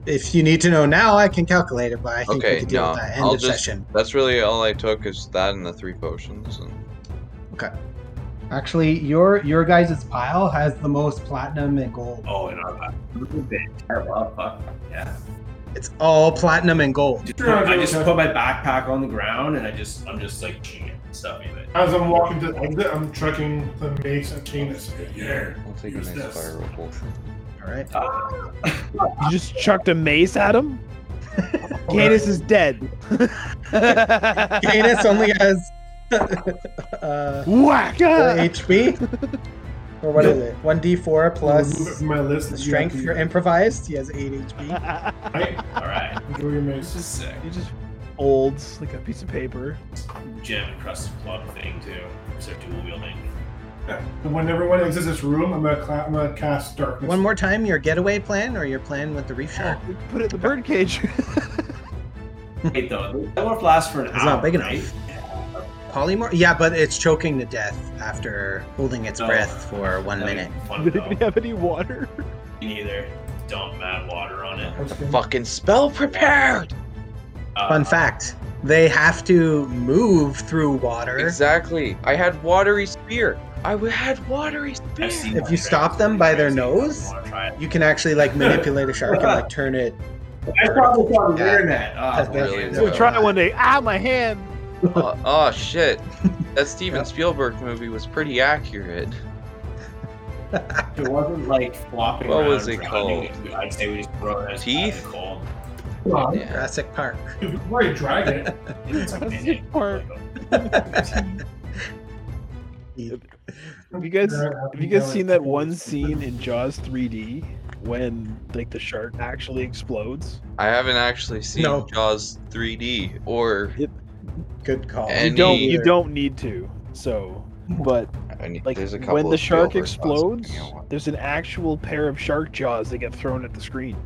H: If you need to know now, I can calculate it, but I think we
J: Okay,
H: could deal
J: no,
H: with that end
J: I'll
H: of
J: just-
H: session.
J: That's really all I took is that and the three potions. And
H: Actually, your your guys' pile has the most platinum and gold.
F: Oh, and our back.
H: Oh,
F: Well, fuck. Yeah.
H: It's all platinum and gold.
F: I just put my backpack on the ground and I just I'm just like ching it and stuff in it.
D: As I'm walking to the exit, I'm checking the mace and chain that's yeah.
J: I'll take a
D: Use
J: nice
D: this.
J: viral potion.
H: All right.
F: Ah,
E: you just chucked a mace at him. Canis is dead.
H: Canis only has uh,
E: Whack!
H: four HP. Or what is it? One D four
D: Remove it
H: plus
D: from my list.
H: the
D: that you
H: strength
D: have
H: for
D: to-
H: improvised. He has eight HP.
D: Right?
F: Alright.
D: Enjoy your mace.
F: This is sick.
E: He just folds like a piece of paper.
F: Gem encrusted club thing too. So dual wielding.
D: When everyone exits this room, I'm gonna, cla- I'm gonna cast darkness.
H: One more time, your getaway plan or your plan with the reef shark?
E: We can put it in the bird cage.
F: Wait though, that won't last for an hour.
H: It's not big enough.
F: right?
H: Polymorph? Yeah, but it's choking to death after holding its
J: Oh.
F: No.
H: breath for one
F: That'd be
H: minute.
F: Fun
E: Do they even
F: though.
E: have any water?
F: Neither. Dump mad water on it.
D: That's good.
J: Fucking spell prepared!
F: Uh,
H: Fun fact: they have to move through water.
J: Exactly. I had watery spear. I w- had watery spear.
F: I've seen
H: If
F: that
H: you
F: trick.
H: stop them by their
F: Crazy.
H: nose-
F: I wanna try it.
H: You can actually like manipulate a shark and like turn it.
F: I saw this on the
H: Yeah.
F: internet. Oh,
H: That's-
J: really
F: man.
J: So
E: We'll try it one day. Ah, my hand.
J: oh, oh, shit. That Steven Spielberg movie was pretty accurate.
F: If it wasn't like flopping
J: What
F: around
J: was it
F: drowning, I'd say we just throw it as
J: Teeth?
F: cold.
D: Well,
J: Yeah.
H: Jurassic Park.
D: dude, Before I drag it,
F: It's like,
E: That's the part. Have you guys have you guys seen that one scene in Jaws 3D when like the shark actually explodes?
J: I haven't actually seen
H: No.
J: Jaws 3D or
H: Good call.
J: And-
E: You don't
J: Any-
E: you don't need to. So, but
J: I need-
E: like
J: there's a couple
E: when the
J: of
E: shark
J: Spielberg classics
E: explodes,
J: I wanna watch.
E: there's an actual pair of shark jaws that get thrown at the screen.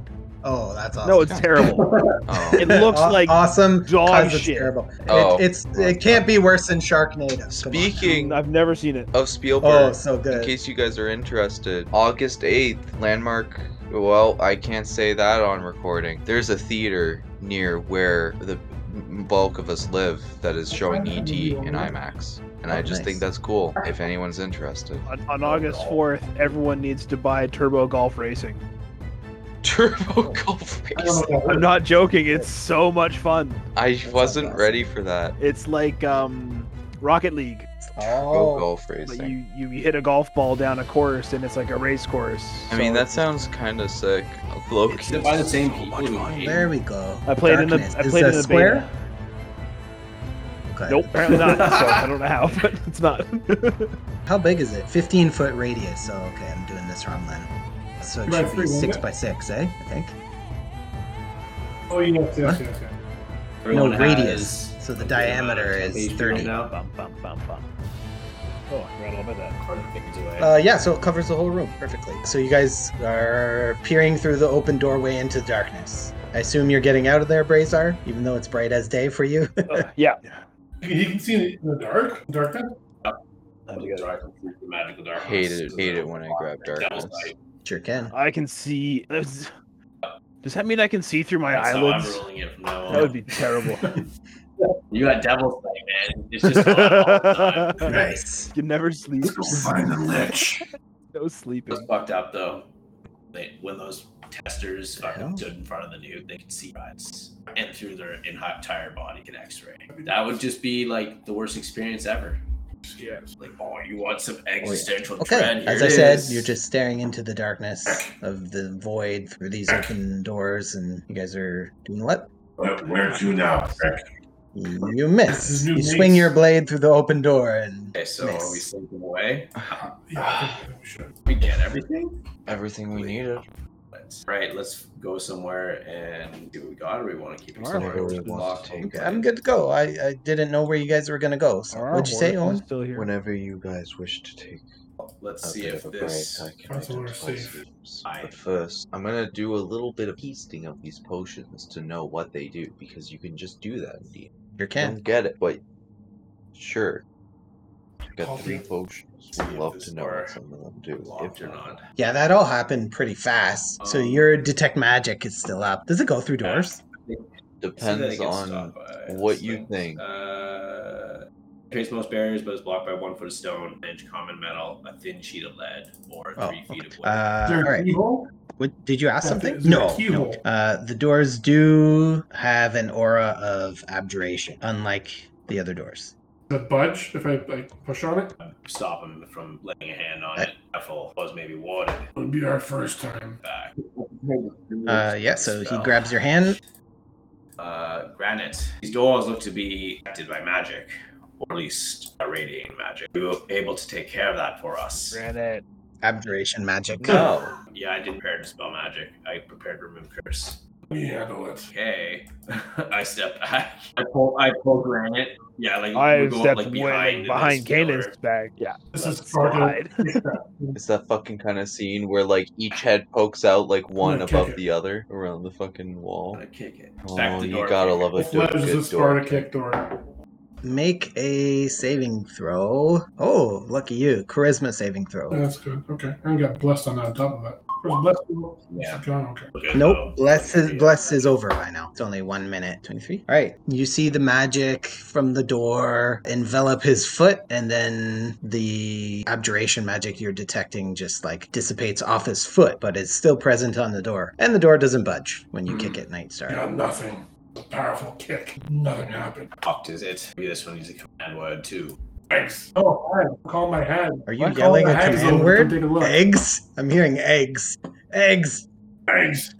H: Oh, that's awesome.
I: No, it's terrible.
J: Oh,
I: It looks
H: Aw-
I: like
H: awesome.
I: dog
H: 'cause it's
I: shit.
H: terrible.
J: Oh.
H: It, it's it can't be worse than Sharknado. Come on.
J: speaking
I: I've never seen it.
J: of
H: Oh,
J: Spielberg,
H: so
J: in
H: good.
J: case you guys are interested, August 8th, Landmark. Well, I can't say that on recording. There's a theater near where the m- bulk of us live that is showing ET in IMAX. And I just think that's cool if anyone's interested.
E: On, on August 4th, everyone needs to buy Turbo Golf Racing.
J: Turbo Golf
D: I don't know
J: Race.
D: if that
E: I'm
D: hurt.
E: not joking, it's so much fun.
J: I wasn't ready for that.
E: It's like um, Rocket League,
J: Turbo
H: Oh,
J: Golf
E: but
J: Racing.
E: you, you hit a golf ball down a course and it's like a race course.
J: I mean,
E: So
J: that sounds kind of sick. Low
F: It's by the same people. who made
H: there we go.
E: I played in the- I
H: Is
E: played
H: that
E: in the
H: square. Okay.
E: Nope, apparently not. so I don't know how, but it's not. Uh,
H: How big is it? 15 foot radius. So okay, I'm doing this wrong then. So it
D: Right,
H: should be
D: three,
H: six
D: wasn't it?
H: by six, eh? I think.
D: Oh, yes, yes, yes, yes.
H: No
F: Everyone
H: radius.
F: has-
H: So the diameter
F: Yeah,
H: is
F: page
H: 30.
F: number.
E: bum, bum, bum, bum. Oh, I forgot all about that.
H: Uh, yeah, so it covers the whole room perfectly. So you guys are peering through the open doorway into darkness. I assume you're getting out of there, Brazar, even though it's bright as day for you.
E: Uh, yeah.
D: He can see it in the dark. Darkness.
F: Magical darkness.
J: Hate it- hate it when I grab
F: Devil's
J: darkness.
F: Night.
H: sure can.
E: I can see. Does that mean I can see through my
F: That's how I'm
E: eyelids?
F: rolling it from now on.
E: That would be terrible.
F: You got devil's night, man. It's just on all the time.
H: Nice.
E: You never sleep.
D: Let's go find the lich.
E: No
F: It was
E: sleeping.
F: fucked up though. They, when those testers fucking
H: Yeah.
F: stood in front of the nuke, they could see rats and through their entire body could X-ray. That would just be like the worst experience ever.
D: Yes.
F: Like, oh, you want some existential
H: Okay,
F: dread?
H: as
F: Here
H: I
F: it
H: said,
F: is.
H: you're just staring into the darkness of the void through these open doors, and you guys are doing what?
D: Where, where to now? Rick?
H: You
D: This is
H: miss.
D: new
H: You
D: mace.
H: swing your blade through the open door, and
F: Okay, so are we
H: Nice.
F: sleeping away?
D: Yeah, I think we should.
F: We get everything.
J: Everything we needed.
F: Let's, right, let's go somewhere and do what we got, or we want to keep
E: Our
F: exploring.
J: horse
F: It's
J: wants
F: locked.
J: to take
F: Okay.
H: I'm good to go. I, I didn't know where you guys were going to go. So,
E: Are our
H: what'd you say,
E: horses
H: Owen?
E: Still here.
J: Whenever you guys wish to take
F: Let's
J: a
F: see
J: bit
F: if
J: of a
F: this.
J: break, I can
D: That's what we're
J: identify
D: safe.
J: thieves.
F: I-
J: But first, I'm gonna do a little bit of tasting of these potions to know what they do, because you can just do that. in D&D.
H: Sure
J: You
H: can.
J: don't get it, but sure. I got
D: Coffee.
J: three potions.
F: See
J: Would
F: if
J: love
F: this
J: to know
F: bar
J: what some of them do.
F: Locked
J: If
F: or
J: not,
F: not?
H: Yeah, that all happened pretty fast. so,
F: Um,
H: your detect magic is still up. Does it go through
F: Yeah.
H: doors?
F: See that it
J: depends
F: gets
J: on
F: stopped by
J: what
F: the
J: you
F: slings.
J: think.
F: Uh, creates most barriers, but is blocked by one foot of stone, an inch of common metal, a thin sheet of lead, or
H: Oh,
F: three feet of wood.
H: Uh,
D: Is
H: all
D: there
H: right.
D: an evil?
H: What, did you ask
D: Is there-
H: something?
D: is there a
H: No.
D: keyhole?
H: Uh, the doors do have an aura of abjuration, unlike the other doors.
D: The budge. If I like push on it,
F: Stop him from laying a hand on it. Careful, was maybe warded
D: it would be our first time.
F: back.
H: Uh, yeah, so he grabs your hand.
F: Uh, granite. These doors look to be affected by magic, or at least irradiating magic. We were able to take care of that for us.
E: Granite.
H: Abjuration magic.
J: No.
F: Yeah, I didn't prepare to spell magic. I prepared to remove curse.
D: We handle it.
F: Okay. I step back. I pull. I pull granite. Yeah, like
E: I
F: we're going,
E: stepped
F: like,
E: behind, behind
F: behind this pillar.
E: Kanan's back. Yeah.
D: This is
E: Let's
D: part of-
E: slide.
J: It's that fucking kind of scene where like each head pokes out like one
D: gonna kick
J: above
D: it.
J: the other around the fucking wall.
F: I'm gonna kick it.
J: Oh, you gotta love a
D: This
J: do-
D: ledge is a
J: good
D: Sparta
J: door.
D: kick door.
H: Make a saving throw. Oh, lucky you. Charisma saving throw.
D: That's good. Okay, I got blessed on that top of it. There's blessed.
F: Yeah.
D: Okay, okay.
F: Okay,
H: Nope.
F: so-
H: Bless is, bless is over by now. It's only one minute. 23. All right. You see the magic from the door envelop his foot, and then the abjuration magic you're detecting just like dissipates off his foot, but it's still present on the door. And the door doesn't budge when you kick it, Nightstar.
D: Got nothing. A powerful kick. Nothing happened.
F: Fucked is it? Maybe this one needs a command word too.
D: Thanks. Oh, hi. Call my head.
H: Are you
D: Call
H: yelling
D: my
H: a
D: head
H: command
D: over.
H: word?
D: Come Take a look.
H: Eggs? I'm hearing eggs. Eggs.
D: Eggs.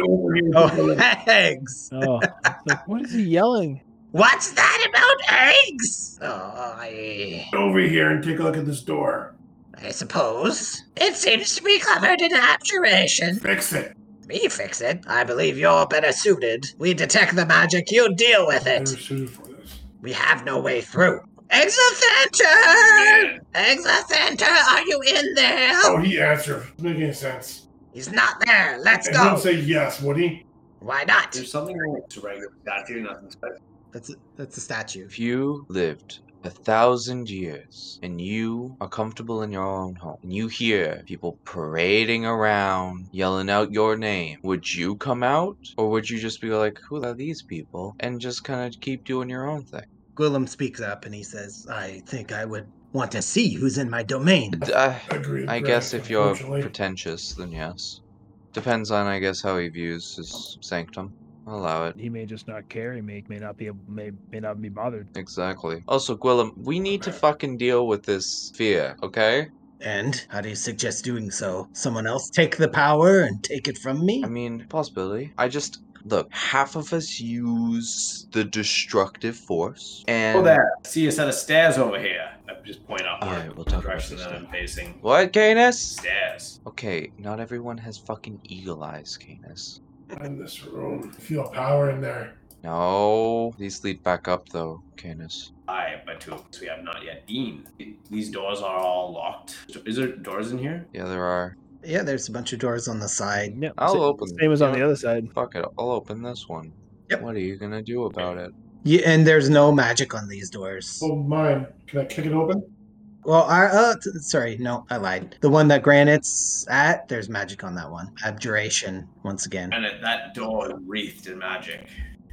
D: Over here.
H: Oh, eggs.
E: Oh, it's like, what is he yelling?
G: What's that about eggs? Oh, I,
D: Over here and take a look at this door.
G: I suppose. It seems to be covered in abjuration.
D: Fix it.
G: Me fix it. I believe you're better suited. We detect the magic, you deal with
D: Never
G: it.
D: suited for this.
G: We have no way through. Exocenter! Exocenter, are you in there?
D: Oh, he answered. Doesn't Make any sense.
K: He's not there. Let's
D: And don't
K: go.
D: say yes, would he?
K: Why not?
F: There's something I want to write without doing nothing special.
H: That's a, that's a statue.
B: If you lived a thousand years and you are comfortable in your own home and you hear people parading around yelling out your name, would you come out or would you just be like, who are these people? And just kind of keep doing your own thing?
H: Gwillem speaks up and he says, I think I would want to see who's in my domain.
B: D- I,
D: Agreed.
B: I guess if you're
D: unfortunately.
B: pretentious, then yes. Depends on, I guess, how he views his sanctum. I'll allow it.
E: He may just not care. He may, may not be able, may may not be bothered.
B: Exactly. Also, Gwillem, we need to fucking deal with this fear, okay?
H: And how do you suggest doing so? Someone else take the power and take it from me?
B: I mean, possibility. I just look. Half of us use the destructive force, and
F: Oh, there. See a set of stairs over here. I just point up
B: All right, we'll talk
F: the
B: about
F: direction
B: this
F: that I'm
B: stuff.
F: facing.
B: what, Canis?
F: Stairs.
B: Okay, not everyone has fucking eagle eyes, Canis.
D: in this room. Feel power in there.
B: No, these lead back up though, Canis.
F: I, but two of us we have not yet been. These doors are all locked. Is there doors in here?
B: Yeah, there are.
H: Yeah, there's a bunch of doors on the side.
E: Yeah,
B: I'll
E: sa-
B: open.
E: Same as on
B: you
E: the
B: know,
E: other side.
B: Fuck it, I'll open this one.
H: Yep.
B: What are you gonna do about it?
H: Yeah, and there's no magic on these doors.
D: Oh, mine. Can I kick it open?
H: Well, I, uh, t- sorry, no, I lied. The one that Granite's at, there's magic on that one. Abjuration, once again.
F: And at that door is wreathed in magic.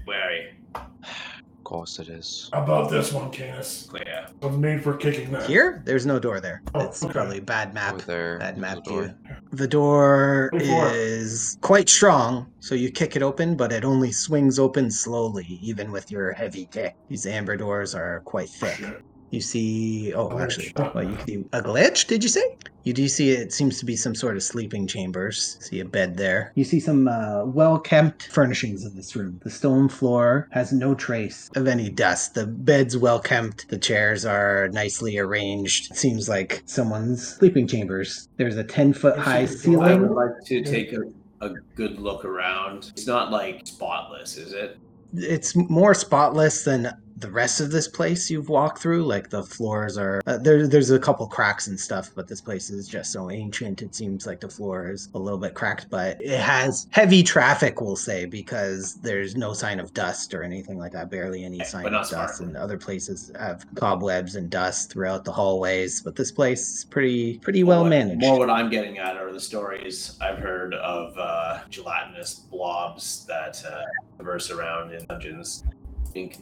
F: Wary,
B: Of course it is.
D: Above this one, Canis.
F: clear.
D: One's made for kicking that.
H: Here? There's no door there.
D: uh, Oh,
H: It's
D: okay.
H: probably a bad map.
B: Over there.
H: Bad
B: there's a
H: map
B: door.
H: view. The door
D: Twenty-four.
H: is quite strong, so you kick it open, but it only swings open slowly, even with your heavy kick. These amber doors are quite thick.
D: Shit.
H: You see, oh,
D: Glitch.
H: actually, well, you see a glitch. Did you say? You do see it seems to be some sort of sleeping chambers. See a bed there. You see some uh, well-kept furnishings in this room. The stone floor has no trace of any dust. The bed's well-kept. The chairs are nicely arranged. It seems like someone's sleeping chambers. There's a ten-foot-high
D: This is the
F: I
H: ceiling.
F: would like to take a, a good look around. It's not like spotless, is it?
H: it's more spotless than the rest of this place you've walked through. Like the floors are uh, there. There's a couple cracks and stuff, but this place is just so ancient. It seems like the floor is a little bit cracked, but it has heavy traffic, we'll say, because there's no sign of dust or anything like that. Barely any
F: Yeah,
H: sign
F: but
H: of
F: not
H: dust. And other places have cobwebs and dust throughout the hallways, but this place is pretty pretty well
F: What-
H: managed.
F: More what I'm getting at are the stories I've heard of uh, gelatinous blobs that uh, traverse around in dungeons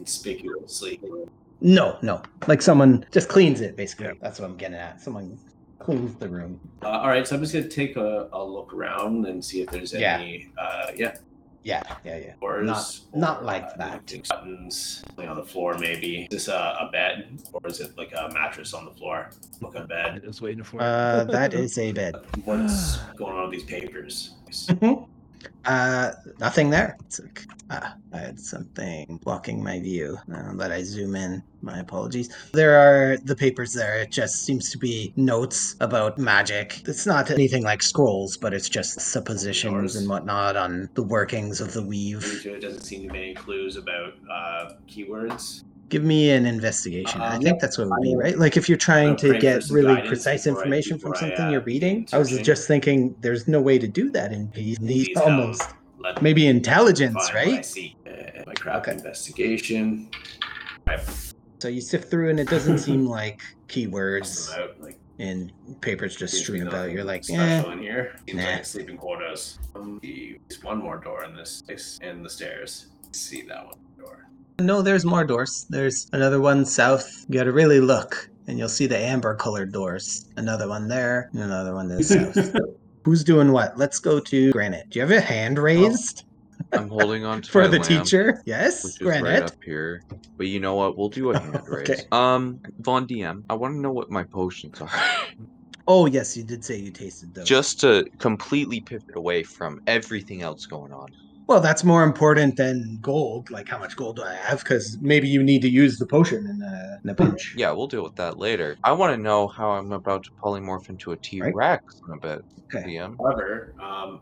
F: inconspicuously.
H: No, no, like someone just cleans it. Basically, that's what I'm getting at. Someone cleans the room.
F: Uh, all right, so I'm just gonna take a, a look around and see if there's
H: Yeah.
F: any, uh, yeah,
H: Yeah, yeah, yeah.
F: doors.
H: Not- not like
F: uh,
H: that.
F: Buttons something on the floor, maybe. Is this a, a bed or is it like a mattress on the floor? Look a
E: I
F: bed.
E: was waiting for it.
H: Uh, that is a bed.
F: What's going on with these papers?
H: Uh, nothing there. It's like, ah, I had something blocking my view. Now that I zoom in, my apologies. There are the papers there. It just seems to be notes about magic. It's not anything like scrolls, but it's just suppositions
F: Yours.
H: and whatnot on the workings of the weave.
F: It doesn't seem to be any clues about uh, keywords.
H: Give me an investigation. I
F: Um,
H: think that's what it would be,
F: I'm-
H: right? Like if you're trying
F: I'm
H: to
F: praying
H: get
F: for some
H: really
F: guidance
H: precise
F: before I-
H: information from
F: before I,
H: something
F: uh,
H: you're reading,
F: do
H: I was
F: something.
H: just thinking there's no way to do that in these
F: Please help.
H: almost.
F: Let
H: Maybe
F: me
H: intelligence,
F: find what I
H: right?
F: see. Uh, my craft
H: Okay.
F: investigation.
H: So you sift through and it doesn't seem like
F: Just
H: keywords
F: about, like,
H: and papers just
F: Seems to
H: strewn
F: be
H: about.
F: nothing
H: You're like, eh.
F: special in here. Seems
H: Nah.
F: like it's sleeping quarters. Um, there's one more door in this place and the stairs. see that one door.
H: No, there's more doors. There's another one south. You gotta really look and you'll see the amber colored doors. Another one there and another one to the south. Who's doing what? Let's go to Granite. Do you have a hand
B: Oh,
H: raised
B: I'm holding on to
H: for
B: my
H: the
B: lamp.
H: teacher? Yes,
B: which is right
H: Granite.
B: up here. But you know what? We'll do a hand raise.
H: Okay.
B: Um, Von DM, I want to know what my potions are,
H: Oh, yes, you did say you tasted those.
B: just to completely pivot away from everything else going on.
H: Well, that's more important than gold. Like, how much gold do I have? Because maybe you need to use the potion in a, in a pinch.
B: Yeah, we'll deal with that later. I want to know how I'm about to polymorph into a T Rex in a bit.
H: Okay.
B: DM,
F: However, um,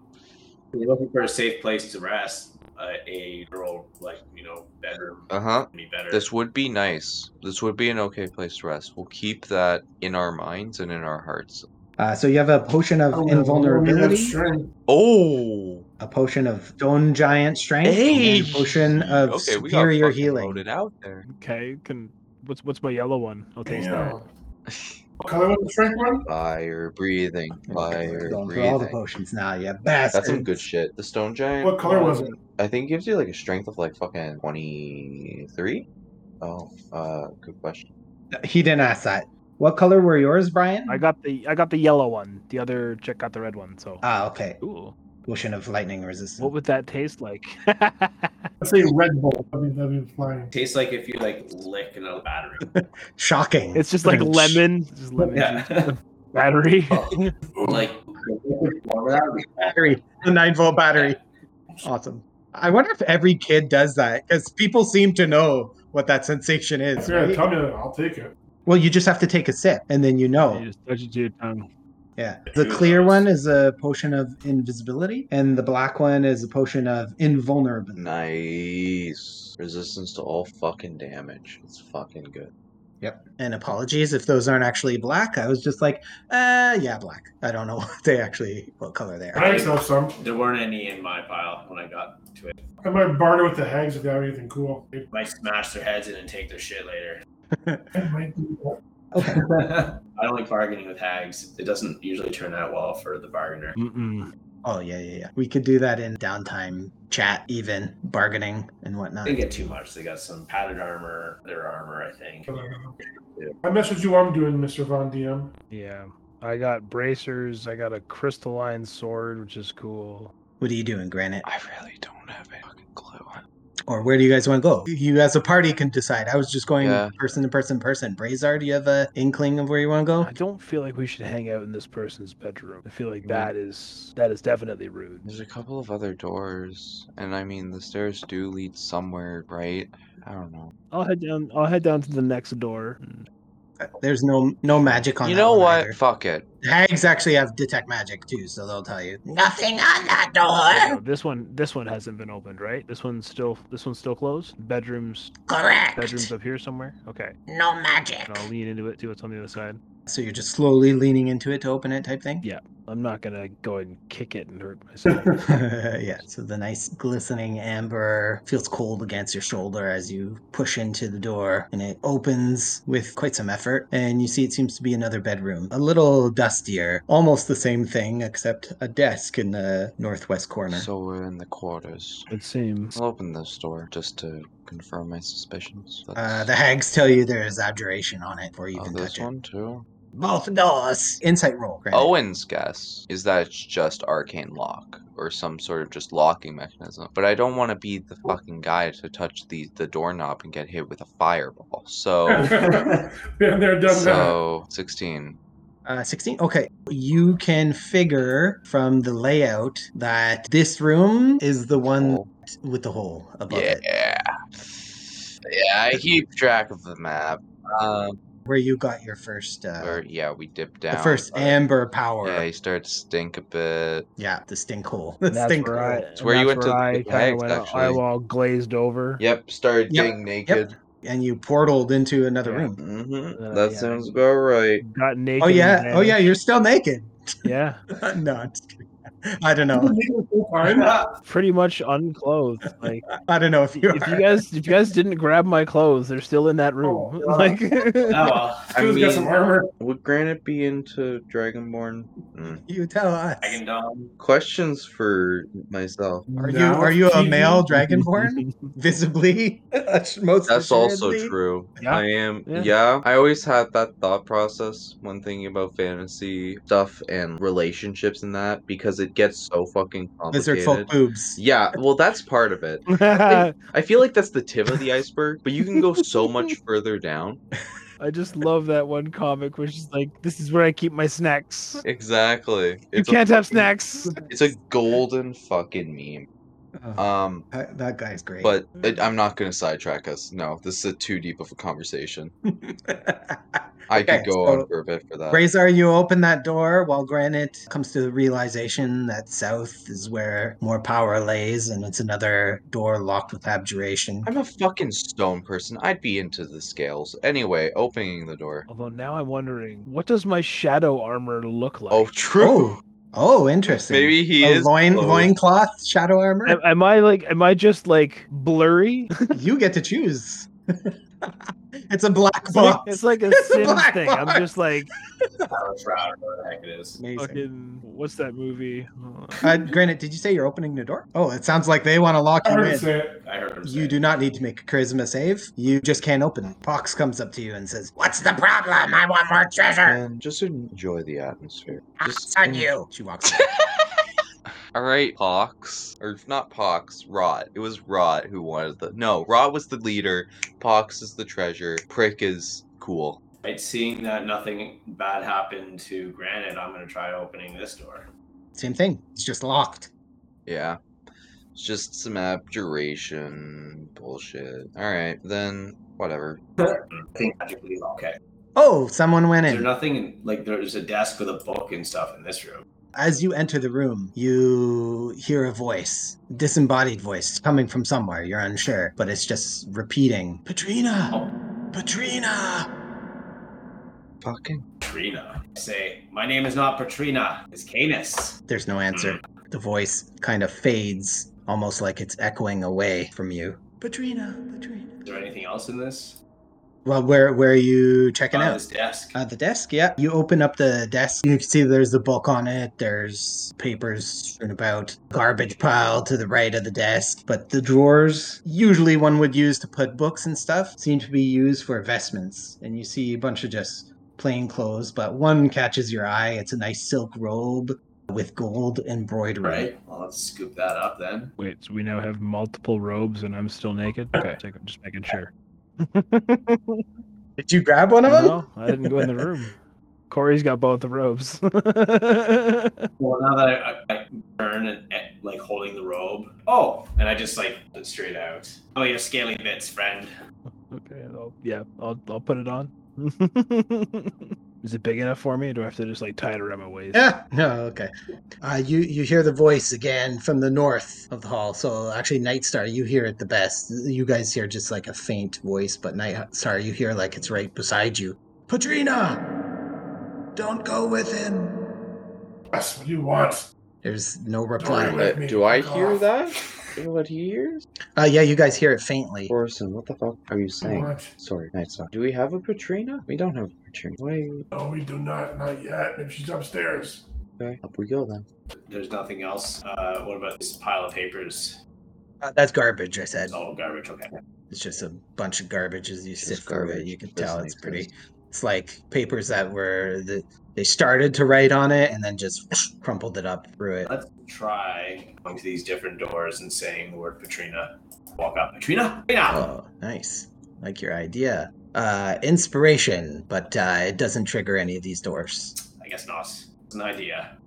F: if you're looking for a safe place to rest, uh, a girl like you know bedroom
B: uh huh.
F: would be better.
B: This would be nice. This would be an okay place to rest. We'll keep that in our minds and in our hearts.
H: Uh, so you have a potion of
D: Oh, no, we have
H: invulnerability,
D: strength.
J: Oh,
H: a potion of stone giant strength,
J: hey,
H: and a potion of
J: we got
H: superior
J: fucking
H: healing.
J: loaded out there.
E: Okay, can what's what's my yellow one? I'll take
D: Yeah.
E: that.
D: What color was the strength one?
J: Fire breathing, fire
H: Going through all the
J: breathing.
H: potions now, you
J: That's some
H: bastard.
J: good shit. The stone giant.
D: What color was it?
J: I think it gives you like a strength of like fucking twenty three. Oh, uh, good question.
H: He didn't ask that. What color were yours, Brian?
E: I got the I got the yellow one. The other chick got the red one. So
H: Ah, okay.
E: Ooh.
H: Potion of lightning resistance.
E: what would that taste like?
D: Let's say Red Bull. WW flying.
F: Tastes like if you like lick another battery.
H: Shocking.
E: it's just like
H: Ouch.
E: lemon, just lemon juice.
F: yeah.
E: battery.
F: like
H: battery, the nine volt battery. Awesome. I wonder if every kid does that because people seem to know what that sensation is.
D: Yeah,
H: right?
D: tell me that. I'll take it.
H: Well, you just have to take a sip and then you know.
E: You just touch it to your tongue.
H: Yeah. The clear one is a potion of invisibility, and the black one is a potion of invulnerability.
J: Nice resistance to all fucking damage. It's fucking good.
H: And apologies if those aren't actually black. I was just like, uh, yeah, black. I don't know what they actually, what color they
D: I
H: are.
D: actually have some.
F: there weren't any in my pile when I got to it.
D: I might barter with the hags if they have anything cool.
F: Might smash their heads in and take their shit later.
D: I might do that.
H: Okay.
F: I don't like bargaining with hags. It doesn't usually turn out well for the bargainer.
E: Mm-mm.
H: Oh, yeah, yeah, yeah. We could do that in downtime chat, even bargaining and whatnot.
F: They get too much. They got some padded armor, their armor, I think.
D: I message you. I'm doing, Mr. Von DM.
E: Yeah. I got bracers. I got a crystalline sword, which is cool.
H: What are you doing, Granite?
J: I really don't have a fucking clue.
H: Or where do you guys want to go? You as a party can decide. I was just going
J: Yeah.
H: person to person, person. Brazar, do you have a inkling of where you want to go?
E: I don't feel like we should hang out in this person's bedroom. I feel like that is that is definitely rude.
J: There's a couple of other doors, and I mean the stairs do lead somewhere, right? I don't know.
E: I'll head down. I'll head down to the next door.
H: There's no no magic on.
J: you
H: that
J: know
H: one
J: what?
H: either.
J: Fuck it.
H: Hags actually have detect magic too, so they'll tell you.
G: Nothing on that
E: Yeah,
G: door.
E: no, this one. This one hasn't been opened, right? This one's still. This one's still closed. Bedrooms. Bedrooms
G: Correct.
E: up here somewhere. Okay.
G: No magic.
E: And I'll lean into it. See what's on the other side.
H: So you're just slowly leaning into it to open it, type thing.
E: Yeah. I'm not gonna go and kick it and hurt myself.
H: yeah. So the nice glistening amber feels cold against your shoulder as you push into the door, and it opens with quite some effort. And you see it seems to be another bedroom, a little dustier, almost the same thing, except a desk in the northwest corner.
J: So we're in the quarters.
E: it seems.
J: I'll open this door just to confirm my suspicions.
H: uh,
J: That's-
H: the hags tell you there is abjuration on it before you
J: oh,
H: even
J: this
H: touch it.
J: one Oh, too.
G: Both doors.
H: Insight roll. Granted.
J: Owen's guess is that it's just arcane lock or some sort of just locking mechanism. But I don't want to be the fucking guy to touch the the doorknob and get hit with a fireball.
B: Oh.
J: So
D: Been there, done that.
J: so sixteen.
H: Uh, 16? Okay. You can figure from the layout that this room is the one
J: Cool.
H: with the hole above
J: Yeah.
H: it,
J: Yeah, I keep track of the map. Um,
H: where you got your first, uh,
J: or yeah, we dip down.
H: the first
J: but-
H: amber power.
J: Yeah,
H: Yeah,
J: you start to stink a bit.
H: the stink hole. The
E: And that's
H: stink
E: where I.
H: hole.
E: It's
J: where you went to the
E: I kind
J: hags,
E: of went.
J: actually.
E: I all glazed over.
J: Yep, started
H: Yep,
J: getting naked.
H: And you portaled into another
E: Yeah.
H: room.
J: Mm-hmm.
E: Uh,
J: that
E: yeah.
J: sounds about right.
E: Got naked.
H: Oh,
E: and
H: yeah. Oh, yeah.
E: vanished.
H: You're still naked.
E: Yeah.
H: no, I'm just kidding. I don't know.
E: Pretty much unclothed. Like.
H: I don't know if you
E: if
H: are.
E: you guys if you guys didn't grab my clothes, they're still in that room. like
F: Oh well,
J: I
D: Dude's got
J: mean,
D: some armor.
J: would Granite be into Dragonborn? Mm.
H: You tell us.
F: I can dumb.
J: Questions for myself.
H: Are you
D: No.
H: are you a male dragonborn? Visibly, That's most
J: That's also
H: assuredly.
J: true.
E: Yeah.
J: I am.
E: Yeah.
J: Yeah. I always had that thought process when thinking about fantasy stuff and relationships and that because it gets so fucking
H: Lizard
J: complicated.
H: folk boobs.
J: Yeah, well, that's part of it. I feel like that's the tip of the iceberg, but you can go so much further down.
E: I just love that one comic which is like, this is where I keep my snacks.
J: Exactly.
E: You
J: It's a,
E: can't have snacks.
J: it's a golden fucking meme.
B: Uh-huh.
H: Oh,
J: Um,
H: that, that guy's great.
J: but it, I'm not going to sidetrack us. No, this is a too deep of a conversation. I could
H: Okay,
J: go
H: so-
J: on for a bit for that.
H: Razor, you open that door while Granite comes to the realization that south is where more power lays, and it's another door locked with abjuration.
J: I'm a fucking stone person. I'd be into the scales. Anyway, opening the door.
E: Although now I'm wondering, what does my shadow armor look like?
J: Oh, true.
H: Oh, oh, interesting.
J: Maybe he
H: a
J: is
H: loin
J: clothed.
H: loincloth shadow
E: Am,
H: armor.
E: am I like? Am I just like blurry?
H: you get to choose. it's a black
E: It's like,
H: box.
E: it's like a
H: It's a
E: Sims
H: black
E: thing.
H: box.
E: I'm just like
F: Power shroud, or whatever the heck it is.
H: Amazing.
E: fucking. What's that movie? Uh,
H: Uh, Granite, did you say you're opening the door? Oh, it sounds like they want to lock
D: I
H: you
D: heard it
H: in.
D: say it.
F: I heard him say.
H: You do not need to make a charisma save. You just can't open it. Pox comes up to you and says,
G: What's the problem? I want more treasure.
J: And just enjoy the atmosphere.
G: It's
J: Just
G: on
J: en-
G: you.
H: She walks. away.
J: All right, Pox, or not Pox, Rot. It was Rot who wanted the. No, Rot was the leader. Pox is the treasure. Prick is cool.
F: Right, seeing that nothing bad happened to Granite, I'm gonna try opening this door.
H: Same thing. It's just locked.
J: Yeah. It's just some abjuration bullshit. All right, then whatever.
F: I think magically, okay.
H: Oh, someone went
F: Is there
H: in.
F: nothing in, like there's a desk with a book and stuff in this room?
H: As you enter the room, you hear a voice, disembodied voice, coming from somewhere. You're unsure, but it's just repeating, Patrina,
F: Oh,
H: Patrina.
J: Fucking.
F: Patrina. I say, my name is not Patrina. It's Canis.
H: There's no answer.
F: Hmm.
H: The voice kind of fades, almost like it's echoing away from you. Patrina, Patrina.
F: Is there anything else in this?
H: Well, where where are you checking
F: On
H: out?
F: this desk.
H: Uh, the desk, yeah. You open up the desk. You can see there's a book on it. There's papers strewn about, garbage pile to the right of the desk. But the drawers, usually one would use to put books and stuff, seem to be used for vestments. And you see a bunch of just plain clothes, but one catches your eye. It's a nice silk robe with gold embroidery.
F: right. Well, let's scoop that up then.
E: Wait, so we now have multiple robes, and I'm still naked. Okay, take- just making sure.
H: Did you grab one of them?
E: No, I didn't go in the room. Corey's got both the robes.
F: Well, now that I, I, I turn and eh, like holding the robe. Oh, and I just like put it straight out. Oh, your scaly bits, friend.
E: Okay, I'll, yeah, I'll I'll put it on. Is it big enough for me? Or do I have to just like tie it around my waist?
H: Yeah. No. Okay. Uh, you you hear the voice again from the north of the hall. So actually, Nightstar, you hear it the best. You guys hear just like a faint voice, but Nightstar, you hear like it's right beside you. Patrina, don't go with him.
D: That's what you want.
H: There's no
D: Don't
H: reply.
D: let
J: Uh,
D: me
J: do I
D: fuck
J: hear
D: off.
J: that? Is that What he hears?
H: Uh, yeah, you guys hear it faintly.
J: Orson, what the fuck are you
D: You
J: saying?
D: want?
J: Sorry, Nightstar. Do we have a Patrina? We don't have a Patrina. Why?
D: No, we do not. Not yet. If she's upstairs.
J: Okay, up we go then.
F: There's nothing else. Uh, what about this pile of papers?
H: Uh, that's garbage. I said
F: It's all garbage. Okay.
H: it's just a bunch of garbage as you
J: Just
H: sift through it.
J: garbage.
H: You can
J: It
H: tell
J: doesn't
H: it's pretty.
J: exist.
H: It's like papers that were the, they started to write on it and then just crumpled it up through it.
F: Let's try going to these different doors and saying the word Patrina. Walk up, Patrina. Patrina.
H: Oh, nice. Like your idea. Uh, inspiration, but uh, it doesn't trigger any of these doors.
F: I guess not. It's an idea.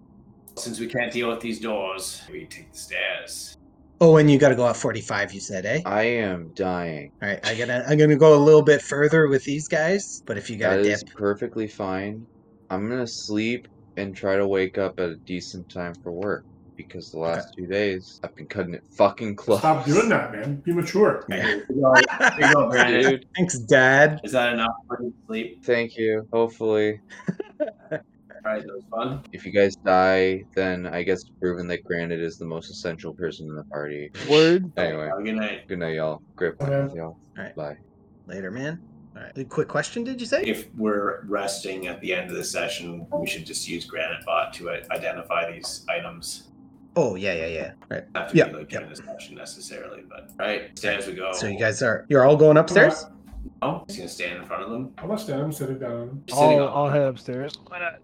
F: Since we can't deal with these doors, we take the stairs.
H: Oh, and you got to go out 45. You said, eh? All
J: I am dying.
H: right, I gotta. I'm gonna go a little bit further with these guys, but if you got
J: That
H: a
J: is
H: dip,
J: perfectly fine. I'm gonna sleep and try to wake up at a decent time for work because the last two days I've been cutting it fucking close.
D: Stop doing that, man. Be mature.
H: Yeah.
F: Here we go. Here we go, Brandon.
J: Dude,
H: thanks, Dad.
F: Is that enough for you to sleep?
J: thank you. Hopefully,
F: All right, that was fun.
J: if you guys die, then I guess it's proven that Granite is the most essential person in the party.
E: Word.
J: Anyway,
F: Have a good night.
J: good night, y'all. Great playing with y'all.
H: Alright.
J: Bye.
H: Later, man. All right. Quick question, did you say?
F: If we're resting at the end of the session, we should just use Granite Bot to i- identify these items.
H: Oh, yeah, yeah, yeah. Right.
F: Have to
H: Yeah,
F: be like
H: yeah.
F: during the session necessarily, but right stairs we go.
H: So you guys are you're all going upstairs.
F: No, I'm just gonna stand in front of them.
D: I'm upstairs. I'm sitting down.
F: Sitting
H: Oh.
E: I'll,
F: on-
E: I'll head upstairs. Why not?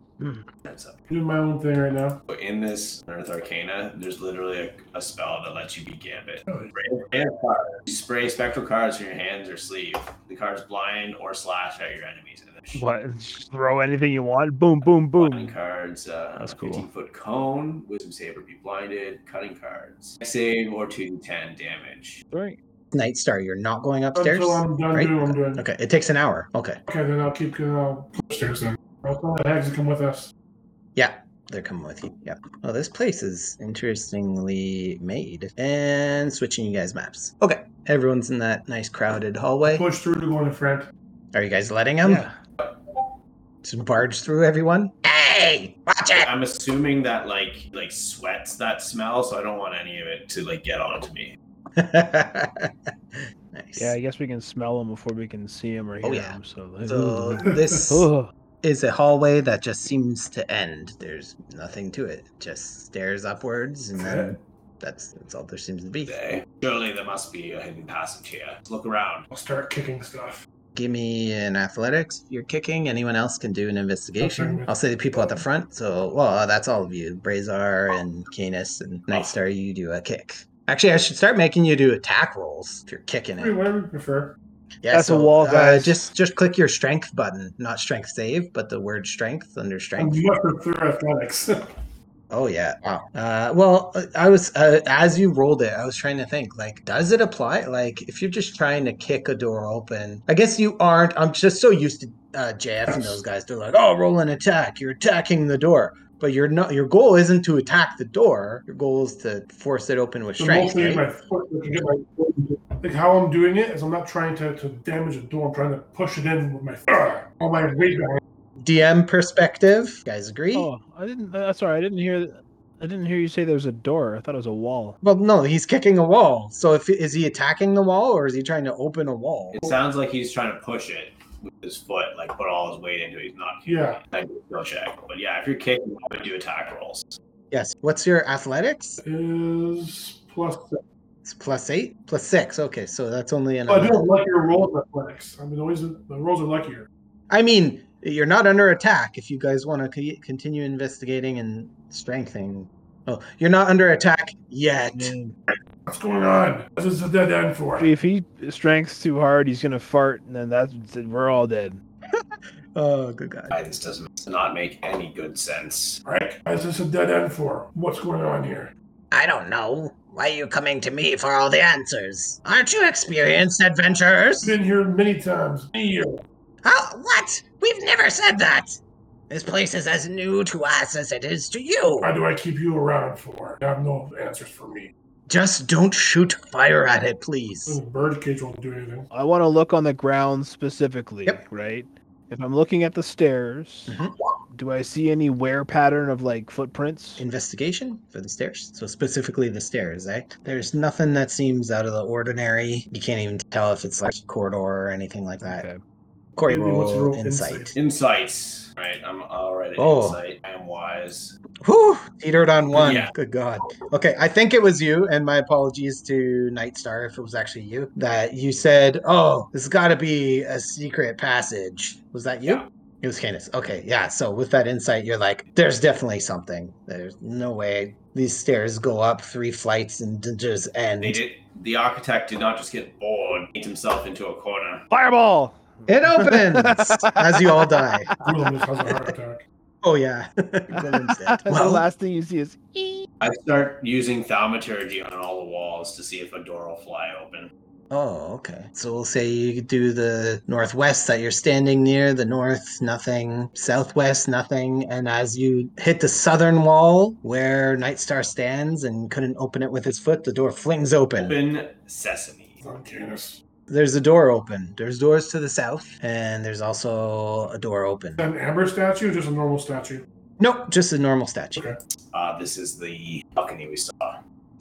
F: That's up.
D: Doing my own thing right now.
F: So in this Earth Arcana, there's literally a, a spell that lets you be gambit.
E: Oh,
D: Really?
F: Spray a card. You spray spectral cards from your hands or sleeve. The cards blind or slash at your enemies. And then
E: What? Just throw anything you want. Boom, boom,
F: Blind
E: boom.
F: cards. Uh,
E: That's cool.
F: 15 foot cone. Wisdom saver. Be blinded. Cutting cards. Save or two to ten damage.
E: Right.
H: Night Star, you're not going upstairs.
D: Until I'm done
H: right?
D: doing what I'm doing.
H: Okay, it takes an hour. Okay,
D: Okay, then I'll keep going I'll go upstairs then. I'll tell the hags to come with us.
H: they're coming with you. Yep. Well, this place is interestingly made. And switching you guys maps. Okay, everyone's in that nice crowded hallway.
D: Push through to go in front.
H: Are you guys letting them?
I: Yeah.
H: Just barge through everyone.
G: Hey, watch it!
F: I'm assuming that like like sweats that smell, so I don't want any of it to like get onto me.
H: nice.
E: Yeah, I guess we can smell them before we can see them or hear
H: Oh, yeah.
E: them. So, like,
H: So
E: ooh.
H: this
E: Ugh.
H: is a hallway that just seems to end. There's nothing to it. Just stairs upwards, and then that's that's all there seems to be.
F: They surely there must be a hidden passage here. Let's look around.
D: I'll start kicking stuff.
H: Give me an athletics. You're kicking. Anyone else can do an investigation.
D: Okay.
H: I'll say the people at the front. So, well, that's all of you. Brazar and Canis and Nightstar, you do a kick. Actually, I should start making you do attack rolls if you're kicking
D: Hey,
H: it.
D: Whatever you prefer.
H: Yeah,
E: That's a
H: so,
E: wall,
H: Uh,
E: guys.
H: just just click your strength button, not strength save, but the word strength under
D: I
H: strength.
D: much prefer athletics.
H: Oh yeah. Wow. Uh, well, I was uh, as you rolled it, I was trying to think like, does it apply? Like, if you're just trying to kick a door open, I guess you aren't. I'm just so used to uh, JF and those guys. They're like, oh, roll an attack. You're attacking the door, but you're not. Your goal isn't to attack the door. Your goal is to force it open with
D: So
H: strength.
D: mostly
H: right?
D: my foot, like, I get my foot into- like how I'm doing it is I'm not trying to, to damage the door. I'm trying to push it in with my foot. all my weight behind.
H: DM perspective. Guys agree?
E: Oh, I didn't. Uh, sorry, I didn't hear. I didn't hear you say there was a door. I thought it was a wall.
H: Well, no, he's kicking a wall. So if is he attacking the wall or is he trying to open a wall?
F: It sounds like he's trying to push it with his foot, like put all his weight into it. He's not kicking.
D: Yeah.
F: I can still check. But yeah, if you're kicking, I would do attack rolls.
H: Yes. What's your athletics?
D: Is plus.
H: It's plus eight, plus six. Okay, so that's only an.
D: I do have luckier rolls in athletics. I mean, always the rolls are luckier.
H: I mean, you're not under attack. If you guys want to c- continue investigating and strengthening, oh, you're not under attack yet.
D: What's going on? This is a dead end for it.
E: If he strengths too hard, he's gonna fart, and then that's we're all dead.
H: Oh, good God!
F: Why This doesn't does not make any good sense.
D: Right? Why Is this a dead end for? What's going on here?
G: I don't know. Why are you coming to me for all the answers? Aren't you experienced adventurers?
D: Been here many times, many years.
H: Oh,
G: How? What? We've never said that! This place is as new to us as it is to you.
D: Why do I keep you around for? You have no answers for me.
H: Just don't shoot fire at it,
D: This
H: please.
D: bird cage won't do anything.
E: I want to look on the ground specifically,
H: Yep.
E: right? If I'm looking at the stairs,
H: Mhm.
E: do I see any wear pattern of like footprints?
H: Investigation for the stairs. So specifically the stairs, eh? There's nothing that seems out of the ordinary. You can't even tell if it's like corridor or anything like that.
E: Okay.
H: Corey,
D: Maybe what's
H: roll
D: roll
H: insight.
D: insight?
F: Insights. Right, I'm already
H: Oh.
F: insight. I am wise.
H: Whew, teetered on one.
F: Yeah.
H: Good God. Okay, I think it was you, and my apologies to Nightstar if it was actually you, that you said, oh, this has got to be a secret passage. Was that you?
F: Yeah.
H: It was Canis. Okay, yeah. So with that insight, you're like, there's definitely something. There's no way these stairs go up three flights and d- just end.
F: They did. The architect did not just get bored, paint himself into a corner.
E: Fireball!
H: It opens as you all die.
D: Willem just has a heart attack.
H: Oh, yeah. Willem's dead.
E: the
H: Well,
E: last thing you see is
F: I start using thaumaturgy on all the walls to see if a door will fly open.
H: Oh, okay. So we'll say you do the northwest that you're standing near, the north, nothing, southwest, nothing. And as you hit the southern wall where Nightstar stands and couldn't open it with his foot, the door flings open.
F: Open sesame.
D: It's on Canis.
H: There's a door open. There's doors to the south, and there's also a door open.
D: Is that an amber statue or just a normal statue?
H: Nope, just a normal statue.
D: Okay.
F: Uh, this is the balcony we saw.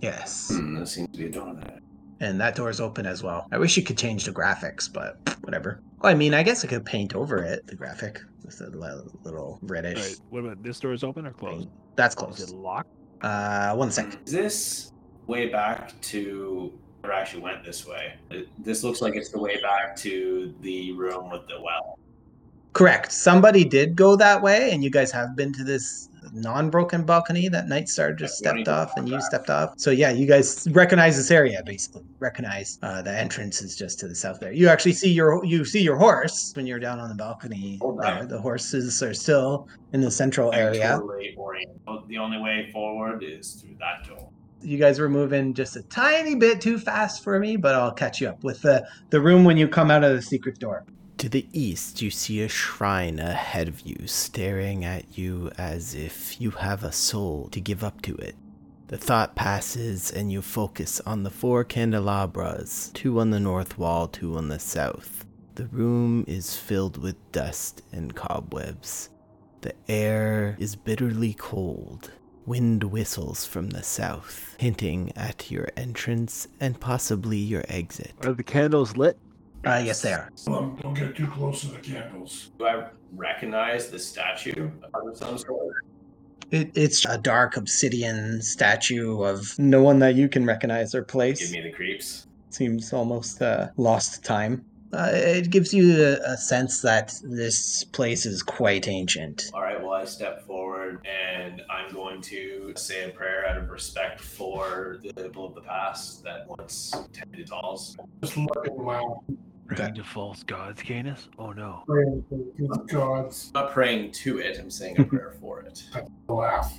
H: Yes.
F: Hmm, there seems to be a door there.
H: And that door is open as well. I wish you could change the graphics, but whatever. Well, I mean, I guess I could paint over it, the graphic, with a li- little reddish.
E: Alright, what about this door is open or closed?
H: That's
E: Is it
H: close.
E: locked?
H: Uh, one second.
F: Is this way back to or actually went this way? It- This looks like it's the way back to the room with the well.
H: Correct. Somebody did go that way, and you guys have been to this non-broken balcony that Nightstar just
F: Yeah, we
H: stepped
F: need to
H: off, and you
F: back.
H: stepped off. So yeah, you guys recognize this area basically. Recognize uh, the entrance is just to the south there. You actually see your you see your horse when you're down on the balcony.
F: Oh,
H: there.
F: right.
H: The horses are still in the central area.
F: Totally orient- The only way forward is through that door.
H: You guys were moving just a tiny bit too fast for me, but I'll catch you up with the, the room when you come out of the secret door.
A: To the east, you see a shrine ahead of you, staring at you as if you have a soul to give up to it. The thought passes, and you focus on the four candelabras two on the north wall, two on the south. The room is filled with dust and cobwebs. The air is bitterly cold. Wind whistles from the south, hinting at your entrance and possibly your exit.
E: Are the candles lit?
H: Uh, yes, they are.
D: Um, don't get too close to the candles.
F: Do I recognize the statue of some sort?
H: It, it's a dark obsidian statue of no one that you can recognize or
F: Give
H: place.
F: me the creeps.
H: Seems almost uh, lost time. Uh, it gives you a, a sense that this place is quite ancient.
F: All right, well, I step forward and I'm going to say a prayer out of respect for the people of the past that once tended dolls.
D: Just look and laugh.
H: Ready
E: to false gods, Canis? Oh no.
D: Praying to the gods.
F: I'm not praying to it, I'm saying a prayer for it.
D: Laugh.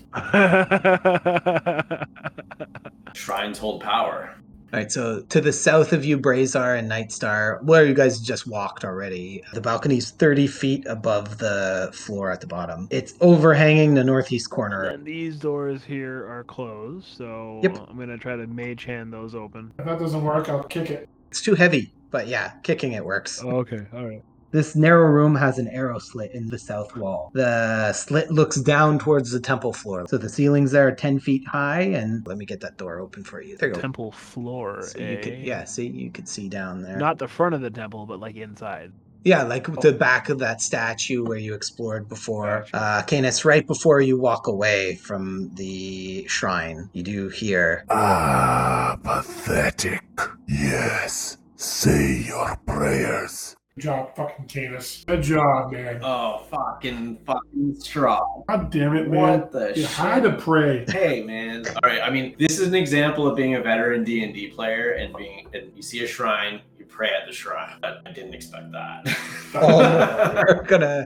F: Shrines hold power.
H: All right, so to the south of you, Brazar and Nightstar, where you guys just walked already, the balcony's 30 feet above the floor at the bottom. It's overhanging the northeast corner.
E: And these doors here are closed, so
H: Yep.
E: I'm gonna try to mage hand those open.
D: If that doesn't work, I'll kick it.
H: It's too heavy, but yeah, kicking it works.
E: Oh, Okay, all right.
H: This narrow room has an arrow slit in the south wall. The slit looks down towards the temple floor. So the ceilings there are 10 feet high, and let me get that door open for you. There you go.
E: Temple floor.
H: So you could,
E: eh?
H: yeah, see, you could see down there.
E: Not the front of the temple, but like inside.
H: Yeah, like the back of that statue where you explored before.
E: Gotcha.
H: Uh, Canis, right before you walk away from the shrine, you do hear.
D: Ah, pathetic. Yes. Say your prayers. Good job, fucking Canis. Good job, man.
F: Oh, fucking fucking straw.
D: God damn it, man.
F: What the
D: You
F: shit?
D: had to pray.
F: Hey man. Alright, I mean this is an example of being a veteran D and D player and being and you see a shrine, you pray at the shrine. But I didn't expect that.
H: Oh, we're gonna,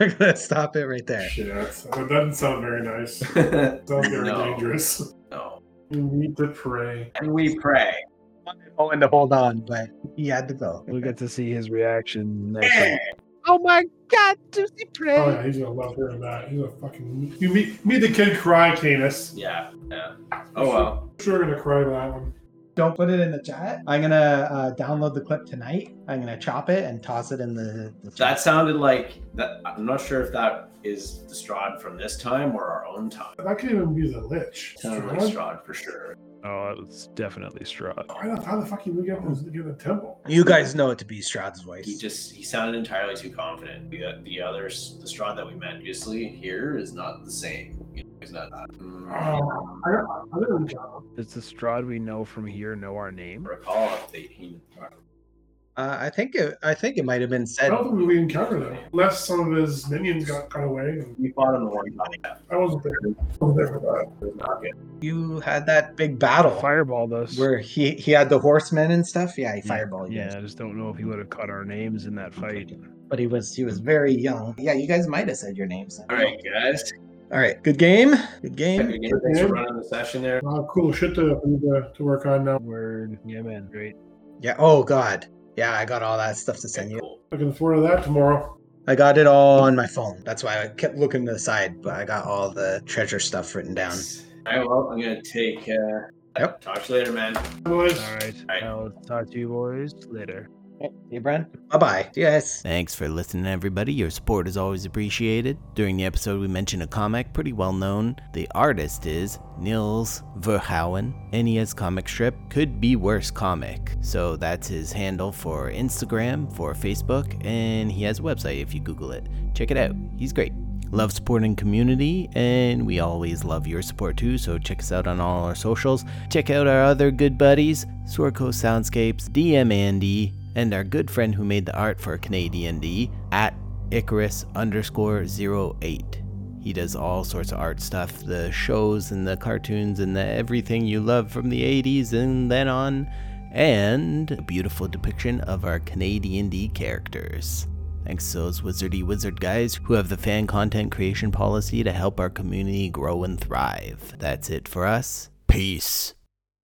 H: we're gonna stop it right there.
D: Shit, that doesn't sound very nice. Sounds very
F: No.
D: dangerous.
F: no.
D: You need to pray.
F: And we pray.
H: Oh, and to hold on, but he had to go.
E: We'll get to see his reaction next
F: Eh.
E: time. Oh my god, Juicy
D: Oh
E: Prey!
D: yeah, he's gonna love hearing that. He's a fucking. You meet meet the kid cry, Canis.
F: Yeah, yeah. Oh well.
D: Sure gonna cry with that one.
H: Don't put it in the chat. I'm gonna uh, download the clip tonight. I'm gonna chop it and toss it in the. the chat.
F: That sounded like that I'm not sure if that is the Strahd from this time or our own time.
D: That could even be the lich.
F: Sounded like
D: Strahd?
F: Strahd for sure.
E: Oh, it was definitely Strahd.
D: Why the- How the fuck you would get this get the temple?
H: you guys know it to be Strahd's
F: He
H: voice.
F: just he sounded entirely too confident. The the other s- the Strahd that we met previously here is not the same. You know, he's not uh, that.
D: Oh, I don't. I don't know.
E: Does the Strahd we know from here know our name?
F: recall if they he
H: Uh, I think it. I think it might have been
D: I
H: said.
D: don't think we really encountered him. Unless some of his minions got cut away. and
F: we fought him the one time. Yeah,
D: I wasn't there. I wasn't there for that.
F: it was not good.
H: You had that big battle
E: Fireball us.
H: Oh. where he he had the horsemen and stuff. Yeah, he fireballed you. guys.
E: Yeah, I just don't know if he would have caught our names in that fight.
H: but he was he was very young. Yeah, you guys might have said your names.
F: All right, guys.
H: All right. Good game. Good game.
F: Again, thanks for running the session there.
D: A lot of Uh, cool shit to, to, to work on now.
E: Word. Yeah, man. Great.
H: Yeah. Oh God. Yeah, I got all that stuff to send you.
F: Cool.
D: Looking forward to that tomorrow.
H: I got it all on my phone. That's why I kept looking to the side, but I got all the treasure stuff written down.
F: All right, well, I'm gonna take. Uh,
H: Yep.
F: Talk to you later, man.
D: Otherwise,
E: All right.
F: right.
E: I'll talk to you boys later.
H: You, Bren. Bye bye. Yes.
A: Thanks for listening, everybody. Your support is always appreciated. During the episode, we mentioned a comic pretty well known. The artist is Nils Verhoeven, and he has comic strip Could Be Worse Comic. So that's his handle for Instagram, for Facebook, and he has a website if you Google it. Check it out. He's great. Love supporting community, and we always love your support too. So check us out on all our socials. Check out our other good buddies, Sorco Soundscapes, DM Andy, and our good friend who made the art for Canadian D at Icarus underscore zero eight. He does all sorts of art stuff, the shows and the cartoons and the everything you love from the 80s and then on, and a beautiful depiction of our Canadian D characters. Thanks to those wizardy wizard guys who have the fan content creation policy to help our community grow and thrive. That's it for us. Peace. peace.